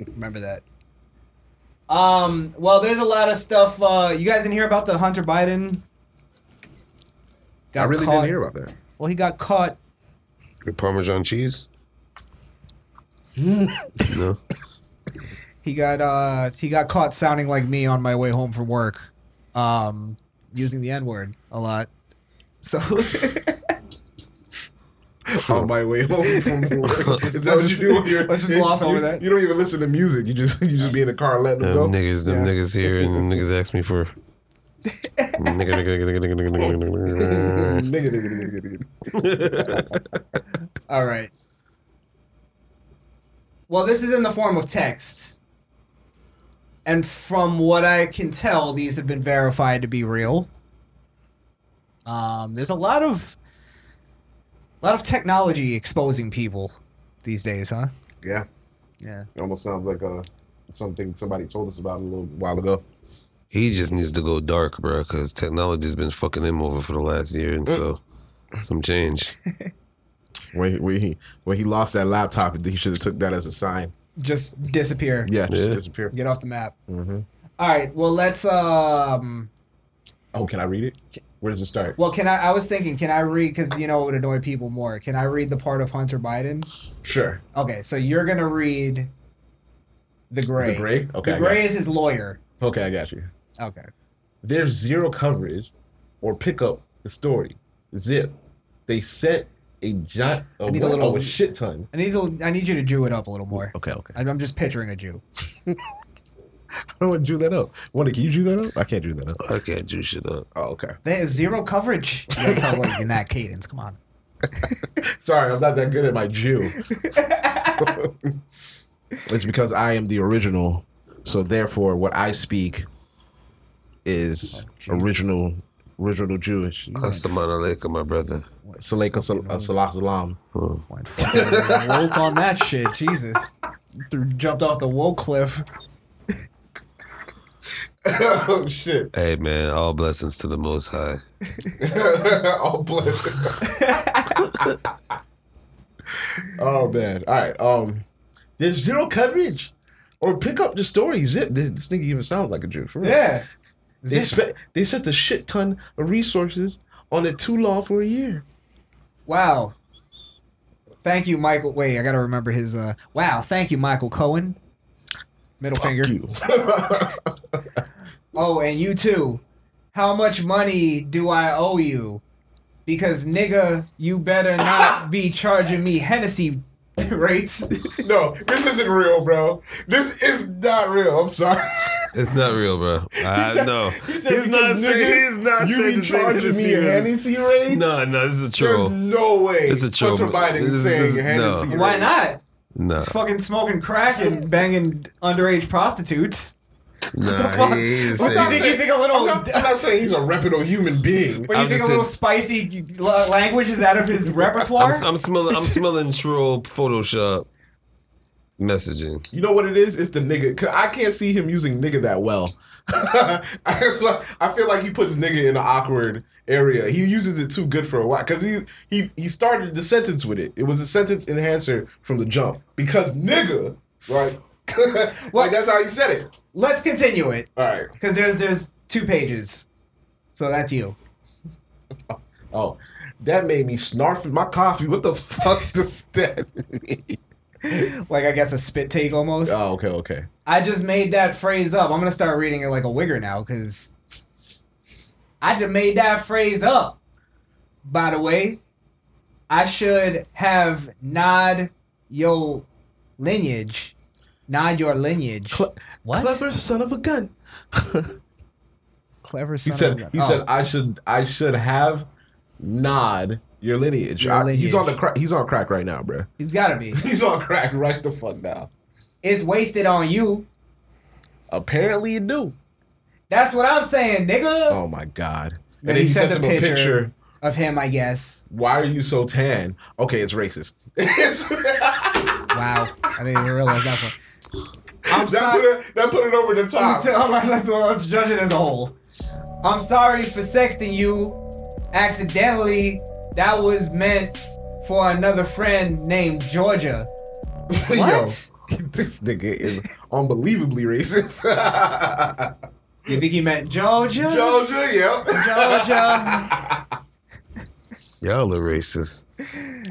S2: Remember that. Um. Well, there's a lot of stuff. Uh, you guys didn't hear about the Hunter Biden.
S3: I really
S2: caught.
S3: didn't hear about that.
S2: Well, he got caught.
S4: The
S5: [laughs]
S4: Parmesan cheese. no.
S2: He got uh he got caught sounding like me on my way home from work, um, using the N word a lot. So [laughs]
S3: On my way home from
S2: [laughs]
S3: work. Is that
S2: Let's
S3: what you
S2: just-
S3: do with your-
S2: let's just gloss
S3: you-
S2: over that.
S3: You don't even listen to music. You just you just be in the car letting them go.
S4: Them Um, niggas, them niggas here, and them niggas ask me for.
S5: [laughs]
S4: nigga, nigga, nigga, nigga, nigga, nigga, nigga, nigga, nigga.
S3: Nigga, nigga, nigga, nigga, nigga.
S2: all right. Well, this is in the form of text. And from what I can tell, these have been verified to be real. Um, there's a lot of a lot of technology exposing people these days, huh?
S5: Yeah.
S2: Yeah.
S5: It almost sounds like uh, something somebody told us about a little while ago.
S4: He just needs to go dark, bro, because technology's been fucking him over for the last year, and so some change.
S3: When he, when he when he lost that laptop, he should have took that as a sign.
S2: Just disappear.
S3: Yeah, just
S4: Yeah.
S3: disappear.
S2: Get off the map. All right. Well, let's. Um.
S3: Oh, can I read it? Where does it start?
S2: Well, can I? I was thinking, can I read? Because you know it would annoy people more. Can I read the part of Hunter Biden?
S3: Sure.
S2: Okay, so you're gonna read. The gray.
S3: The gray? Okay,
S2: The
S3: I
S2: gray
S3: got
S2: is his lawyer.
S3: Okay, I got you.
S2: Okay.
S3: There's zero coverage or pick up the story. Zip. They sent a giant a,
S2: need a
S3: wa-
S2: little-
S3: oh, a shit ton.
S2: I need to. I need you to Jew it up a little more.
S3: Okay, okay.
S2: I'm I'm just picturing a Jew.
S3: I don't want to drew that up. Wanda, can you drew that up? I can't drew that up.
S4: I can't juice shit up.
S3: Oh, okay.
S2: They have zero coverage.
S3: [laughs]
S2: You gotta talk like in that cadence. Come on.
S3: Sorry, I'm not that good at my [laughs] Jew. it's because I am the original, so therefore what I speak is original, original Jewish.
S4: Assalamu alaikum, my brother.
S3: Salaikum sal- uh, salah salam.
S2: Went fucking woke on that shit. Jesus. Threw, jumped off the woke cliff.
S5: Oh, shit.
S4: Hey, man, all blessings to the Most High.
S5: [laughs] All blessed.
S3: [laughs] Oh man. All right. Um, there's zero coverage, or pick up the story. Zip. This, this nigga even sounds like a Jew. For real.
S2: Yeah.
S3: They spe- they sent a shit ton of resources on it too long for a year.
S2: Wow. Thank you, Michael. Wait, I gotta remember his. uh Wow, thank you, Michael Cohen. Middle finger.
S3: You.
S2: Oh, and you too. How much money do I owe you? Because nigga, you better
S5: [laughs]
S2: not be charging me Hennessy [laughs] rates.
S5: [laughs] No, this isn't real, bro. This is not real. I'm sorry.
S4: It's not real, bro.
S5: [laughs]
S4: I know.
S5: he said because, nigga, you be charging me a Hennessy rate?
S4: No, no, this is a
S5: There's
S4: troll.
S5: no way
S4: It's a troll.
S5: Hunter Biden
S4: This is-
S5: saying
S4: this is-
S5: Hennessy
S4: no.
S5: rate.
S2: Why not?
S4: No,
S2: It's fucking smoking crack and banging underage prostitutes.
S4: no, he ain't
S2: What
S4: saying
S2: do you think? You think a
S5: I'm
S3: Oh,
S2: little?
S5: not, I'm not saying he's a reputable human being.
S2: [laughs] What do you
S4: I'm
S2: think a
S4: just
S2: little
S4: saying-
S2: spicy uh, language is out of his repertoire?
S4: I'm, I'm smelling. I'm smelling troll Photoshop messaging.
S5: You know what it is? It's the nigga. 'Cause I can't see him using nigga that well. [laughs] That's why I feel like he puts nigga in an awkward area. He uses it too good for a while because he he he started the sentence with it. It was a sentence enhancer from the jump because nigga, right? [laughs] like that's how he said it.
S2: Let's continue it
S5: All right.
S2: because there's there's two pages, so that's you.
S3: Oh, that made me snarf in my coffee. What the fuck [laughs] does that mean?
S2: Like I guess a spit take almost.
S3: Oh, okay, okay.
S2: I just made that phrase up. I'm gonna start reading it like a wigger now because I just made that phrase up. By the way, I should have nod your lineage, nod your lineage. what?
S3: Clever son of a gun.
S2: Clever. Son
S3: Oh. He said. He said. I should. I should have nod Your lineage.
S2: Your
S3: I- he's on the
S2: lineage.
S3: crack. He's on crack right now, [laughs] bruh.
S2: He's gotta be.
S5: He's on crack right the fuck now.
S2: It's wasted on you.
S3: Apparently, you do.
S2: That's what I'm saying, nigga.
S3: Oh my god.
S2: Then he sent the picture. Of him, I guess.
S3: Why are you so tan? Okay, it's racist. [laughs] It's-
S2: Wow. I didn't even realize that one. I'm
S3: that, put
S2: sorry.
S3: it, that put it over the top.
S2: Let's, let's judge it as a whole. I'm sorry for sexting you accidentally. That was meant for another friend named Georgia. What?
S3: [laughs] Yo, this nigga is unbelievably racist. [laughs]
S2: You think he meant Georgia?
S3: Georgia, yeah. [laughs]
S2: Georgia.
S4: Y'all are racist.
S3: [laughs]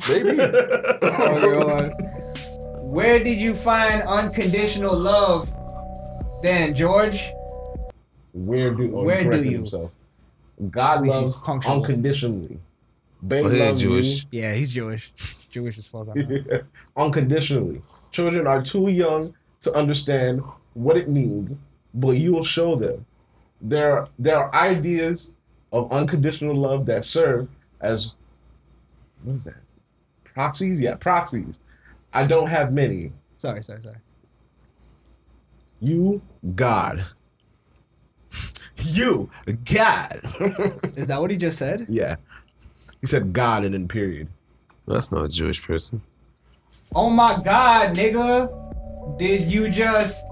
S3: Maybe.
S2: Oh, Lord. Where did you find unconditional love then, George?
S3: Where do oh, he
S2: Where do
S3: corrected
S2: you?
S3: God
S2: least
S3: loves
S2: he's punctual.
S3: unconditionally. They
S4: Well, he ain't
S3: love you
S4: Jewish.
S2: Yeah, he's Jewish. Jewish as fuck. I know.
S3: [laughs] unconditionally. Children are too young to understand what it means, but you will show them. There, there are ideas of unconditional love that serve as what is that? Proxies? Yeah, proxies. I don't have many.
S2: [laughs] Sorry, sorry, sorry.
S3: You, God. You, God. [laughs]
S2: Is that what he just said?
S3: yeah. He said God and then period.
S4: That's not a Jewish person.
S2: Oh my god, nigga. Did you just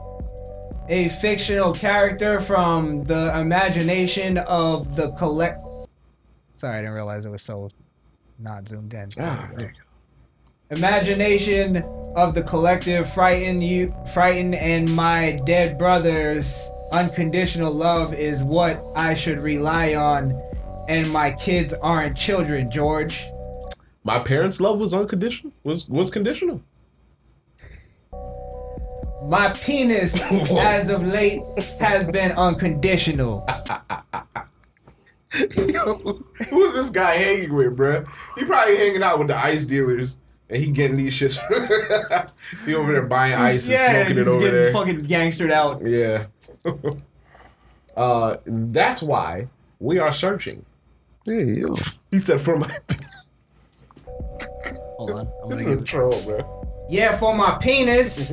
S2: a fictional character from the imagination of the collect Sorry, I didn't realize it was so not zoomed in. Imagination of the collective frighten you frighten and my dead brother's unconditional love is what I should rely on and my kids aren't children, George.
S3: My parents' love was unconditional. Was was conditional.
S2: My
S5: [laughs]
S2: penis, as of late, has been unconditional.
S5: Who's this guy hanging with, bruh? He probably hanging out with the ice dealers, and he getting these shits. [laughs] he over there buying [laughs] ice and smoking it
S2: just
S5: over
S2: getting
S5: there.
S2: fucking gangstered out.
S3: Yeah.
S5: [laughs]
S3: uh, that's why we are searching.
S4: Yeah, yo.
S5: he said, "For my, [laughs]
S2: Hold on, I'm
S5: this
S2: gonna
S5: is a
S2: give.
S5: troll, bro."
S2: Yeah, for my
S5: [laughs]
S2: penis.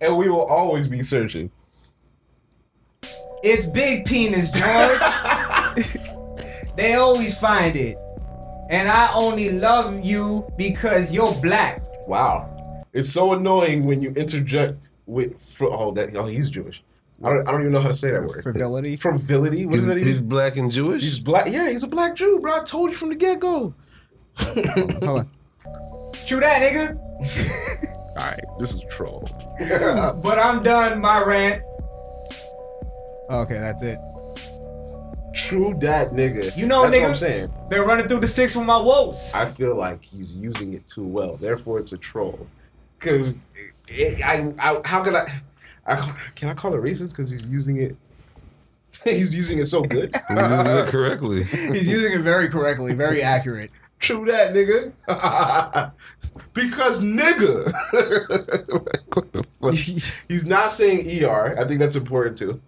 S3: And we will always be searching.
S2: It's big penis, George. they always find it. And I only love you because you're black.
S5: Wow, it's so annoying when you interject with. Fr- oh, that oh, he's Jewish. I don't, I don't even know how to say that word.
S2: Frivolity.
S5: Frivolity. What
S4: He's,
S5: is that?
S4: he's
S5: Even?
S4: black and Jewish.
S5: He's black. Yeah, he's a black Jew, bro. I told you from the get go.
S2: Hold on. Shoot that, nigga.
S5: All right, this is a troll.
S2: But I'm done my rant. Okay, that's it.
S5: True that nigga.
S2: You know,
S5: That's
S2: nigga.
S5: What I'm saying.
S2: They're running through the six with my woes.
S5: I feel like he's using it too well. Therefore, it's a troll. Because I, I, how can I, I ca- can I call it racist? Because he's using it. [laughs] He's using it so good.
S4: [laughs] He's
S5: [laughs]
S4: using it correctly.
S2: [laughs] He's using it very correctly, very accurate.
S5: True that, nigga. [laughs] because nigga. [laughs] What the fuck? he's not saying er. I think that's important too.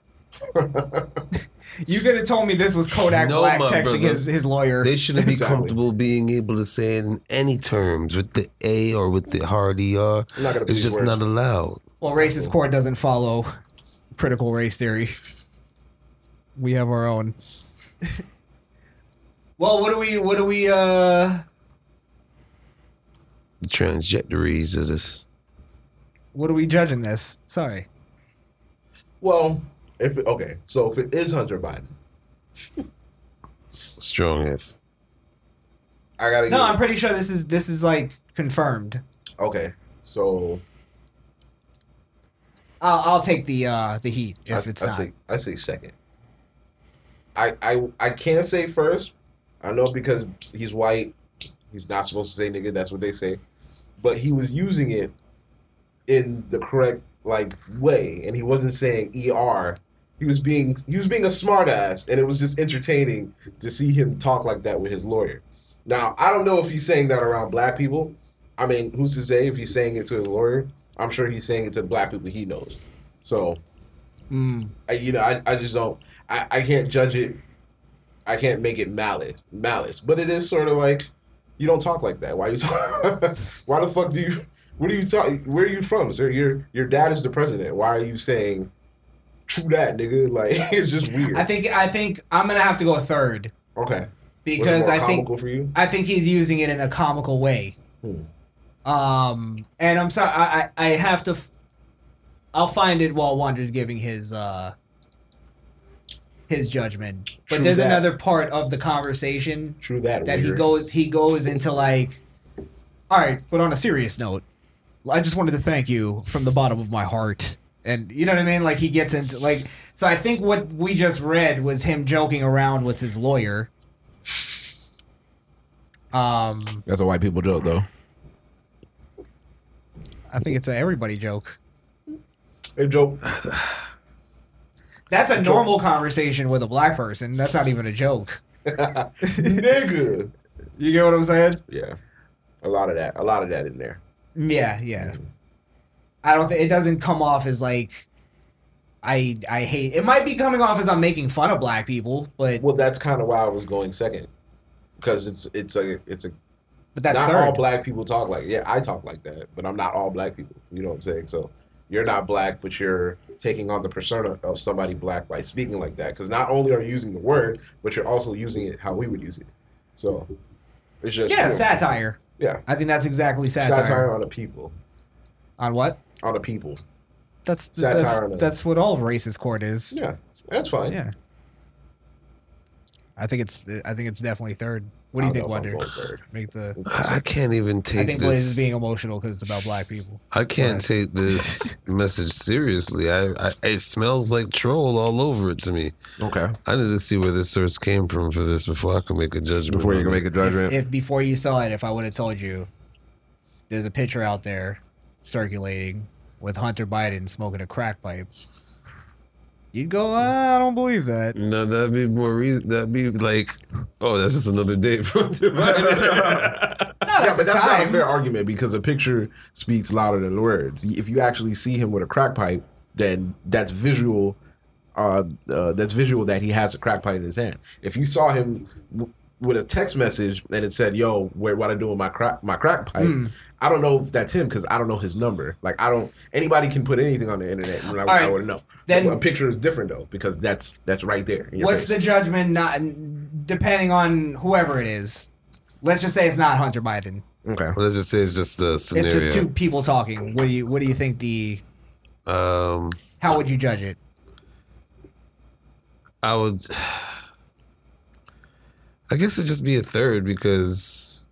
S2: You could have told me this was Kodak
S4: No,
S2: Black
S4: my
S2: texting
S4: brother.
S2: his, his lawyer.
S4: [laughs] They shouldn't be
S5: Exactly.
S4: comfortable being able to say it in any terms with the A or with the hard ER.
S5: not gonna
S4: It's
S5: use
S4: just
S5: words.
S4: not allowed.
S2: well, racist court doesn't follow critical race theory. We have our own. [laughs] well, what do we? What do we? Uh,
S4: The trajectories of this.
S2: what are we judging this? Sorry.
S5: Well, if it, okay, so if it is Hunter Biden,
S4: Strong F.
S5: I gotta.
S2: No,
S5: give-
S2: I'm pretty sure this is this is like confirmed.
S5: okay, so
S2: I'll, I'll take the uh the heat if
S5: I,
S2: it's
S5: I
S2: not.
S5: say, I say second. I I I can't say first. I know because he's white. He's not supposed to say nigga. That's what they say. But he was using it in the correct like way, and he wasn't saying er. He was being he was being a smartass, and it was just entertaining to see him talk like that with his lawyer. Now I don't know if he's saying that around black people. I mean, who's to say if he's saying it to his lawyer? I'm sure he's saying it to black people he knows.
S2: Mm.
S5: So I, you know, I, I just don't. I, I can't judge it. I-
S3: I can't make it malice malice, but it is sort of like you don't talk like that. Why you talk? [laughs] why the fuck do you? What are you talking? Where are you from, sir? Your your dad is the president. Why are you saying true that, nigga? [laughs] Like it's just weird.
S2: I think I think I'm gonna have to go third
S3: okay.
S2: because
S3: more
S2: I think
S3: comical for you?
S2: I think he's using it in a comical way.
S3: Hmm.
S2: Um, and I'm sorry, I I, I have to. F- I'll find it while Wander's giving his uh his judgment. But
S3: True
S2: there's
S3: that.
S2: another part of the conversation
S3: True that.
S2: that he
S3: weird.
S2: goes he goes into like all right but on a serious note i just wanted to thank you from the bottom of my heart and you know what i mean like he gets into like so i think what we just read was him joking around with his lawyer um
S12: That's a white people joke though.
S2: i think it's a everybody joke
S3: Hey, Joe.
S2: [laughs] that's a normal conversation with a black person that's not even a joke
S3: nigga.
S2: you get what i'm saying
S3: Yeah, a lot of that. A lot of that in there.
S2: Yeah, yeah. I don't think it doesn't come off as like I I hate. It might be coming off as I'm making fun of black people, but
S3: Well, that's kind of why I was going second, because it's it's a it's a
S2: but that's
S3: not
S2: third.
S3: all black people talk like yeah I talk like that, but I'm not all black people. You know what I'm saying? So you're not black, but you're taking on the persona of somebody black by speaking like that. Because not only are you using the word, but you're also using it how we would use it. So it's just
S2: yeah,
S3: you know,
S2: satire.
S3: yeah
S2: I think that's exactly satire.
S3: satire. on the people
S2: On what?
S3: on the people.
S2: That's
S3: Satire
S2: that's
S3: on a-
S2: that's what all racist court is.
S3: Yeah, that's fine.
S2: Yeah. I think it's I think it's definitely third. What do you
S3: I
S2: think,
S3: don't know if
S2: Wonder?
S3: I'm going third.
S2: Make the
S4: I I can't even
S2: I
S4: take
S2: think Blaze
S4: this.
S2: is being emotional because it's about black people.
S4: I can't
S2: [laughs]
S4: take this message seriously. I, I it smells like troll all over it to me.
S12: Okay.
S4: I need to see where this source came from for this before I can make a judgment.
S12: Before you
S4: on
S12: can
S4: it.
S12: make a
S2: If,
S12: judgment,
S2: if before you saw it, if I would have told you, there's a picture out there circulating with Hunter Biden smoking a crack pipe, you'd go, "Ah, I don't believe that.
S4: No, that'd be more reason. That'd be like, oh, that's just another date from
S2: Not
S3: [laughs] Yeah,
S2: at
S3: but
S2: the
S3: that's not
S2: time.
S3: a fair argument because a picture speaks louder than words. If you actually see him with a crack pipe, then that's visual. Uh, uh, that's visual that he has a crack pipe in his hand. If you saw him w- with a text message and it said, "Yo, where what I do with my crack my crack pipe,"
S2: Hmm.
S3: I don't know if that's him because I don't know his number. Like I don't. Anybody can put anything on the internet, and I,
S2: right,
S3: I would know.
S2: then-
S3: Well, a picture is different though because that's that's right there. in your
S2: What's
S3: face.
S2: the judgment? Not depending on whoever it is. Let's just say it's not Hunter Biden.
S3: okay?
S4: [laughs] Let's just say it's just a
S2: It's
S4: scenario.
S2: just two people talking. What do you What do you think the
S4: um,
S2: How would you judge it?
S4: I would. [sighs] I guess it'd just be a third because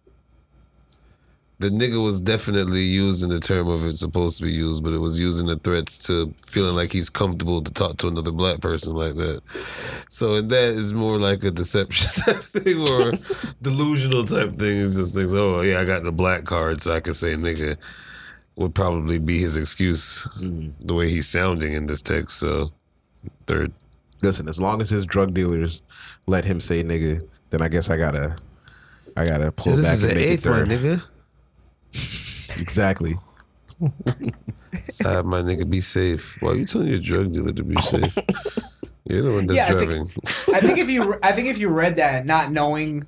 S4: the nigga was definitely using the term of it's supposed to be used, but it was using the threats to feeling like he's comfortable to talk to another black person like that. So, and that is more like a deception [laughs] type thing or delusional type thing. It's just things, oh, yeah, I got the black card, so I can say nigga would probably be his excuse the way he's sounding in this text. So, third.
S12: listen. As long as his drug dealers let him say nigga, then I guess I gotta, I gotta pull
S4: Yeah, this
S12: back
S4: is
S12: and
S4: the
S12: make
S4: eighth
S12: it
S4: one,
S12: third.
S4: nigga.
S12: Exactly.
S4: Uh, my nigga, be safe. Why are you telling your drug dealer to be safe? You're the one that's
S2: Yeah, I
S4: driving.
S2: think- I think if you I think if you read that not knowing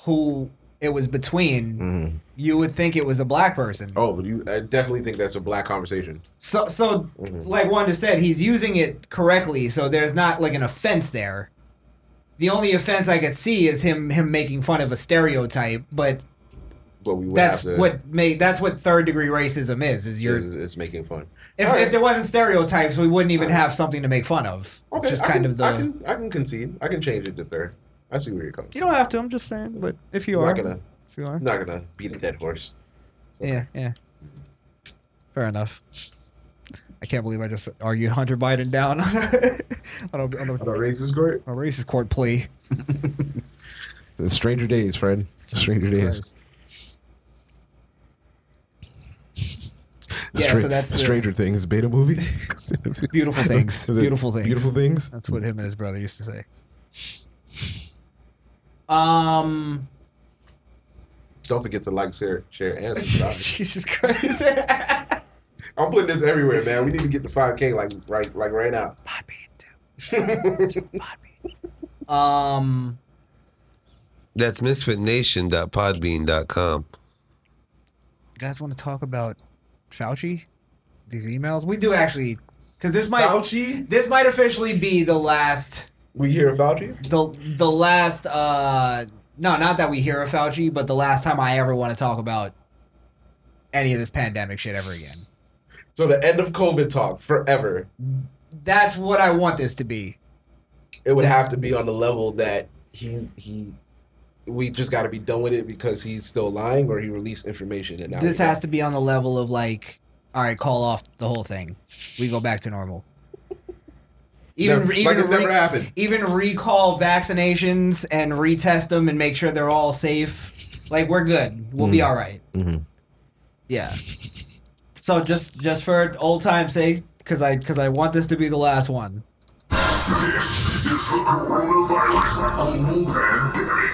S2: who it was between, you would think it was a black person.
S3: Oh, but you, I definitely think that's a black conversation.
S2: So so
S3: Mm-hmm.
S2: like Wanda said, he's using it correctly, so there's not like an offense there. The only offense I could see is him him making fun of a stereotype, but
S3: But we would
S2: that's
S3: have to,
S2: what made that's what third degree racism is. Is you're
S3: is, Oh, is making fun.
S2: if,
S3: All right.
S2: if there wasn't stereotypes, we wouldn't even have something to make fun of. it's just
S3: I
S2: kind
S3: can,
S2: of the
S3: I can I can concede. I can change it to third. I see where you're coming.
S2: you don't have to. I'm just saying, but if you
S3: I'm
S2: are,
S3: not gonna
S2: if you are,
S3: I'm not gonna beat a dead horse.
S2: Yeah, yeah. Fair enough. I can't believe I just argued Hunter Biden down [laughs] on a, on a, on
S3: About racist court.
S2: a, a racist court plea.
S12: Stranger days, friend. Stranger days.
S2: Yeah, so that's the-
S12: Stranger Things beta movie.
S2: [laughs] Beautiful
S12: [laughs]
S2: things.
S12: Is it
S2: Beautiful things.
S12: Beautiful things.
S2: That's what him and his brother used to say. Um,
S3: Don't forget to like, share, share, and subscribe.
S2: [laughs] Jesus Christ.
S3: I'm putting this everywhere, man. We need to get the 5K like right like right now.
S2: Podbean, too. Podbean. [laughs] Um,
S4: That's misfitnation.podbean.com.
S2: you guys want to talk about Fauci? These emails we do actually, because this might
S5: Fauci?
S2: this might officially be the last
S5: We hear Fauci?
S2: the the last uh no not that we hear of Fauci, but the last time I ever want to talk about any of this pandemic shit ever again.
S5: So the end of COVID talk forever.
S2: That's what I want this to be.
S5: It would have to be on the level that he he. We just got to be done with it because he's still lying, or he released information, and now
S2: this has to be on the level of like, all right, call off the whole thing. We go back to normal. Even
S5: Never-
S2: even
S5: like it never happened.
S2: even recall vaccinations and retest them and make sure they're all safe. Like we're good. We'll
S5: Mm-hmm.
S2: be all right. Yeah. So just just for old time's sake, because I because I want this to be the last one.
S7: This is the coronavirus global pandemic.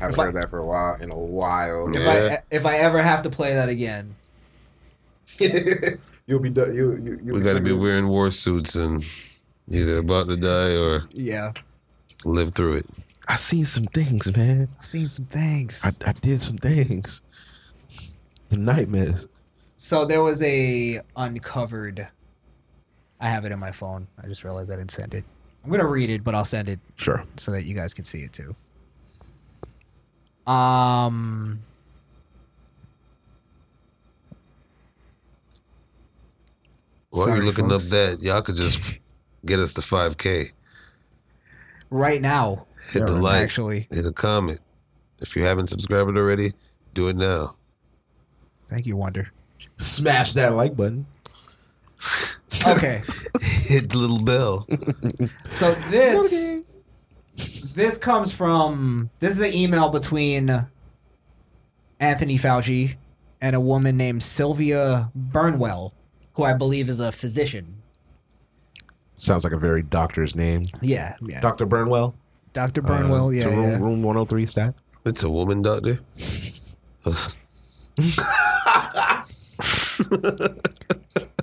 S5: I've
S2: I-
S5: heard that for a while in a while.
S2: If
S4: Yeah.
S2: I if I ever have to play that again,
S5: You'll be done. You you you
S4: We got to be wearing war suits and either about to die or
S2: yeah.
S4: live through it.
S3: I seen some things, man.
S2: I've seen some things.
S3: I, I did some things. The nightmares.
S2: So there was a uncovered. I have it in my phone. I just realized I didn't send it. I'm gonna read it, but I'll send it
S3: Sure.
S2: so that you guys can see it too. Um.
S4: While
S2: Sorry,
S4: you're looking
S2: folks.
S4: up that, y'all could just get us to 5K.
S2: Right now,
S4: Hit the like,
S2: actually.
S4: hit the comment. If you haven't subscribed already, do it now.
S2: Thank you, Wonder.
S5: smash that like button. [laughs]
S2: Okay,
S4: Hit the little bell.
S2: so this this comes from this is an email between Anthony Fauci and a woman named Sylvia Burnwell, who I believe is a physician.
S3: Sounds like a very doctor's name.
S2: Yeah, yeah.
S3: Dr. Burnwell.
S2: Dr. Burnwell, yeah,
S3: to room,
S2: yeah.
S3: room 103 stat.
S4: It's a woman doctor.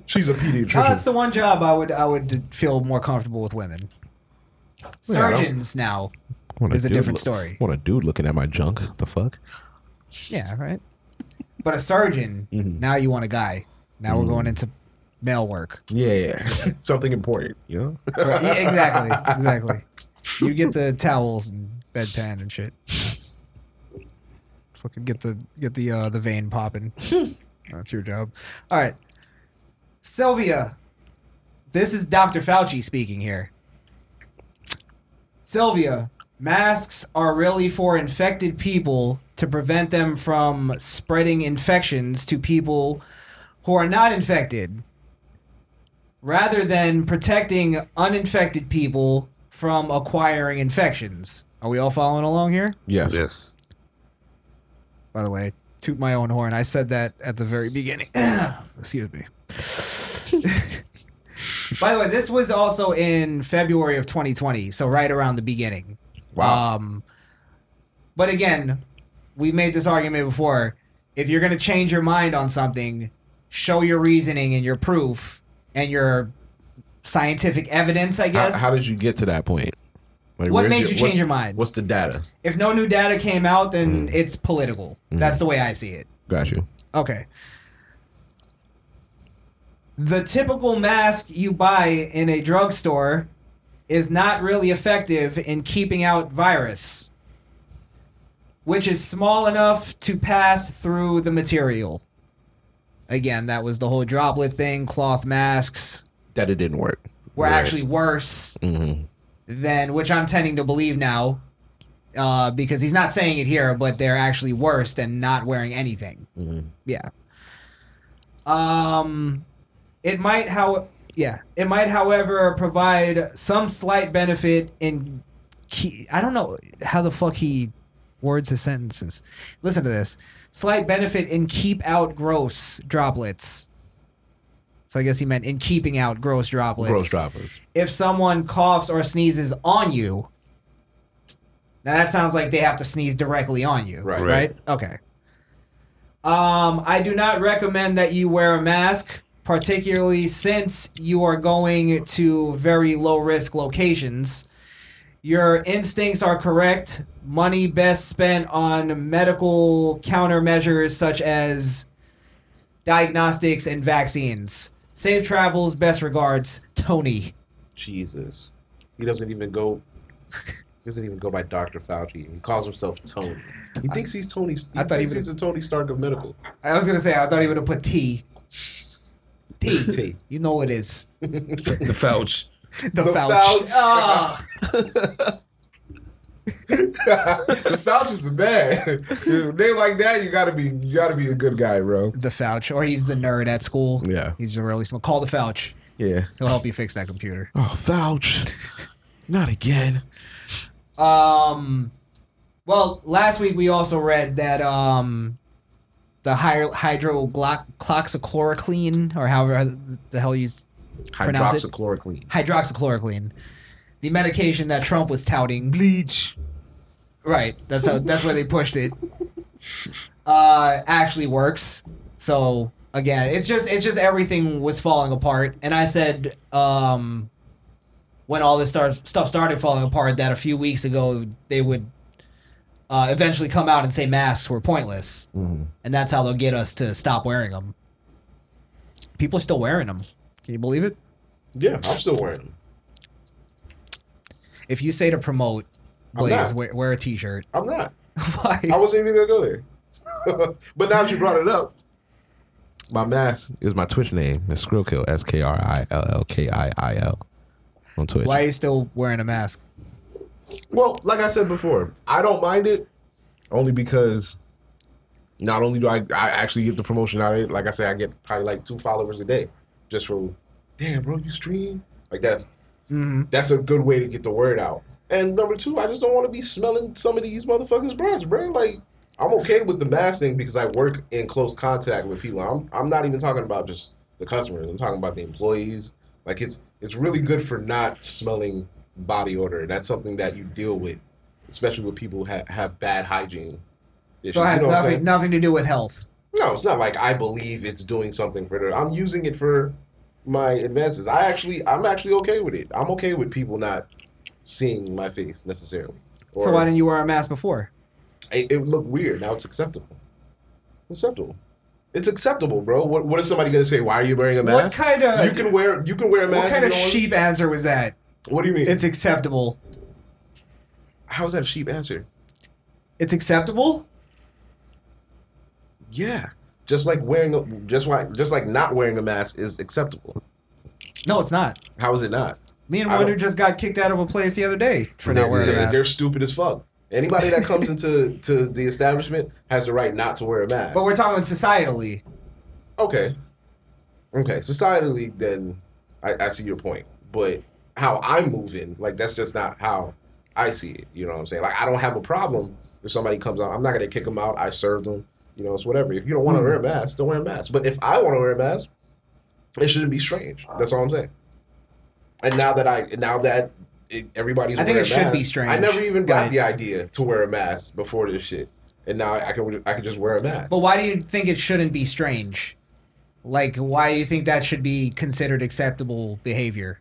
S5: She's a
S2: Oh,
S5: pediatrician.
S2: that's the one job I would I would feel more comfortable with women. Surgeons now is a different story.
S3: Want a dude looking at my junk? What the fuck?
S2: Yeah, right. But a surgeon now you want a guy. Now we're going into male work.
S3: Yeah, yeah. [laughs] Something important, you know?
S2: Right, yeah, [laughs] exactly, exactly. You get the towels and bedpan and shit. Fucking get the get the uh, the vein popping. That's your job. All right, Sylvia. This is Dr. Fauci speaking here. Sylvia, masks are really for infected people to prevent them from spreading infections to people who are not infected rather than protecting uninfected people from acquiring infections. Are we all following along here?
S3: Yes.
S4: Yes.
S2: By the way, toot my own horn. I said that at the very beginning. [coughs] Excuse
S3: [laughs]
S2: me. By the way, this was also in February of 2020, so right around the beginning.
S3: Wow.
S2: Um, but again, we made this argument before. If you're going to change your mind on something, show your reasoning and your proof and your scientific evidence, I
S3: How-
S2: guess.
S3: How, did you get to that point? Like,
S2: What
S3: where's
S2: made you change
S3: what's-
S2: your mind?
S3: What's the data?
S2: if no new data came out, then
S3: Hmm.
S2: it's political. That's the way I see it.
S3: Got you.
S2: Okay. The typical mask you buy in a drugstore is not really effective in keeping out virus, which is small enough to pass through the material. Again, that was the whole droplet thing, cloth masks
S3: That it didn't work.
S2: were actually worse than which I'm tending to believe now, uh, because he's not saying it here, but they're actually worse than not wearing anything. Yeah. Um, it might how yeah it might however provide some slight benefit in key, I don't know how the fuck he words his sentences. Listen to this slight benefit in keep out gross droplets. So I guess he meant in keeping out gross droplets
S3: Gross droppers.
S2: if someone coughs or sneezes on you. Now that sounds like they have to sneeze directly on you, right?
S4: Right.
S2: Okay. Um, I do not recommend that you wear a mask, particularly since you are going to very low risk locations. Your instincts are correct. Money best spent on medical countermeasures such as diagnostics and vaccines. Safe travels, best regards, Tony.
S3: Jesus. He doesn't even go. He doesn't even go by Dr. Fauci. He calls himself Tony. He thinks he's Tony. He
S2: I thought he
S3: thinks
S2: was-
S3: he's a Tony Stark of medical.
S2: I was gonna say I thought he would have put T. P.
S3: T.
S2: [laughs] You know it is.
S4: The Fouch.
S2: The, Fouch.
S3: Fouch.
S2: Ah.
S3: Fauci's a man. [laughs] Name like that, you gotta be, you gotta be a good guy,
S2: [laughs]
S3: bro.
S2: the Fouch, or he's the nerd at school.
S3: Yeah.
S2: he's really smart. Call the Fouch.
S3: Yeah.
S2: He'll help you fix that computer.
S3: [laughs]
S13: Oh, Fouch. Not again.
S2: Um, well, last week we also read that um, the hy- hydrocloxachloroquine, or however the hell you Pronounce it.
S3: Hydroxychloroquine.
S2: hydroxychloroquine, the medication that Trump was touting. Bleach. Right. That's how. that's where they pushed it. Uh, actually works. So again, it's just it's just everything was falling apart, and I said um, when all this start, stuff started falling apart that a few weeks ago they would. Uh, eventually come out and say masks were pointless and that's how they'll get us to stop wearing them people are still wearing them can you believe it
S3: Yeah, I'm still wearing them.
S2: If you say to promote, Blaze,
S3: not.
S2: wear, wear a T-shirt. [laughs]
S3: I'm not. I
S2: Why?
S3: wasn't even gonna go there. [laughs] but now that you brought it up,
S13: My mask is my Twitch name. It's Skrillkill. S K R I L L K I I L on Twitch.
S2: Why are you still wearing a mask?
S13: Well,
S3: like I said before, I don't mind it
S13: only because
S3: not only do I, I actually get the promotion out of it, like I said, I get probably like two followers a day just from, damn, bro, you stream? Like that's
S2: Mm-hmm.
S3: that's a good way to get the word out. And number two, I just don't want to be smelling some of these motherfuckers' breaths, bro. Like I'm okay with the mask thing because I work in close contact with people. I'm I'm not even talking about just the customers. I'm talking about the employees. Like it's it's really good for not smelling body odor. That's something that you deal with, especially with people who ha- have bad hygiene. Issues.
S2: So it has
S3: You know what I'm
S2: nothing
S3: saying?
S2: nothing to do with health.
S3: No, it's not like I believe it's doing something for the. I'm using it for my advances. I actually, I'm actually okay with it. I'm okay with people not seeing my face necessarily. Or
S2: So why didn't you wear a mask before?
S3: it, it looked weird. Now it's acceptable. Acceptable. It's acceptable, bro. What What is somebody gonna say? Why are you wearing a
S2: What
S3: mask?
S2: kinda-
S3: You can wear. You can wear a mask.
S2: What kind
S3: if
S2: of
S3: you don't want-
S2: sheep answer was that?
S3: What do you mean?
S2: It's acceptable.
S3: How is that a sheep answer?
S2: It's acceptable.
S3: Yeah. Just like wearing, a, just why, just like not wearing a mask is acceptable.
S2: No, it's not.
S3: How is it not?
S2: Me and
S3: I
S2: Wonder
S3: don't-
S2: just got kicked out of a place the other day for not
S3: they're,
S2: wearing a
S3: they're- they're
S2: mask.
S3: stupid as fuck. Anybody that comes into to the establishment has the right not to wear a mask.
S2: But we're talking societally.
S3: okay, okay. Societally, then I, I see your point. But how I'm moving, like that's just not how I see it. You know what I'm saying? Like I don't have a problem if somebody comes out. I'm not gonna kick them out. I served them. You know, it's whatever. If you don't want to
S2: Hmm.
S3: wear a mask, don't wear a mask. But if I want to wear a mask, it shouldn't be strange. That's all I'm saying. And now that I now that it, everybody's
S2: I think
S3: wearing
S2: it should
S3: masks,
S2: be strange,
S3: I never even got
S2: but-
S3: the idea to wear a mask before this shit, and now I can I can just wear a mask.
S2: But why do you think it shouldn't be strange? Like, why do you think that should be considered acceptable behavior?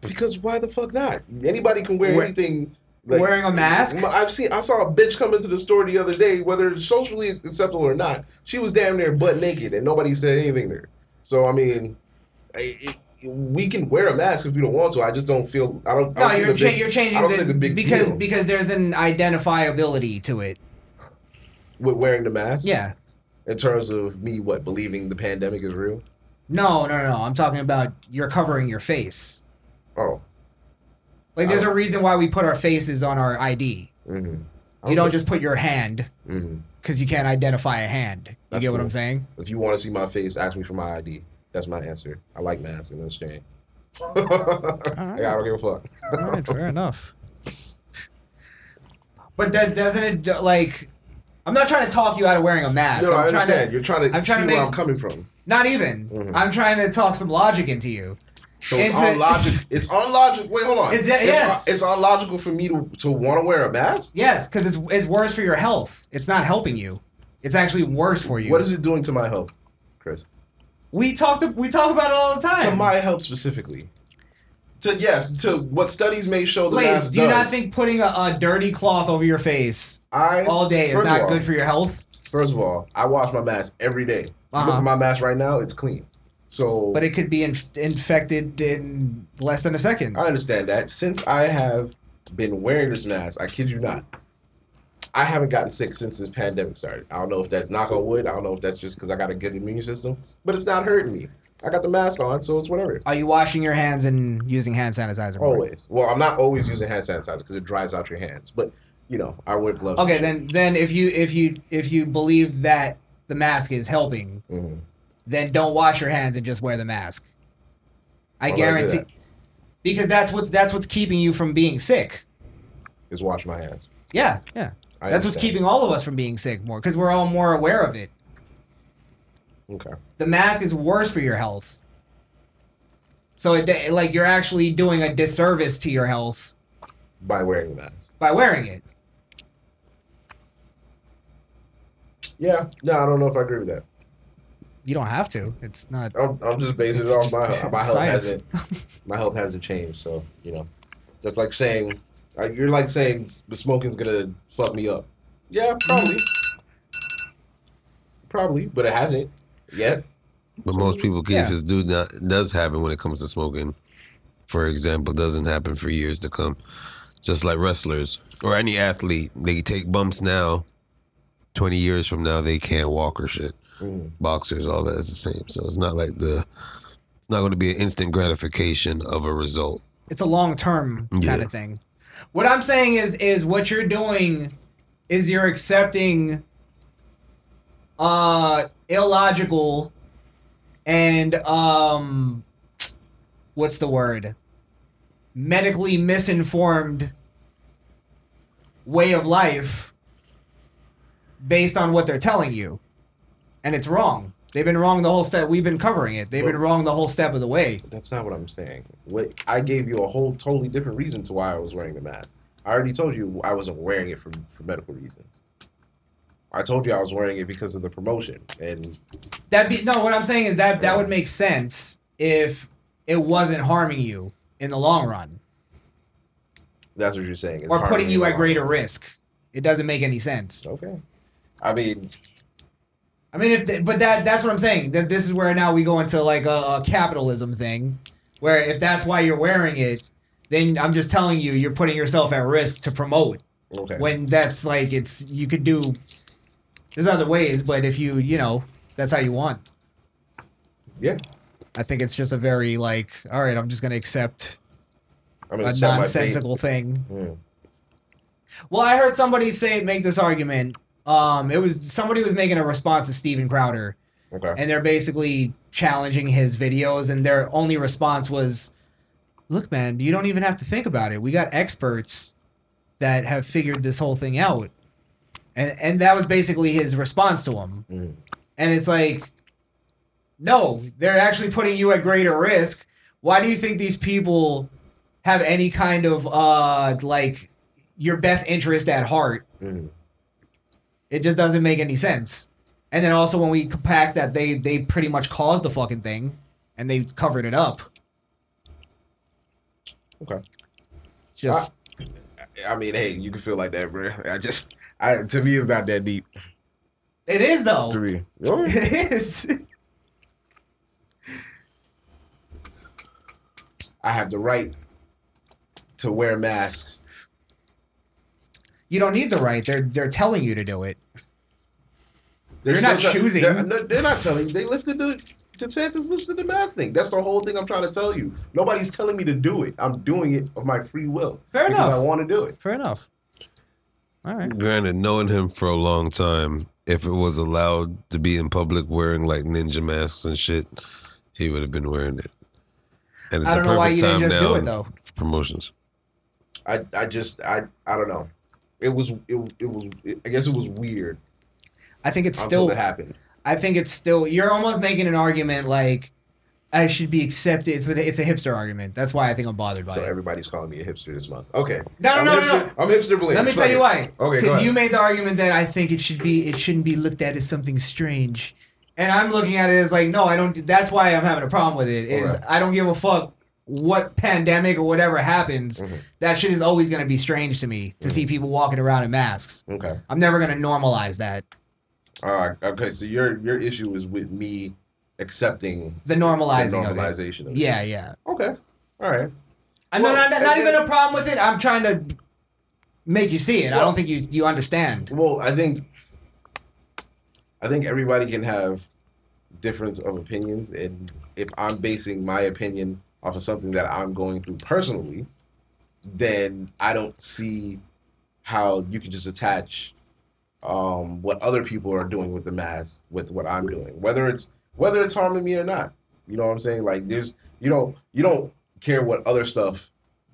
S3: Because why the fuck not? Anybody can wear
S2: Wear-
S3: anything.
S2: Wearing a mask?
S3: M- I've seen. I saw a bitch come into the store the other day, whether it's socially acceptable or not. She was damn near butt naked, and nobody said anything there. So I mean, I- it- we can wear a mask if we don't want to. I just don't feel. I don't.
S2: No,
S3: I don't see
S2: you're
S3: the
S2: cha-
S3: big-
S2: you're changing
S3: I don't
S2: the,
S3: see the big
S2: because
S3: deal
S2: because there's an identifiability to it.
S3: with wearing the mask.
S2: Yeah.
S3: In terms of me, what believing the pandemic is real.
S2: No, no, no, no. I'm talking about you're covering your face.
S3: Oh,
S2: Like, there's a reason why we put our faces on our ID.
S3: mhm.
S2: You don't just put your hand
S3: Mhm.
S2: because you can't identify a hand. You
S3: That's
S2: get what
S3: cool.
S2: I'm saying?
S3: if you want to see my face, ask me for my ID. That's my answer. I like masks and understand. [laughs] Yeah, I don't give a fuck.
S2: All right, fair enough. [laughs] But that doesn't it like. I'm not trying to talk you out of wearing a mask.
S3: No,
S2: I'm
S3: I
S2: trying
S3: understand.
S2: to
S3: You're Mm-hmm. trying to
S2: I'm trying
S3: see
S2: to
S3: where
S2: make-
S3: I'm coming from.
S2: not even. I'm trying to talk some logic into you.
S3: So it's,
S2: It's
S3: on
S2: a-
S3: logic. It's on logic. Wait, hold on.
S2: It's- yes.
S3: it's on logical for me to, to want to wear a mask.
S2: Yes, because it's it's worse for your health. It's not helping you. It's actually worse for you.
S3: What is it doing to my health, Chris?
S2: We talk to, we talk about it all the time.
S3: To my health specifically. to yes to what studies may show the
S2: Blaze,
S3: math
S2: do you
S3: does.
S2: not think putting a, a dirty cloth over your face
S3: I
S2: all day is
S3: first of
S2: not
S3: all-
S2: good for your health?
S3: First of all, I wash my mask every day. You
S2: Uh-huh.
S3: Look at my mask right now; it's clean. So,
S2: But it could be inf- infected in less than a second.
S3: I understand that. Since I have been wearing this mask, I kid you not, I haven't gotten sick since this pandemic started. I don't know if that's knock on wood. I don't know if that's just because I got a good immune system, but it's not hurting me. I got the mask on, so it's whatever.
S2: Are you washing your hands and using hand sanitizer? more?
S3: Always. Well, I'm not always using hand sanitizer because it dries out your hands, but you know, I wear gloves. and
S2: Okay,
S3: shit.
S2: then then if you if you if you believe that the mask is helping,
S3: Mm-hmm.
S2: then don't wash your hands and just wear the mask. I
S3: Why would I do
S2: guarantee,
S3: that?
S2: because that's what's that's what's keeping you from being sick.
S3: Is wash my hands.
S2: Yeah, yeah.
S3: I
S2: that's what's
S3: understand.
S2: keeping all of us from being sick more because we're all more aware of it.
S3: Okay.
S2: The mask is worse for your health. So it like you're actually doing a disservice to your health
S3: By wearing the mask.
S2: by wearing it.
S3: Yeah. No, I don't know if I agree with that.
S2: You don't have to. It's not.
S3: I'm, I'm just basing it
S2: It's
S3: on
S2: just
S3: my my health
S2: science.
S3: hasn't my health hasn't changed, so you know, that's like saying uh, you're like saying the smoking's gonna fuck me up. Yeah, probably, probably, but it hasn't yet.
S4: But most people cases
S2: Yeah.
S4: do not does happen when it comes to smoking. For example, doesn't happen for years to come. Just like wrestlers or any athlete, they take bumps now. Twenty years from now, they can't walk or shit. Boxers, all that is the same. So it's not like the it's not going to be an instant gratification of a result.
S2: it's a long term kind
S4: Yeah.
S2: of thing. What I'm saying is is what you're doing is you're accepting uh illogical and um what's the word? medically misinformed way of life based on what they're telling you. And it's wrong. They've been wrong the whole step. We've been covering it. They've been wrong the whole step of the way.
S3: That's not what I'm saying. What I gave you a whole totally different reason to why I was wearing the mask. I already told you I wasn't wearing it for for medical reasons. I told you I was wearing it because of the promotion, and
S2: That be no. What I'm saying is that that would make sense if it wasn't harming you in the long run
S3: that's what you're saying. It's
S2: or putting
S3: harming
S2: you
S3: my
S2: at
S3: health.
S2: greater risk. It doesn't make any sense.
S3: Okay, I mean,
S2: I mean, if th- but that that's what I'm saying. That this is where now we go into like a, a capitalism thing, where if that's why you're wearing it, then I'm just telling you you're putting yourself at risk to promote.
S3: okay.
S2: When that's like it's you could do. There's other ways, but if you you know that's how you want.
S3: yeah,
S2: I think it's just a very like all right. I'm just gonna accept
S3: I mean,
S2: a
S3: it's not my favorite-
S2: nonsensical thing.
S3: Mm.
S2: Well, I heard somebody say make this argument. Um, it was somebody was making a response to Steven Crowder,
S3: Okay.
S2: and they're basically challenging his videos, and their only response was, "Look, man, you don't even have to think about it. We got experts that have figured this whole thing out," and and that was basically his response to him. And it's like, no, they're actually putting you at greater risk. Why do you think these people have any kind of uh like your best interest at heart? It just doesn't make any sense. And then also when we compact that they they pretty much caused the fucking thing and they covered it up.
S3: Okay.
S2: It's just
S3: I mean, hey, you can feel like that, bro. I just, I to me, it's not that deep.
S2: it is though.
S3: To me,
S2: [laughs] It is.
S3: I have the right to wear a mask.
S2: You don't need the right. They're they're telling you to do it.
S3: They're
S2: You're not
S3: still-
S2: choosing.
S3: They're, no, they're not telling. They lifted the. DeSantis lifted the mask thing. That's the whole thing I'm trying to tell you. Nobody's telling me to do it. I'm doing it of my free will.
S2: Fair
S3: because
S2: enough.
S3: I want to do it.
S2: Fair enough. All right.
S4: Granted, knowing him for a long time, if it was allowed to be in public wearing like ninja masks and shit, he would have been wearing it. And
S2: I don't know why you didn't just do it,
S4: now
S2: though.
S4: for promotions.
S3: I, I just, I, I don't know. It was, it, it was. It, I guess it was weird
S2: I think it's
S3: until
S2: still
S3: it happened.
S2: I think it's still you're almost making an argument like I should be accepted. It's a, it's a hipster argument. That's why I think I'm bothered by
S3: So
S2: it.
S3: everybody's calling me a hipster this month. Okay.
S2: No, no,
S3: I'm
S2: no, no,
S3: hipster,
S2: no.
S3: I'm hipster. Blaze.
S2: Let me
S3: Fuck
S2: tell you
S3: it.
S2: why.
S3: Okay, go
S2: Because
S3: ahead.
S2: you made the argument that I think it should be it shouldn't be looked at as something strange, and I'm looking at it as like no, I don't. That's why I'm having a problem with it. Is
S3: Alright.
S2: I don't give a fuck what pandemic or whatever happens,
S3: Mm-hmm.
S2: that shit is always gonna be strange to me to see people walking around in masks.
S3: Okay.
S2: I'm never gonna normalize that.
S3: Uh, okay. So your your issue is with me accepting
S2: The normalizing,
S3: the
S2: of it.
S3: normalization. Of it.
S2: Yeah, yeah.
S3: Okay. All right.
S2: I'm
S3: Well,
S2: not, not,
S3: and
S2: not even
S3: then-
S2: a problem with it. I'm trying to make you see it. I don't think you you understand.
S3: Well, I think I think everybody can have difference of opinions, and if I'm basing my opinion off of something that I'm going through personally, then I don't see how you can just attach um, what other people are doing with the mask with what I'm doing, whether it's whether it's harming me or not. You know what I'm saying? Like there's you don't you don't care what other stuff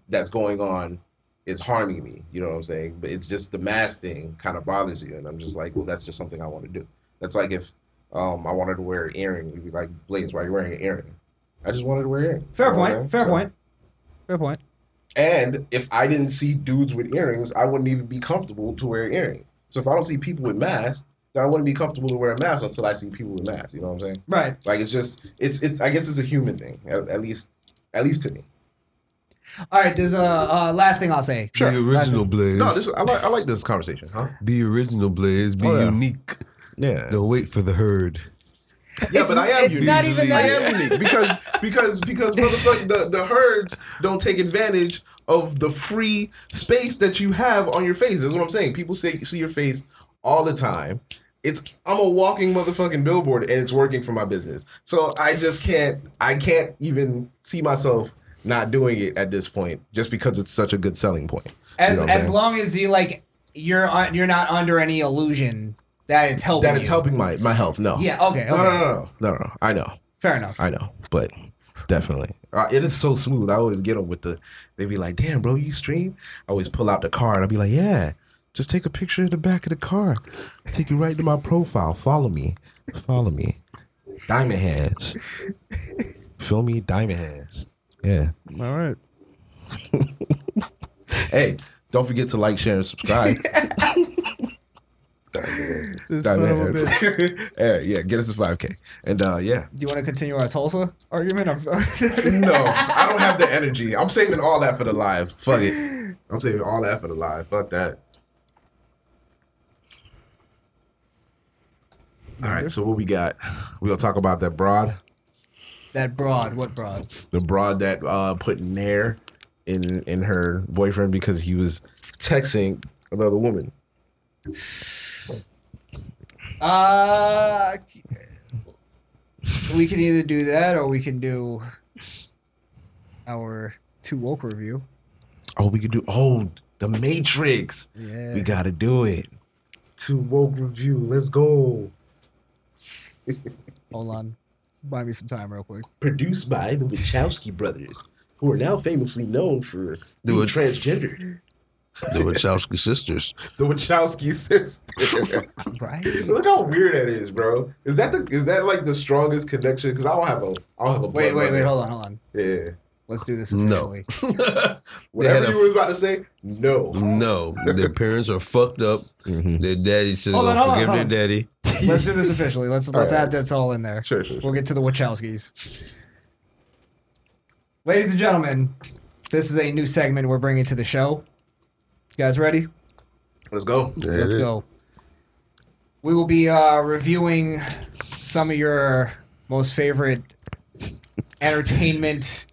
S3: that's going on is harming me. You know what I'm saying? But it's just the mask thing kind of bothers you, and I'm just like, well, that's just something I want to do. That's like if um, I wanted to wear an earring, you'd be like, Blaze, why are you wearing an earring? I just wanted to wear an earring.
S2: Fair
S3: You know what I'm
S2: point.
S3: saying?
S2: Fair
S3: So-
S2: point. Fair point.
S3: and if I didn't see dudes with earrings, I wouldn't even be comfortable to wear an earring. So if I don't see people with masks, then I wouldn't be comfortable to wear a mask until I see people with masks. You know what I'm saying?
S2: Right.
S3: Like it's just it's it's I guess it's a human thing. At, at least at least to me.
S2: All right. There's a uh, last thing I'll say.
S4: The
S2: Last
S4: original
S2: thing.
S4: Blaze.
S3: No, this I like I like this conversation, huh?
S4: be original, Blaze. Be
S3: Oh, yeah.
S4: unique.
S3: Yeah.
S4: Don't wait for the herd.
S3: Yeah, but I am
S2: it's not
S3: unique.
S2: even
S3: I
S2: that-
S3: am unique because because because motherfucker, the, the herds don't take advantage of the free space that you have on your face. That's what I'm saying. People say see your face all the time. It's I'm a walking motherfucking billboard, and it's working for my business. So I just can't I can't even see myself not doing it at this point, just because it's such a good selling point. You
S2: As
S3: know what I'm
S2: as
S3: saying?
S2: long as you like, you're un- you're not under any illusion that it's helping.
S3: that it's
S2: you.
S3: helping my my health. No.
S2: Yeah. Okay. Okay.
S3: No, no, no, no, no, no. I know.
S2: Fair enough.
S3: I know, but definitely. Uh, it is so smooth. I always get them with the, they be like, damn, bro, you stream? I always pull out the car and I'll be like, yeah, just take a picture of the back of the car. Take you right to my profile. Follow me. Follow me. Diamond hands. Feel me? Diamond hands. Yeah.
S14: All right.
S3: [laughs] Hey, don't forget to like, share, and subscribe.
S14: [laughs] This son of a
S3: Diamond
S14: bitch.
S3: hands. [laughs] yeah, yeah, get us a 5K. And uh, yeah.
S2: Do you want to continue our Tulsa argument? I'm-
S3: No, I don't have the energy. I'm saving all that for the live. Fuck it. I'm saving all that for the live. Fuck that. All right, so what we got? We're gonna talk about that broad,
S2: [laughs] that broad. What broad?
S3: the broad that uh, put Nair in in her boyfriend because he was texting another woman.
S2: Uh, we can either do that or we can do our two woke review.
S3: Oh, we could do oh the Matrix.
S2: Yeah.
S3: We gotta do it. Two woke review. Let's go.
S2: Hold on. Buy me some time real quick.
S3: produced by the Wachowski brothers, who are now famously known for being
S4: Wach-
S3: transgender.
S4: The Wachowski sisters.
S3: The Wachowski sister.
S2: Right?
S3: [laughs] Look how weird that is, bro. Is that the is that like the strongest connection? Because I don't have a I don't have a
S2: Wait,
S3: blood
S2: wait, wait.
S3: brother.
S2: Hold on, hold on.
S3: Yeah,
S2: Let's do this
S4: No.
S2: officially.
S3: whatever
S4: had a
S3: you were about to say, no.
S4: No, their parents are fucked up.
S3: Mm-hmm.
S4: Their daddy should
S2: Hold on,
S4: gonna
S2: hold on,
S4: forgive
S2: hold
S4: their
S2: on.
S4: daddy.
S2: Let's do this officially. Let's let's
S3: right.
S2: add that's all in there.
S3: Sure, sure,
S2: We'll get to the Wachowskis. Ladies and gentlemen, this is a new segment we're bringing to the show. You guys ready?
S3: Let's go.
S2: Let's go. We will be uh, reviewing some of your most favorite entertainment.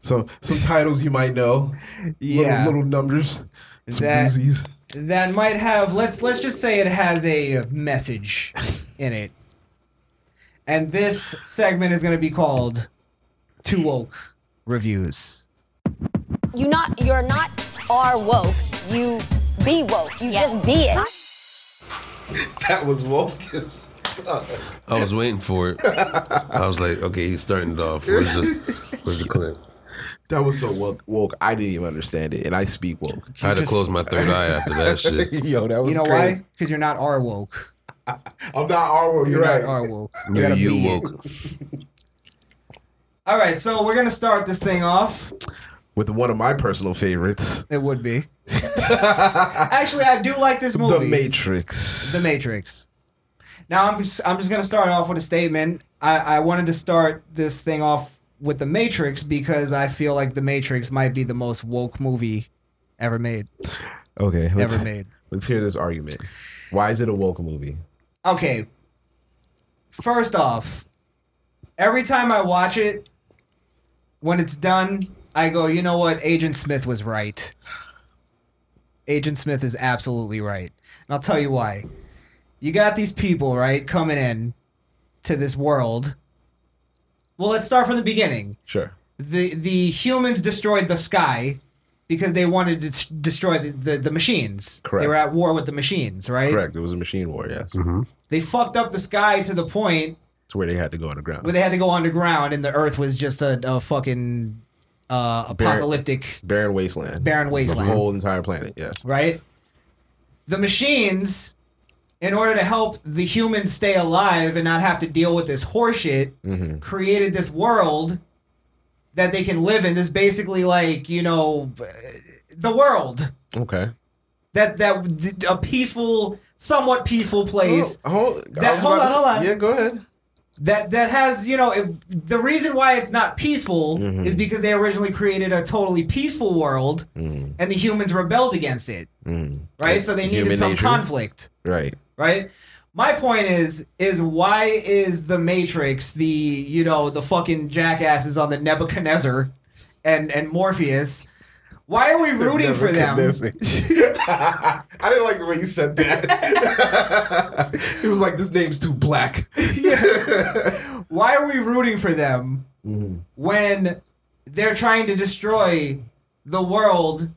S3: So some titles you might know.
S2: Yeah.
S3: Little, little numbers. Some
S2: That-
S3: doozies.
S2: that might have let's let's just say it has a message in it. And this segment is going to be called Two Woke Reviews.
S10: You not you're not are woke. You be woke. You just be it.
S3: That was woke. as fuck.
S4: I was waiting for it. I was like, okay, he's starting it off. Where's the, where's the clip?
S3: That was so woke, woke. I didn't even understand it, and I speak woke. [laughs]
S4: I had to
S2: just-
S4: close my third eye
S2: [laughs]
S4: after that shit.
S3: Yo, that was
S2: You know
S3: crazy.
S2: why? Because you're not R woke.
S3: I'm not R word.
S2: You're
S3: You're right.
S2: not R woke. You
S4: You,
S2: gotta
S4: you
S2: be it. [laughs]
S4: woke.
S2: All right, so we're gonna start this thing off.
S3: With one of my personal favorites,
S2: It would
S3: [laughs]
S2: be. Actually, I do like this movie.
S3: The Matrix.
S2: The Matrix. Now I'm just I'm just gonna start off with a statement. I, I wanted to start this thing off with the Matrix because I feel like the Matrix might be the most woke movie ever made.
S3: Okay, let's,
S2: Ever made.
S3: Let's hear this argument. Why is it a woke movie?
S2: Okay. First off, every time I watch it, when it's done, I go, you know what? Agent Smith was right. Agent Smith is absolutely right. And I'll tell you why. You got these people, right, coming in to this world. Well, let's start from the beginning.
S3: Sure.
S2: The the humans destroyed the sky because they wanted to s- destroy the, the, the machines. They
S3: Correct.
S2: were at war with the machines, right?
S3: Correct. It was a machine war. Yes.
S2: They fucked up the sky to the point
S3: To where they had to go underground.
S2: where they had to go underground and the earth was just a, a fucking uh,
S3: Barren-
S2: apocalyptic
S3: barren wasteland.
S2: Barren wasteland.
S3: The whole entire planet. Yes.
S2: right? The machines, in order to help the humans stay alive and not have to deal with this horseshit,
S3: Mm-hmm.
S2: created this world that they can live in. This basically like you know, uh, the world
S3: Okay.
S2: that that d- a peaceful, somewhat peaceful
S3: Oh,
S2: place.
S3: Hold,
S2: That- hold on, hold on.
S3: Yeah, go ahead.
S2: That, that has you know it, the reason why it's not peaceful
S3: Mhm.
S2: is because they originally created a totally peaceful world
S3: Mm,
S2: and the humans rebelled against it
S3: mm.
S2: right so they
S3: Human
S2: needed some
S3: nature.
S2: conflict
S3: Right.
S2: right? My point is is why is the Matrix the you know the fucking jackasses on the Nebuchadnezzar and and Morpheus? Why are we
S3: [laughs]
S2: rooting for them?
S3: I didn't like the way you said that. [laughs] it was like this name's too
S2: [laughs]
S3: black. [laughs]
S2: Why are we rooting for them
S3: Mm-hmm.
S2: when they're trying to destroy the world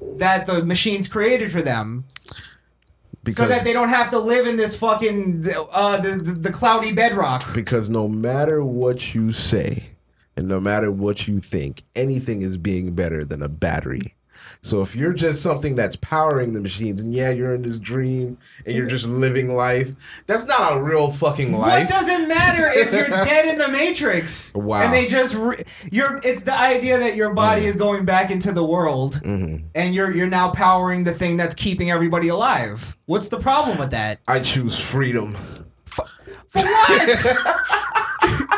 S2: that the machines created for them? so that they don't have to live in this fucking uh, the, the the cloudy bedrock.
S3: because no matter what you say and no matter what you think, anything is being better than a battery. So if you're just something that's powering the machines, and yeah, you're in this dream and you're just living life, that's not a real fucking
S2: What
S3: life.
S2: does it matter if
S3: [laughs]
S2: you're dead in the Matrix?
S3: Wow. Mm-hmm.
S2: And they just re- you're it's the idea that your body is going back into the world
S3: Mhm.
S2: and you're you're now powering the thing that's keeping everybody alive. What's the problem with that?
S3: I choose freedom.
S2: For what? [laughs]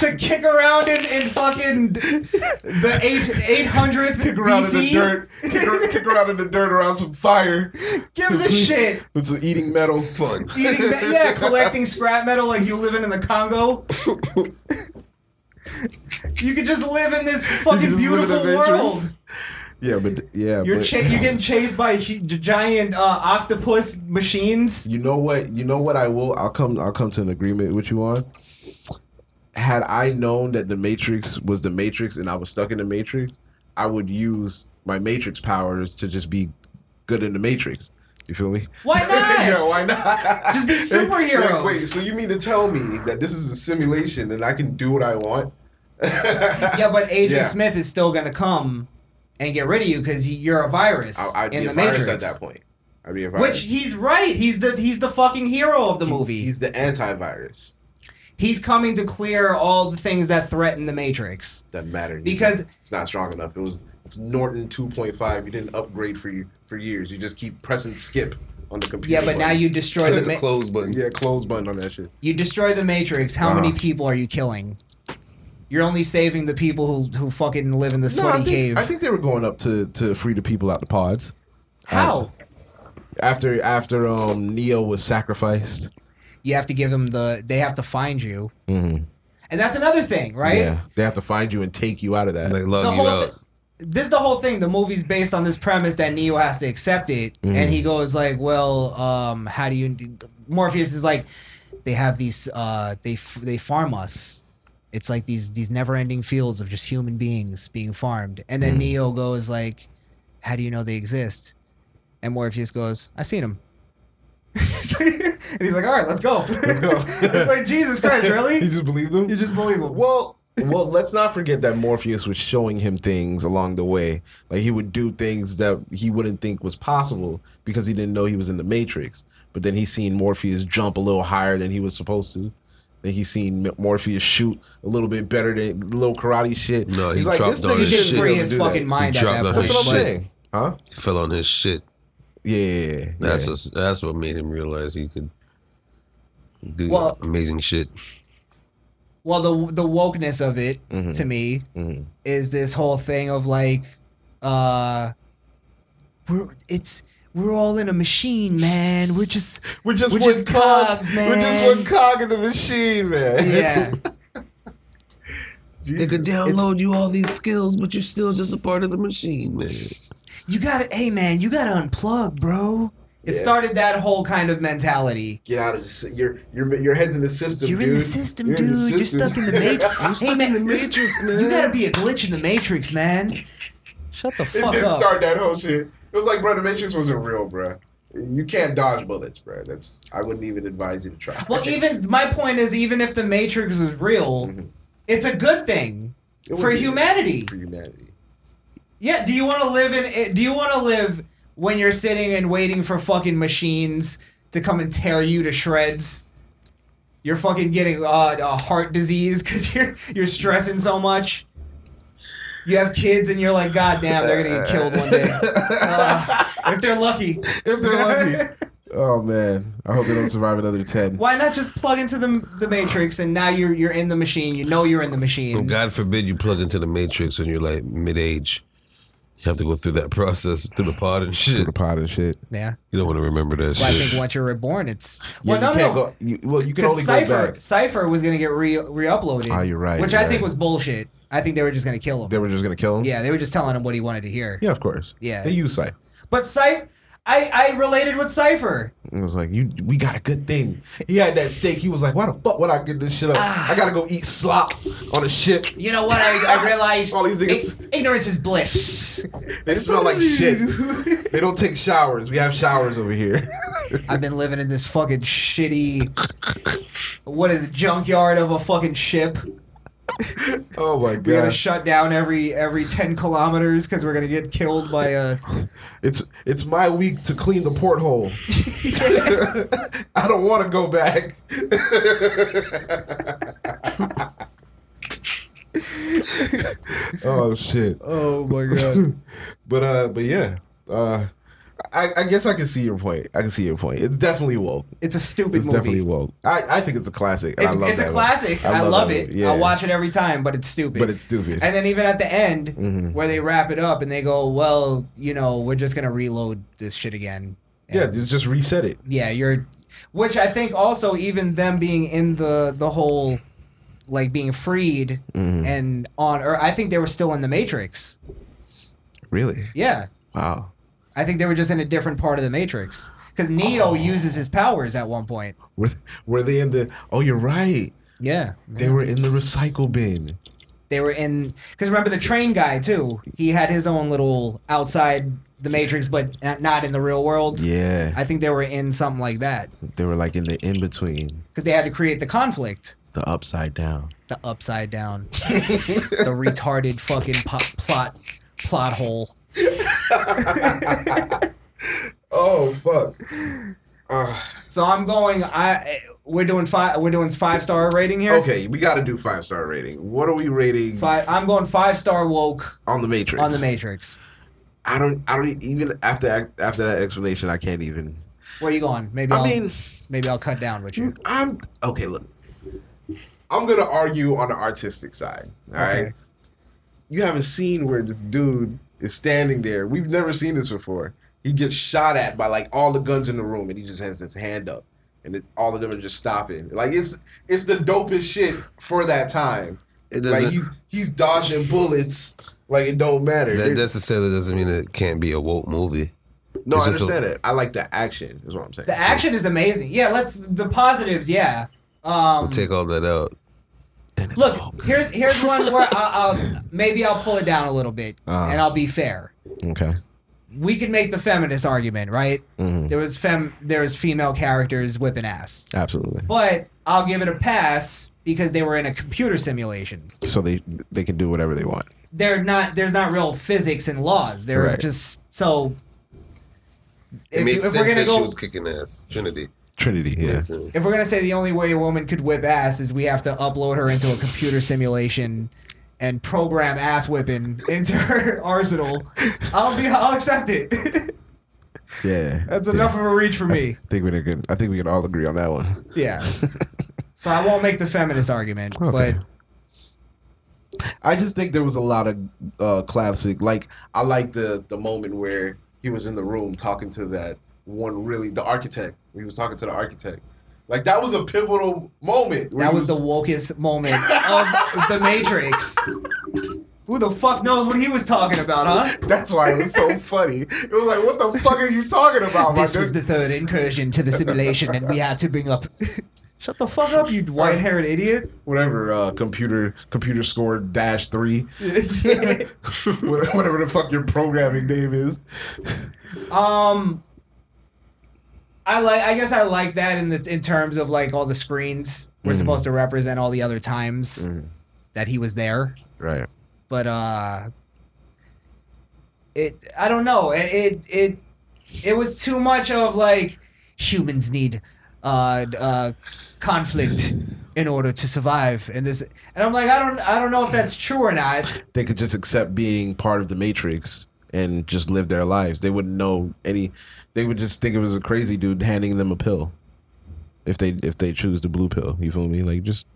S2: to kick around in, in fucking the eight 800th
S3: Kick around in the
S2: BC?
S3: dirt. Kick, ar- kick around in the dirt around some fire.
S2: Gives a shit.
S3: It's eating metal.
S4: Fun.
S2: Eating me- yeah, collecting scrap metal like you living in the Congo. you could just live in this
S3: You
S2: fucking
S3: just live in
S2: beautiful
S3: adventures.
S2: world.
S3: [laughs] Yeah, but yeah,
S2: You're
S3: but,
S2: cha- you're getting chased by hu- giant uh, octopus machines.
S3: You know what? You know what? I will. I'll come. I'll come to an agreement with you on. Had I known that the Matrix was the Matrix and I was stuck in the Matrix, I would use my Matrix powers to just be good in the Matrix. You
S2: [laughs]
S3: feel me?
S2: Why not?
S3: [laughs] yeah, why not?
S2: Just be
S3: [laughs]
S2: superheroes.
S3: Wait, wait, so you mean to tell me that this is a simulation and I can do what I want?
S2: yeah, but Agent
S3: Yeah.
S2: Smith is still gonna come and get rid of you because you're a virus
S3: I, I'd
S2: in
S3: be
S2: the
S3: a virus
S2: Matrix.
S3: at that point. I'd be a virus.
S2: Which he's right. He's the he's the fucking hero of the movie.
S3: he's the antivirus
S2: He's coming to clear all the things that threaten the Matrix.
S3: that mattered
S2: Because-
S3: it's not strong enough. It was it's Norton 2.5. You didn't upgrade for you for years. You just keep pressing skip on the computer.
S2: Yeah, but now
S3: button.
S2: you destroy
S4: That's
S2: the
S4: the
S2: ma-
S4: close [laughs] button.
S3: yeah close button on that shit.
S2: You destroy the Matrix. How many
S3: Uh-huh.
S2: people are you killing? You're only saving the people who who fucking live in the sweaty
S3: I think,
S2: cave.
S3: I think they were going up to to free the people out the pods
S2: How?
S3: after after um Neo was sacrificed.
S2: You have to give them the. They have to find you. And that's another thing, right?
S3: Mm-hmm. Yeah, they have to find you and take you out of that.
S4: They
S2: The
S4: love you
S2: whole
S4: up.
S2: thi- this is the whole thing. The movie's based on this premise that Neo has to accept it, and he goes like, "Well, um, how do you?" Morpheus is like, "They have these. Uh, they f- they farm us. It's like these these never ending fields of just human beings being farmed." And then Neo goes like, "How do you know they exist?" And Morpheus goes, "I seen them." [laughs] and he's like, "All right, let's go." [laughs] it's like Jesus Christ,
S3: [laughs]
S2: really?
S3: you just believe them.
S2: You just believe him?
S3: Well, well, let's not forget that Morpheus was showing him things along the way. Like he would do things that he wouldn't think was possible because he didn't know he was in the Matrix. But then he seen Morpheus jump a little higher than he was supposed to. Then he seen M- Morpheus shoot a little bit better than little karate shit.
S4: No, he
S3: He's like,
S4: dropped
S3: this
S4: all
S3: nigga
S4: his
S3: shouldn't
S4: shit.
S3: be
S2: free
S3: able to
S2: his
S3: do that.
S2: fucking mind at that
S4: dropped that
S2: point.
S4: whole
S3: That's what I'm
S2: but-
S4: shit.
S3: saying, huh?
S4: He fell on his shit.
S3: Yeah, yeah, yeah.
S4: That's what that's what made him realize he could do
S2: Well-
S4: amazing shit.
S2: well the the wokeness of it
S15: Mhm.
S2: to me
S15: Mhm.
S2: is this whole thing of like uh we're it's we're all in a machine, man. We're just
S3: [laughs] we're just
S2: we're
S3: one
S2: just
S3: cog-
S2: cogs, man.
S3: we're just one cog in the machine, man.
S2: Yeah.
S4: They could download you all these skills, but you're still just a part of the machine, man.
S2: You gotta, hey man, you gotta unplug, bro. It
S3: Yeah.
S2: started that whole kind of mentality.
S3: Get out of the your your your head's in the system.
S2: You're in the system, dude. You're stuck
S3: [laughs]
S2: in the matrix. hey, man,
S4: matrix,
S2: You gotta be a glitch in the matrix, man. Shut the
S3: It
S2: fuck
S3: did
S2: up.
S3: start that whole shit. It was like, bro, the Matrix wasn't real, bro. You can't dodge bullets, bro. That's I wouldn't even advise you to try.
S2: Well, even my point is, even if the Matrix is real, it's a good thing
S3: Mm-hmm. It
S2: for
S3: would be-
S2: humanity. [laughs]
S3: For humanity.
S2: Yeah. Do you want to live in? it- Do you want to live when you're sitting and waiting for fucking machines to come and tear you to shreds? You're fucking getting uh, a heart disease [laughs] because you're you're stressing so much. You have kids and you're like, God damn, they're gonna get killed one
S3: [laughs]
S2: day. Uh, if they're lucky.
S3: If they're
S2: [laughs]
S3: lucky. [laughs] Oh man, I hope they don't survive another ten.
S2: Why not just plug into the the matrix and now you're you're in the machine. You know you're in the machine.
S4: God forbid you plug into the matrix when you're like mid age. You have to go through that [laughs] process through the pod and shit. Through the
S3: pod and shit.
S2: Yeah.
S4: You don't want to remember that
S2: Well, I
S4: shit.
S2: think once you're reborn, it's
S4: Yeah,
S2: well,
S4: you
S2: no,
S4: can't
S2: no.
S4: go- you- well, you can
S2: 'Cause
S4: only go
S2: Cypher,
S4: back.
S2: Cypher was gonna get re re-uploaded.
S3: Ah, you're right,
S2: Which
S3: you're
S2: I think
S3: right.
S2: was bullshit. I think they were just gonna kill him.
S3: They were just gonna kill him.
S2: yeah, they were just telling him what he wanted to hear.
S3: Yeah, of course.
S2: Yeah.
S3: They use Cypher.
S2: But Cypher, I I related with Cypher.
S3: It was like you. We got a good thing. He had that steak. He was like, "Why the fuck would I get this shit up? I gotta go eat slop on a ship."
S2: You know what? I,
S3: [laughs]
S2: I realized
S3: All these niggas-
S2: ig- ignorance is bliss.
S3: They smell like shit. They don't take showers. We have showers over here. [laughs]
S2: I've been living in this fucking shitty, what is it, junkyard of a fucking ship.
S3: Oh my god.
S2: We gotta shut down every every ten kilometers because we're gonna get killed by a.
S3: It's it's my week to clean the porthole. [laughs] I don't want to go back. [laughs] oh shit. Oh my god. [laughs] but uh but yeah. Uh I, I guess I can see your point. I can see your point. It's definitely woke.
S2: It's a stupid
S3: It's
S2: movie.
S3: definitely woke. I, I think it's a classic. and
S2: It's,
S3: I love
S2: it's
S3: that
S2: a
S3: one.
S2: classic. I love,
S3: that
S2: it.
S3: movie. Yeah.
S2: I watch it every time, but it's stupid.
S3: But it's stupid.
S2: And then even at the end,
S3: Mhm.
S2: where they wrap it up and they go, "Well, you know, we're just gonna reload this shit again."
S3: yeah, just just reset it.
S2: Yeah, you're. Which I think also even them being in the the whole, like being freed
S3: Mm-hmm.
S15: Mhm.
S2: and on, or I think they were still in the Matrix.
S3: Really?
S2: Yeah,
S3: Wow.
S2: I think they were just in a different part of the Matrix because Neo uses his powers at one point.
S3: Were, were they in the? Oh, you're right.
S2: Yeah,
S3: They were in the recycle bin.
S2: They were in because remember the train guy too. He had his own little outside the Matrix, but n- not in the real world.
S15: Yeah.
S2: I think they were in something like that
S15: They were like in the in between,
S2: because they had to create the conflict,
S15: the upside down.
S2: the upside down, the retarded fucking po- plot plot hole.
S3: Oh fuck.
S2: So I'm going. I we're doing five. We're doing five star rating here.
S3: Okay, we got to do five star rating. What are we rating
S2: Five, I'm going five star woke
S3: on the Matrix?
S2: on the Matrix.
S3: I don't. I don't even after after that explanation. I can't even.
S2: Where you going? Maybe
S3: I
S2: I will
S3: mean-
S2: maybe I'll cut down with you.
S3: I'm okay. Look, I'm gonna argue on the artistic side. All right.
S2: Okay.
S3: You have a scene where this dude is standing there. We've never seen this before. He gets shot at by like all the guns in the room, and he just has his hand up, and it, all of them are just stopping. Like it's it's the dopest shit for that time.
S4: It
S3: like
S4: doesn't-
S3: he's he's dodging bullets. Like it don't matter.
S4: That
S3: There's-
S4: necessarily doesn't mean it can't be a woke movie.
S3: no,
S4: It's
S3: I
S4: just a-
S3: understand it. I like the action. Is what I'm saying.
S2: The action is amazing. Yeah, let's the positives. Yeah. Um,
S4: We'll take all that out.
S2: Look, here's here's one where
S4: [laughs]
S2: I'll, I'll maybe I'll pull it down a little bit,
S15: Uh-huh.
S2: and I'll be fair.
S15: Okay.
S2: We could make the feminist argument, right?
S4: Mm-hmm.
S15: Mhm.
S2: There was fem, there was female characters whipping ass,
S15: Absolutely.
S2: but I'll give it a pass because they were in a computer simulation.
S15: So they they can do whatever they want.
S2: They're not there's not real physics and laws. They're
S15: Right.
S2: just so.
S4: It
S2: If,
S4: made
S2: you- if
S4: sense
S2: we're gonna
S4: that she
S2: go,
S4: was kicking ass. Trinity.
S15: Trinity.
S4: Made
S15: Yeah.
S4: sense.
S2: if we're gonna say the only way a woman could whip ass is we have to upload her into a computer simulation and program ass whipping into her [laughs] arsenal, I'll be I'll accept it. [laughs]
S15: Yeah.
S2: That's enough of a reach for me. [laughs]
S15: I think we can. I think we can all agree on that one.
S2: Yeah. So I won't make the feminist argument, but
S3: I just think there was a lot of uh, classic. Like I like the the moment where he was in the room talking to that one really the architect. He was talking to the architect. Like that was a pivotal moment. where
S2: that
S3: he
S2: was the wokest moment of the Matrix. Who the fuck knows what he was talking about, huh?
S3: [laughs] That's why it was
S2: [laughs]
S3: so funny. It was like, what the fuck are you talking about? my
S2: This was
S3: dude?
S2: the third incursion to the simulation, and we had to bring up. [laughs] Shut the fuck up, you white haired idiot. [laughs]
S3: whatever uh, computer computer score dash three, Whatever- [laughs] whatever the fuck your programming name is.
S2: Um, I like. I guess I like that in the in terms of like all the screens were
S16: Mm.
S2: supposed to represent all the other times
S16: Mm.
S2: that he was there.
S16: Right.
S2: but uh it i don't know it it it, it was too much of like humans need uh d- uh conflict in order to survive and this and i'm like i don't i don't know if that's true or not
S16: They could just accept being part of the Matrix and just live their lives. They wouldn't know any. They would just think it was a crazy dude handing them a pill. If they if they choose the blue pill, you feel me? Like just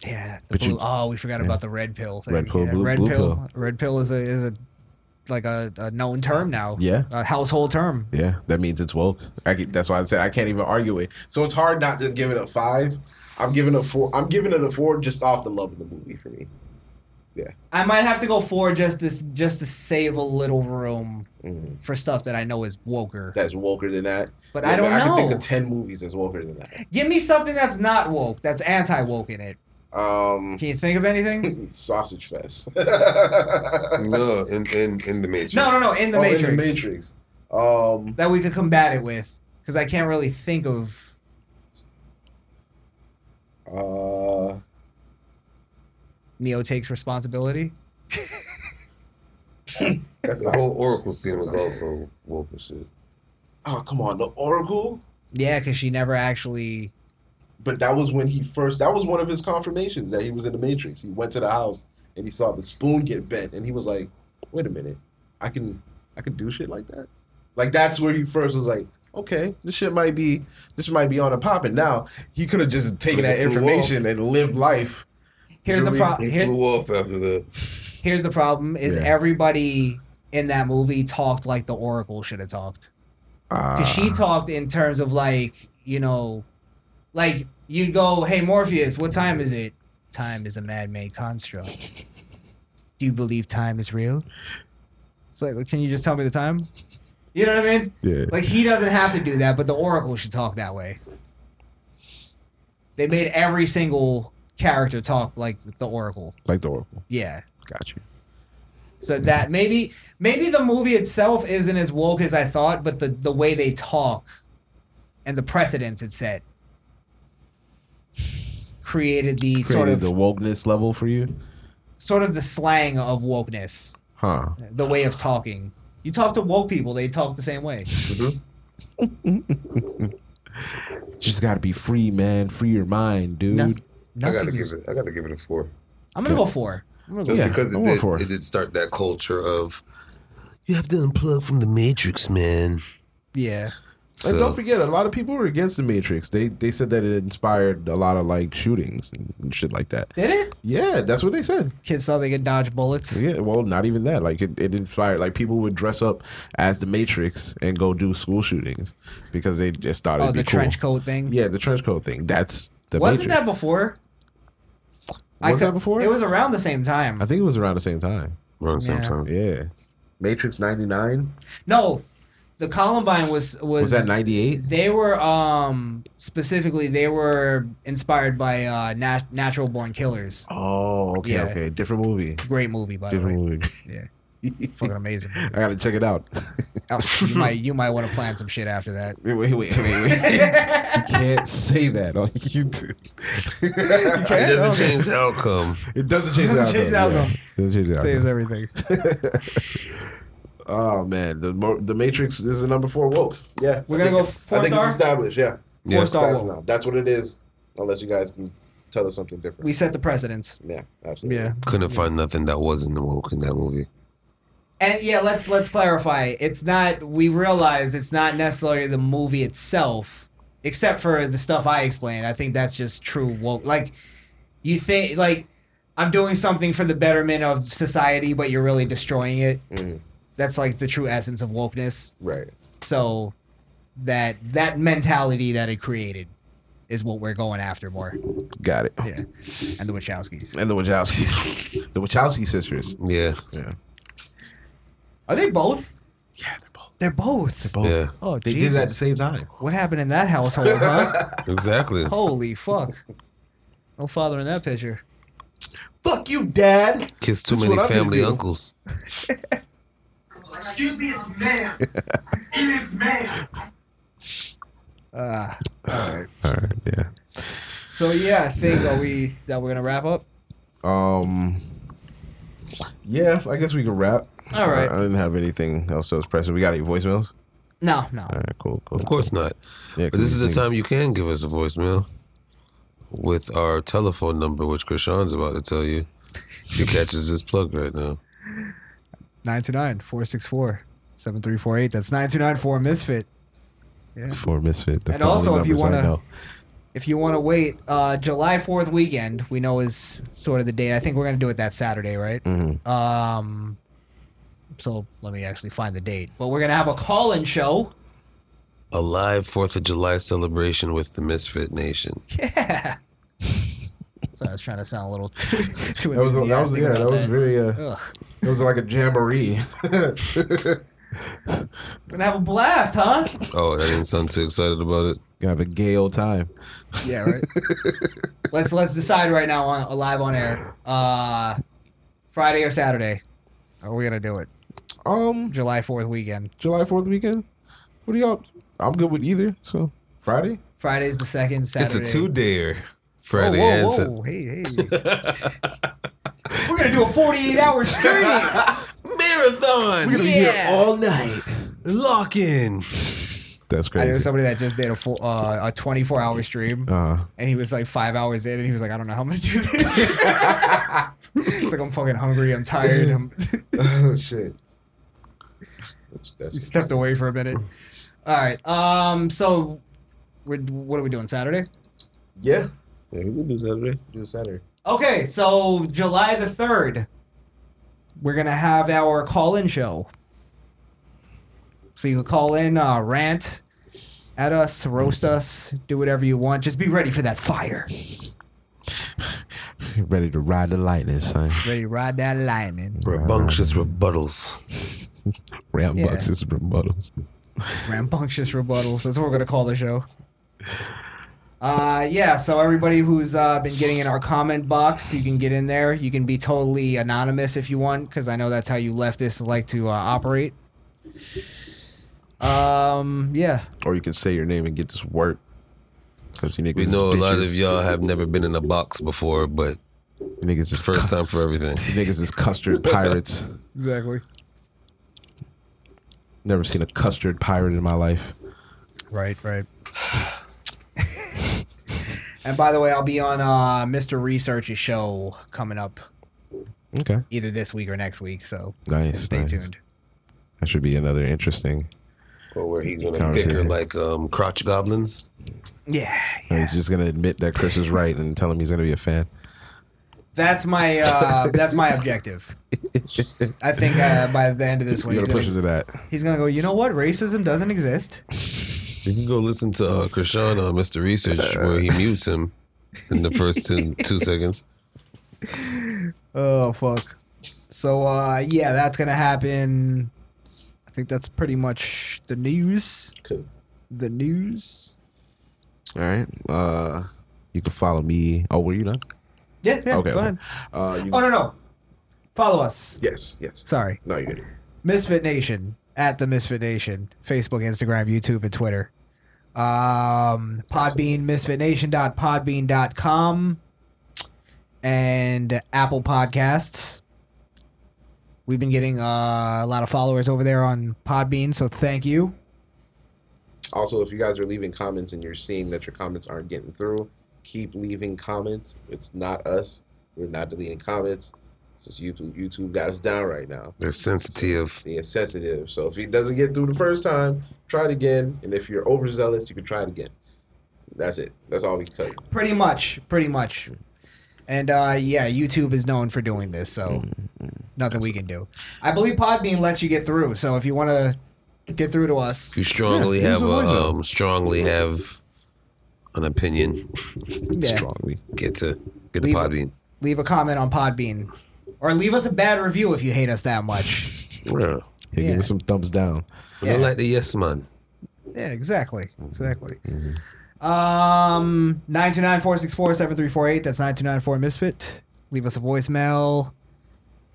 S2: yeah the
S16: But
S2: blue,
S16: you-
S2: oh we forgot
S16: yeah.
S2: about the red pill thing.
S16: Red pill,
S2: Yeah,
S16: blue- blue pill.
S2: red pill is a is a like a, a known term now
S16: Yeah.
S2: a household term
S16: yeah, that means it's woke.
S3: I get, that's why I said I can't even argue it. So it's hard not to give it a five. I'm giving a four. I'm giving it a four just off the love of the movie for me.
S2: i might have to go four just to just to save a little room for stuff that i know is woker
S3: That's woker than that.
S2: Mm-hmm. But I don't
S3: I can think
S2: know.
S3: of ten movies that's woker than
S2: [laughs]
S3: that.
S2: Give me something that's not woke, that's anti woke in it.
S3: Um,
S2: Can you think of anything?
S16: [laughs]
S3: Sausage Fest.
S4: no, in, in in the Matrix.
S2: no, no, no, in the
S3: Oh,
S2: Matrix.
S3: In the Matrix. Um,
S2: That we could combat it with. Because I can't really think of.
S3: uh,
S2: Neo takes responsibility.
S4: That's the whole Oracle scene was also woke as shit.
S3: oh come on, the Oracle.
S2: Yeah, because she never actually.
S3: But that was when he first. That was one of his confirmations that he was in the Matrix. He went to the house and he saw the spoon get bent, and he was like, "Wait a minute, I can, I can do shit like that." Like that's where he first was like, "Okay, this shit might be, this might be on a poppin'." Now he could have just taken
S4: Like
S3: that
S4: it flew
S3: information and lived life.
S2: Here's the
S3: Really?
S2: problem.
S4: He
S2: Here,
S4: flew off after that.
S2: here's the problem: is
S16: Yeah.
S2: everybody in that movie talked like the Oracle should have talked.
S16: Ah,
S2: Because she talked in terms of like, you know, like you'd go, hey, Morpheus, what time is it? Time is a man made construct.
S16: [laughs]
S2: Do you believe time is real? It's like, can you just tell me the time? You know what I mean?
S16: yeah.
S2: Like, he doesn't have to do that, but the Oracle should talk that way. They made every single character talk like the Oracle.
S16: Like the Oracle.
S2: Yeah.
S16: Got you.
S2: So that maybe maybe the movie itself isn't as woke as I thought, but the the way they talk and the precedents it set created the sort
S16: Created
S2: of
S16: the wokeness level for you,
S2: sort of the slang of wokeness,
S16: huh?
S2: the way of talking. You talk to woke people, they talk the same way.
S16: Just gotta be free, man. Free your mind, dude.
S2: Nothing,
S4: I gotta
S2: nothing
S4: give
S2: is-
S4: it. I gotta give it a four.
S2: I'm gonna go four. I'm gonna go
S4: Just
S16: Yeah,
S4: because
S16: I
S4: it
S16: went
S4: did,
S16: for it.
S4: it did start that culture of you have to unplug from the Matrix, man.
S2: yeah.
S16: And
S4: So-
S16: don't forget, a lot of people were against the Matrix. They they said that it inspired a lot of like shootings and shit like that.
S2: Did it?
S16: Yeah, that's what they said.
S2: Kids saw they could dodge bullets.
S16: Yeah, well, not even that. Like it, it inspired like people would dress up as the Matrix and go do school shootings because they just thought
S2: Oh,
S16: it'd be
S2: the
S16: cool.
S2: trench coat thing.
S16: Yeah, the trench coat thing. That's the
S2: Wasn't
S16: Matrix.
S2: that before?
S16: Was
S2: cou-
S16: that before?
S2: It was around the same time.
S16: I think it was around the same time.
S4: Around the same
S2: Yeah.
S4: time.
S16: Yeah,
S3: Matrix '99
S2: No, the Columbine was was,
S16: was that ninety eight?
S2: They were um specifically they were inspired by uh nat- Natural Born Killers.
S16: Oh, okay,
S2: Yeah.
S16: okay, different movie,
S2: Great movie by
S16: different
S2: the way.
S16: movie.
S2: Yeah, fucking amazing. movie.
S16: I gotta check it
S2: [laughs]
S16: out.
S2: Oh, you might you might want to plan some shit after that.
S16: Wait, wait, wait, wait, wait. you can't say that on
S2: [laughs]
S16: YouTube. you can't,
S4: It doesn't
S16: okay.
S4: change the outcome.
S16: It doesn't change
S2: Doesn't change the
S16: the outcome.
S2: outcome.
S16: yeah. Doesn't change the outcome.
S2: Saves everything.
S16: Oh man, the mo- the Matrix is a number four
S3: for
S16: woke.
S3: woke. Yeah,
S2: We're
S3: I
S2: gonna
S3: think-
S2: go four
S3: I think
S2: star?
S3: it's established. Yeah,
S4: Yeah.
S2: Four star
S3: Established
S2: woke.
S3: now. That's what it is. Unless you guys can tell us something different.
S2: We set the precedence.
S3: yeah, absolutely.
S2: Yeah.
S4: Couldn't find nothing that wasn't woke in that movie.
S2: And yeah, let's let's clarify. It's not we realize it's not necessarily the movie itself. except for the stuff I explained. I think that's just true woke. Like you think like I'm doing something for the betterment of society, but you're really destroying it. That's like the true essence of wokeness.
S3: Right.
S2: So that that mentality that it created is what we're going after more.
S15: Got it.
S2: Yeah. And the Wachowskis.
S15: And the
S3: [laughs]
S15: Wachowskis. the Wachowski sisters.
S4: Yeah.
S15: Yeah.
S2: Are they both? Yeah, they're both. They're both.
S4: Yeah.
S2: Oh,
S15: They
S2: Jesus.
S15: did that at the same time.
S2: What happened in that household, huh?
S4: Exactly.
S2: Holy fuck. No father in that picture.
S3: Fuck you, Dad.
S4: Kiss too
S3: That's
S4: many
S3: what I've been
S4: family
S3: doing.
S4: uncles.
S7: Excuse me, it's ma'am. it is ma'am.
S2: Uh, all right.
S4: All right. Yeah.
S2: So yeah, I think that we that we're gonna wrap up.
S15: Um. Yeah, I guess we can wrap.
S2: All right.
S15: I, I didn't have anything else that was pressing. We got any voicemails?
S2: No, no.
S15: All right, cool, cool.
S4: Of course not.
S15: Yeah,
S4: but this is
S15: these
S4: the
S15: things-
S4: time you can give us a voicemail with our telephone number, which Krishan's about to tell you. She catches this plug right now.
S2: 929-464-7348. That's 9294 Misfit. Yeah.
S15: For Misfit. That's
S2: and
S15: the
S2: also
S15: only
S2: if you
S15: numbers I
S2: wanna
S15: know.
S2: if you wanna wait, uh July fourth weekend, we know is sort of the date. I think we're gonna do it that Saturday, right?
S15: Mhm.
S2: Um so let me actually find the date. But we're gonna have a call in show.
S4: A live Fourth of July celebration with the Misfit Nation.
S2: Yeah. Sorry, I was trying to sound a little [laughs] too, too
S15: That was
S2: enthusiastic.
S15: that was yeah
S2: about
S15: that was very uh
S2: Ugh.
S15: it was like a jamboree. [laughs]
S2: Gonna have a blast, huh?
S4: Oh, I didn't sound too excited about it.
S15: Gonna have a gay old time.
S2: Yeah, right. [laughs] let's let's decide right now on live on air. Uh Friday or Saturday. Are Oh, we gonna do it?
S15: Um,
S2: July fourth weekend.
S15: July Fourth weekend. What do y'all? I'm good with either. So Friday.
S2: Friday's the second, Saturday.
S4: It's a two dayer.
S2: Whoa,
S4: Friday
S2: whoa,
S4: and
S2: whoa.
S4: Sat-
S2: Hey, hey.
S4: [laughs]
S2: We're gonna do a forty-eight hour stream.
S4: Marathon.
S2: We're gonna be here Yeah. all
S15: night.
S4: Lock in.
S15: That's
S2: I know
S15: [laughs] crazy.
S2: somebody that just did a full, uh, a twenty-four hour stream,
S4: Uh-huh.
S15: Uh,
S2: and he was like five hours in, and he was like, "I don't know how I'm gonna do
S4: [laughs]
S2: this." [laughs] it's like I'm fucking hungry. I'm tired.
S4: [laughs]
S2: I'm
S3: oh shit. That's,
S2: You
S3: that's
S2: stepped away for a minute. All right. Um. So, we're, what are we doing Saturday?
S3: yeah.
S4: Yeah, we can do Saturday.
S3: Do it Saturday.
S2: Okay. So July the third, we're gonna have our call-in show. So you can call in, uh, rant at us, roast us, do whatever you want. Just be ready for that fire.
S15: ready to ride the lightning, son.
S2: Ready to ride that lightning.
S4: Rebunctious rebuttals.
S15: [laughs] Rambunctious rebuttals.
S2: rambunctious rebuttals. That's what we're gonna call the show. Uh, yeah. So everybody who's uh, been getting in our comment box, you can get in there. You can be totally anonymous if you want, because I know that's how you leftists like to uh, operate. Um. Yeah.
S15: Or you can say your name and get this work. Cause you niggas,
S4: We
S15: is
S4: know a lot
S15: bitches.
S4: of y'all have never been in a box before, but
S15: You niggas
S4: it's
S15: is
S4: first time for everything.
S15: you niggas is custard pirates.
S2: Exactly.
S15: Never seen a custard pirate in my life.
S2: Right. Right. and by the way, I'll be on uh, Mr. Research's show coming up
S15: Okay,
S2: either this week or next week. So
S15: Nice,
S2: Stay
S15: nice.
S2: tuned.
S15: that should be another interesting.
S4: Or where he's gonna
S15: Conversation.
S4: pick her like um, crotch goblins.
S2: Yeah.
S15: And He's just gonna admit that Chris is right and tell him he's gonna be a fan.
S2: That's my
S15: [laughs]
S2: uh, that's my objective. I think uh, by the end of this
S15: We're
S2: one,
S15: gonna
S2: he's
S15: push him
S2: gonna,
S15: to that.
S2: he's gonna go. You know what? Racism doesn't exist.
S4: You can go listen to uh, Krishan on Mr. Research where he mutes him in the first two, [laughs] two seconds.
S2: Oh fuck. So uh, yeah, that's gonna happen. I think that's pretty much the news.
S3: Cool.
S2: The news.
S15: All right. Uh, you can follow me. Oh, were you done?
S2: Yeah. Yeah.
S15: Okay, okay.
S2: Go ahead.
S15: Uh, you
S2: Oh no no. Follow us.
S3: Yes, yes.
S2: Sorry.
S3: No, you're good.
S2: Misfit Nation at the Misfit Nation, Facebook, Instagram, YouTube, and Twitter. Um, Podbean, misfitnation.podbean.com, and Apple Podcasts. We've been getting uh, a lot of followers over there on Podbean, so thank you.
S3: Also, if you guys are leaving comments and you're seeing that your comments aren't getting through, keep leaving comments. It's not us. We're not deleting comments. It's just YouTube. YouTube got us down right now.
S4: They're sensitive.
S3: They are sensitive. So if it doesn't get through the first time, try it again. And if you're overzealous, you can try it again.
S7: That's it. That's all we can tell you.
S2: Pretty much, pretty much. And uh, yeah, YouTube is known for doing this, so nothing we can do. I believe Podbean lets you get through, so if you want to get through to us,
S4: You strongly
S2: Yeah,
S4: have
S2: use
S4: a,
S2: the voice note.
S4: um, strongly have an opinion.
S2: Yeah.
S4: Strongly get to get the
S2: Leave-
S4: Podbean.
S2: leave a comment on Podbean, or leave us a bad review if you hate us that much.
S4: Yeah.
S3: Yeah, give us some thumbs down.
S4: We don't like the yes man.
S2: Yeah, exactly, exactly. Um, nine two nine four six four seven three four eight. That's nine two nine four Misfit. Leave us a voicemail.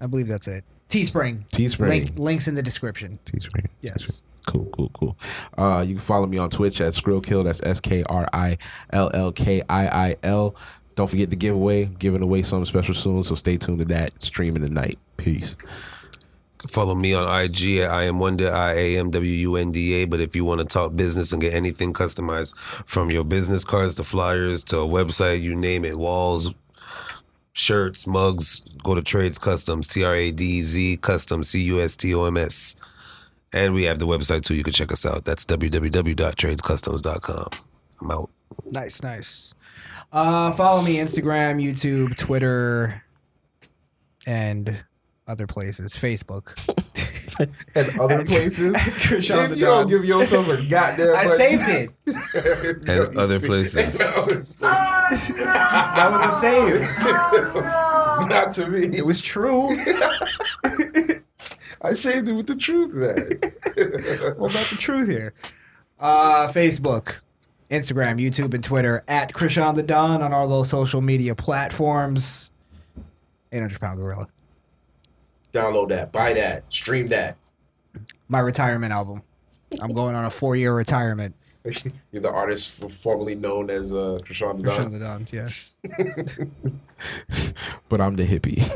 S2: I believe that's it. Teespring.
S3: Teespring.
S2: Link, links in the description.
S3: Teespring.
S2: Yes.
S3: Cool, cool, cool. Uh, you can follow me on Twitch at Skrillkill. That's S K R I L L K I I L. Don't forget the giveaway. Giving away something special soon, so stay tuned to that. Streaming tonight. Peace.
S4: Follow me on IG at I am Wonder I A M W U N D A. But if you want to talk business and get anything customized from your business cards to flyers to a website, you name it, walls, shirts, mugs, go to Trades Customs T R A D Z Customs C U S T O M S. And we have the website too. You can check us out. That's www.tradescustoms.com. I'm out.
S2: Nice, nice. Uh, follow me Instagram, YouTube, Twitter, and other places. [laughs] Facebook.
S7: And other [laughs] places. if
S2: Krishan the
S7: you don't
S2: Don.
S7: give yourself a goddamn,
S2: I
S7: [laughs]
S2: saved it.
S7: it.
S4: And other places.
S7: [laughs]
S2: That was a
S7: save. Not to me. It
S2: was true.
S7: I saved it with the
S3: [laughs]
S7: truth, man.
S2: What about the truth here? Uh, Facebook, Instagram, YouTube, and Twitter at Krishan the Don on all those social media platforms. 800 pound gorilla.
S7: Download that. Buy that. Stream that. [laughs]
S2: My retirement album. I'm going on a four year retirement.
S7: You're the artist f- formerly known as uh, Krishan the
S2: Krishan
S7: Don.
S2: the Don, yeah.
S3: But I'm the hippie.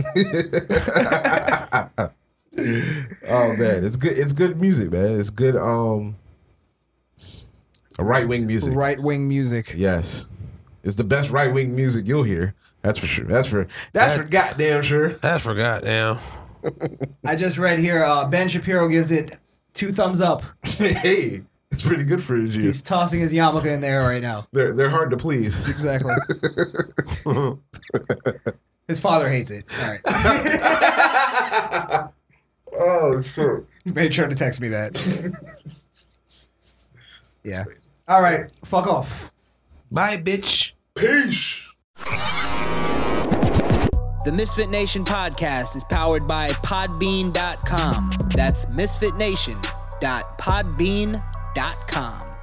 S3: [laughs] oh man, it's good. It's good music, man. It's good. Um, right wing music.
S2: Right wing music.
S3: Yes, it's the best right wing music you'll hear. That's for sure. That's for that's for goddamn sure. [laughs]
S4: That's for goddamn.
S2: I just read here uh, Ben Shapiro gives it two thumbs up.
S7: hey,
S3: it's pretty good for you.
S2: He's tossing his yarmulke in the air right now.
S3: They're they're hard to please.
S2: Exactly. His father hates it. All right.
S7: Oh shit.
S2: [laughs] He made sure to text me that. [laughs] yeah. All right. Fuck off.
S4: Bye, bitch.
S7: Peace.
S17: The Misfit Nation podcast is powered by Podbean.com. That's misfitnation.podbean.com.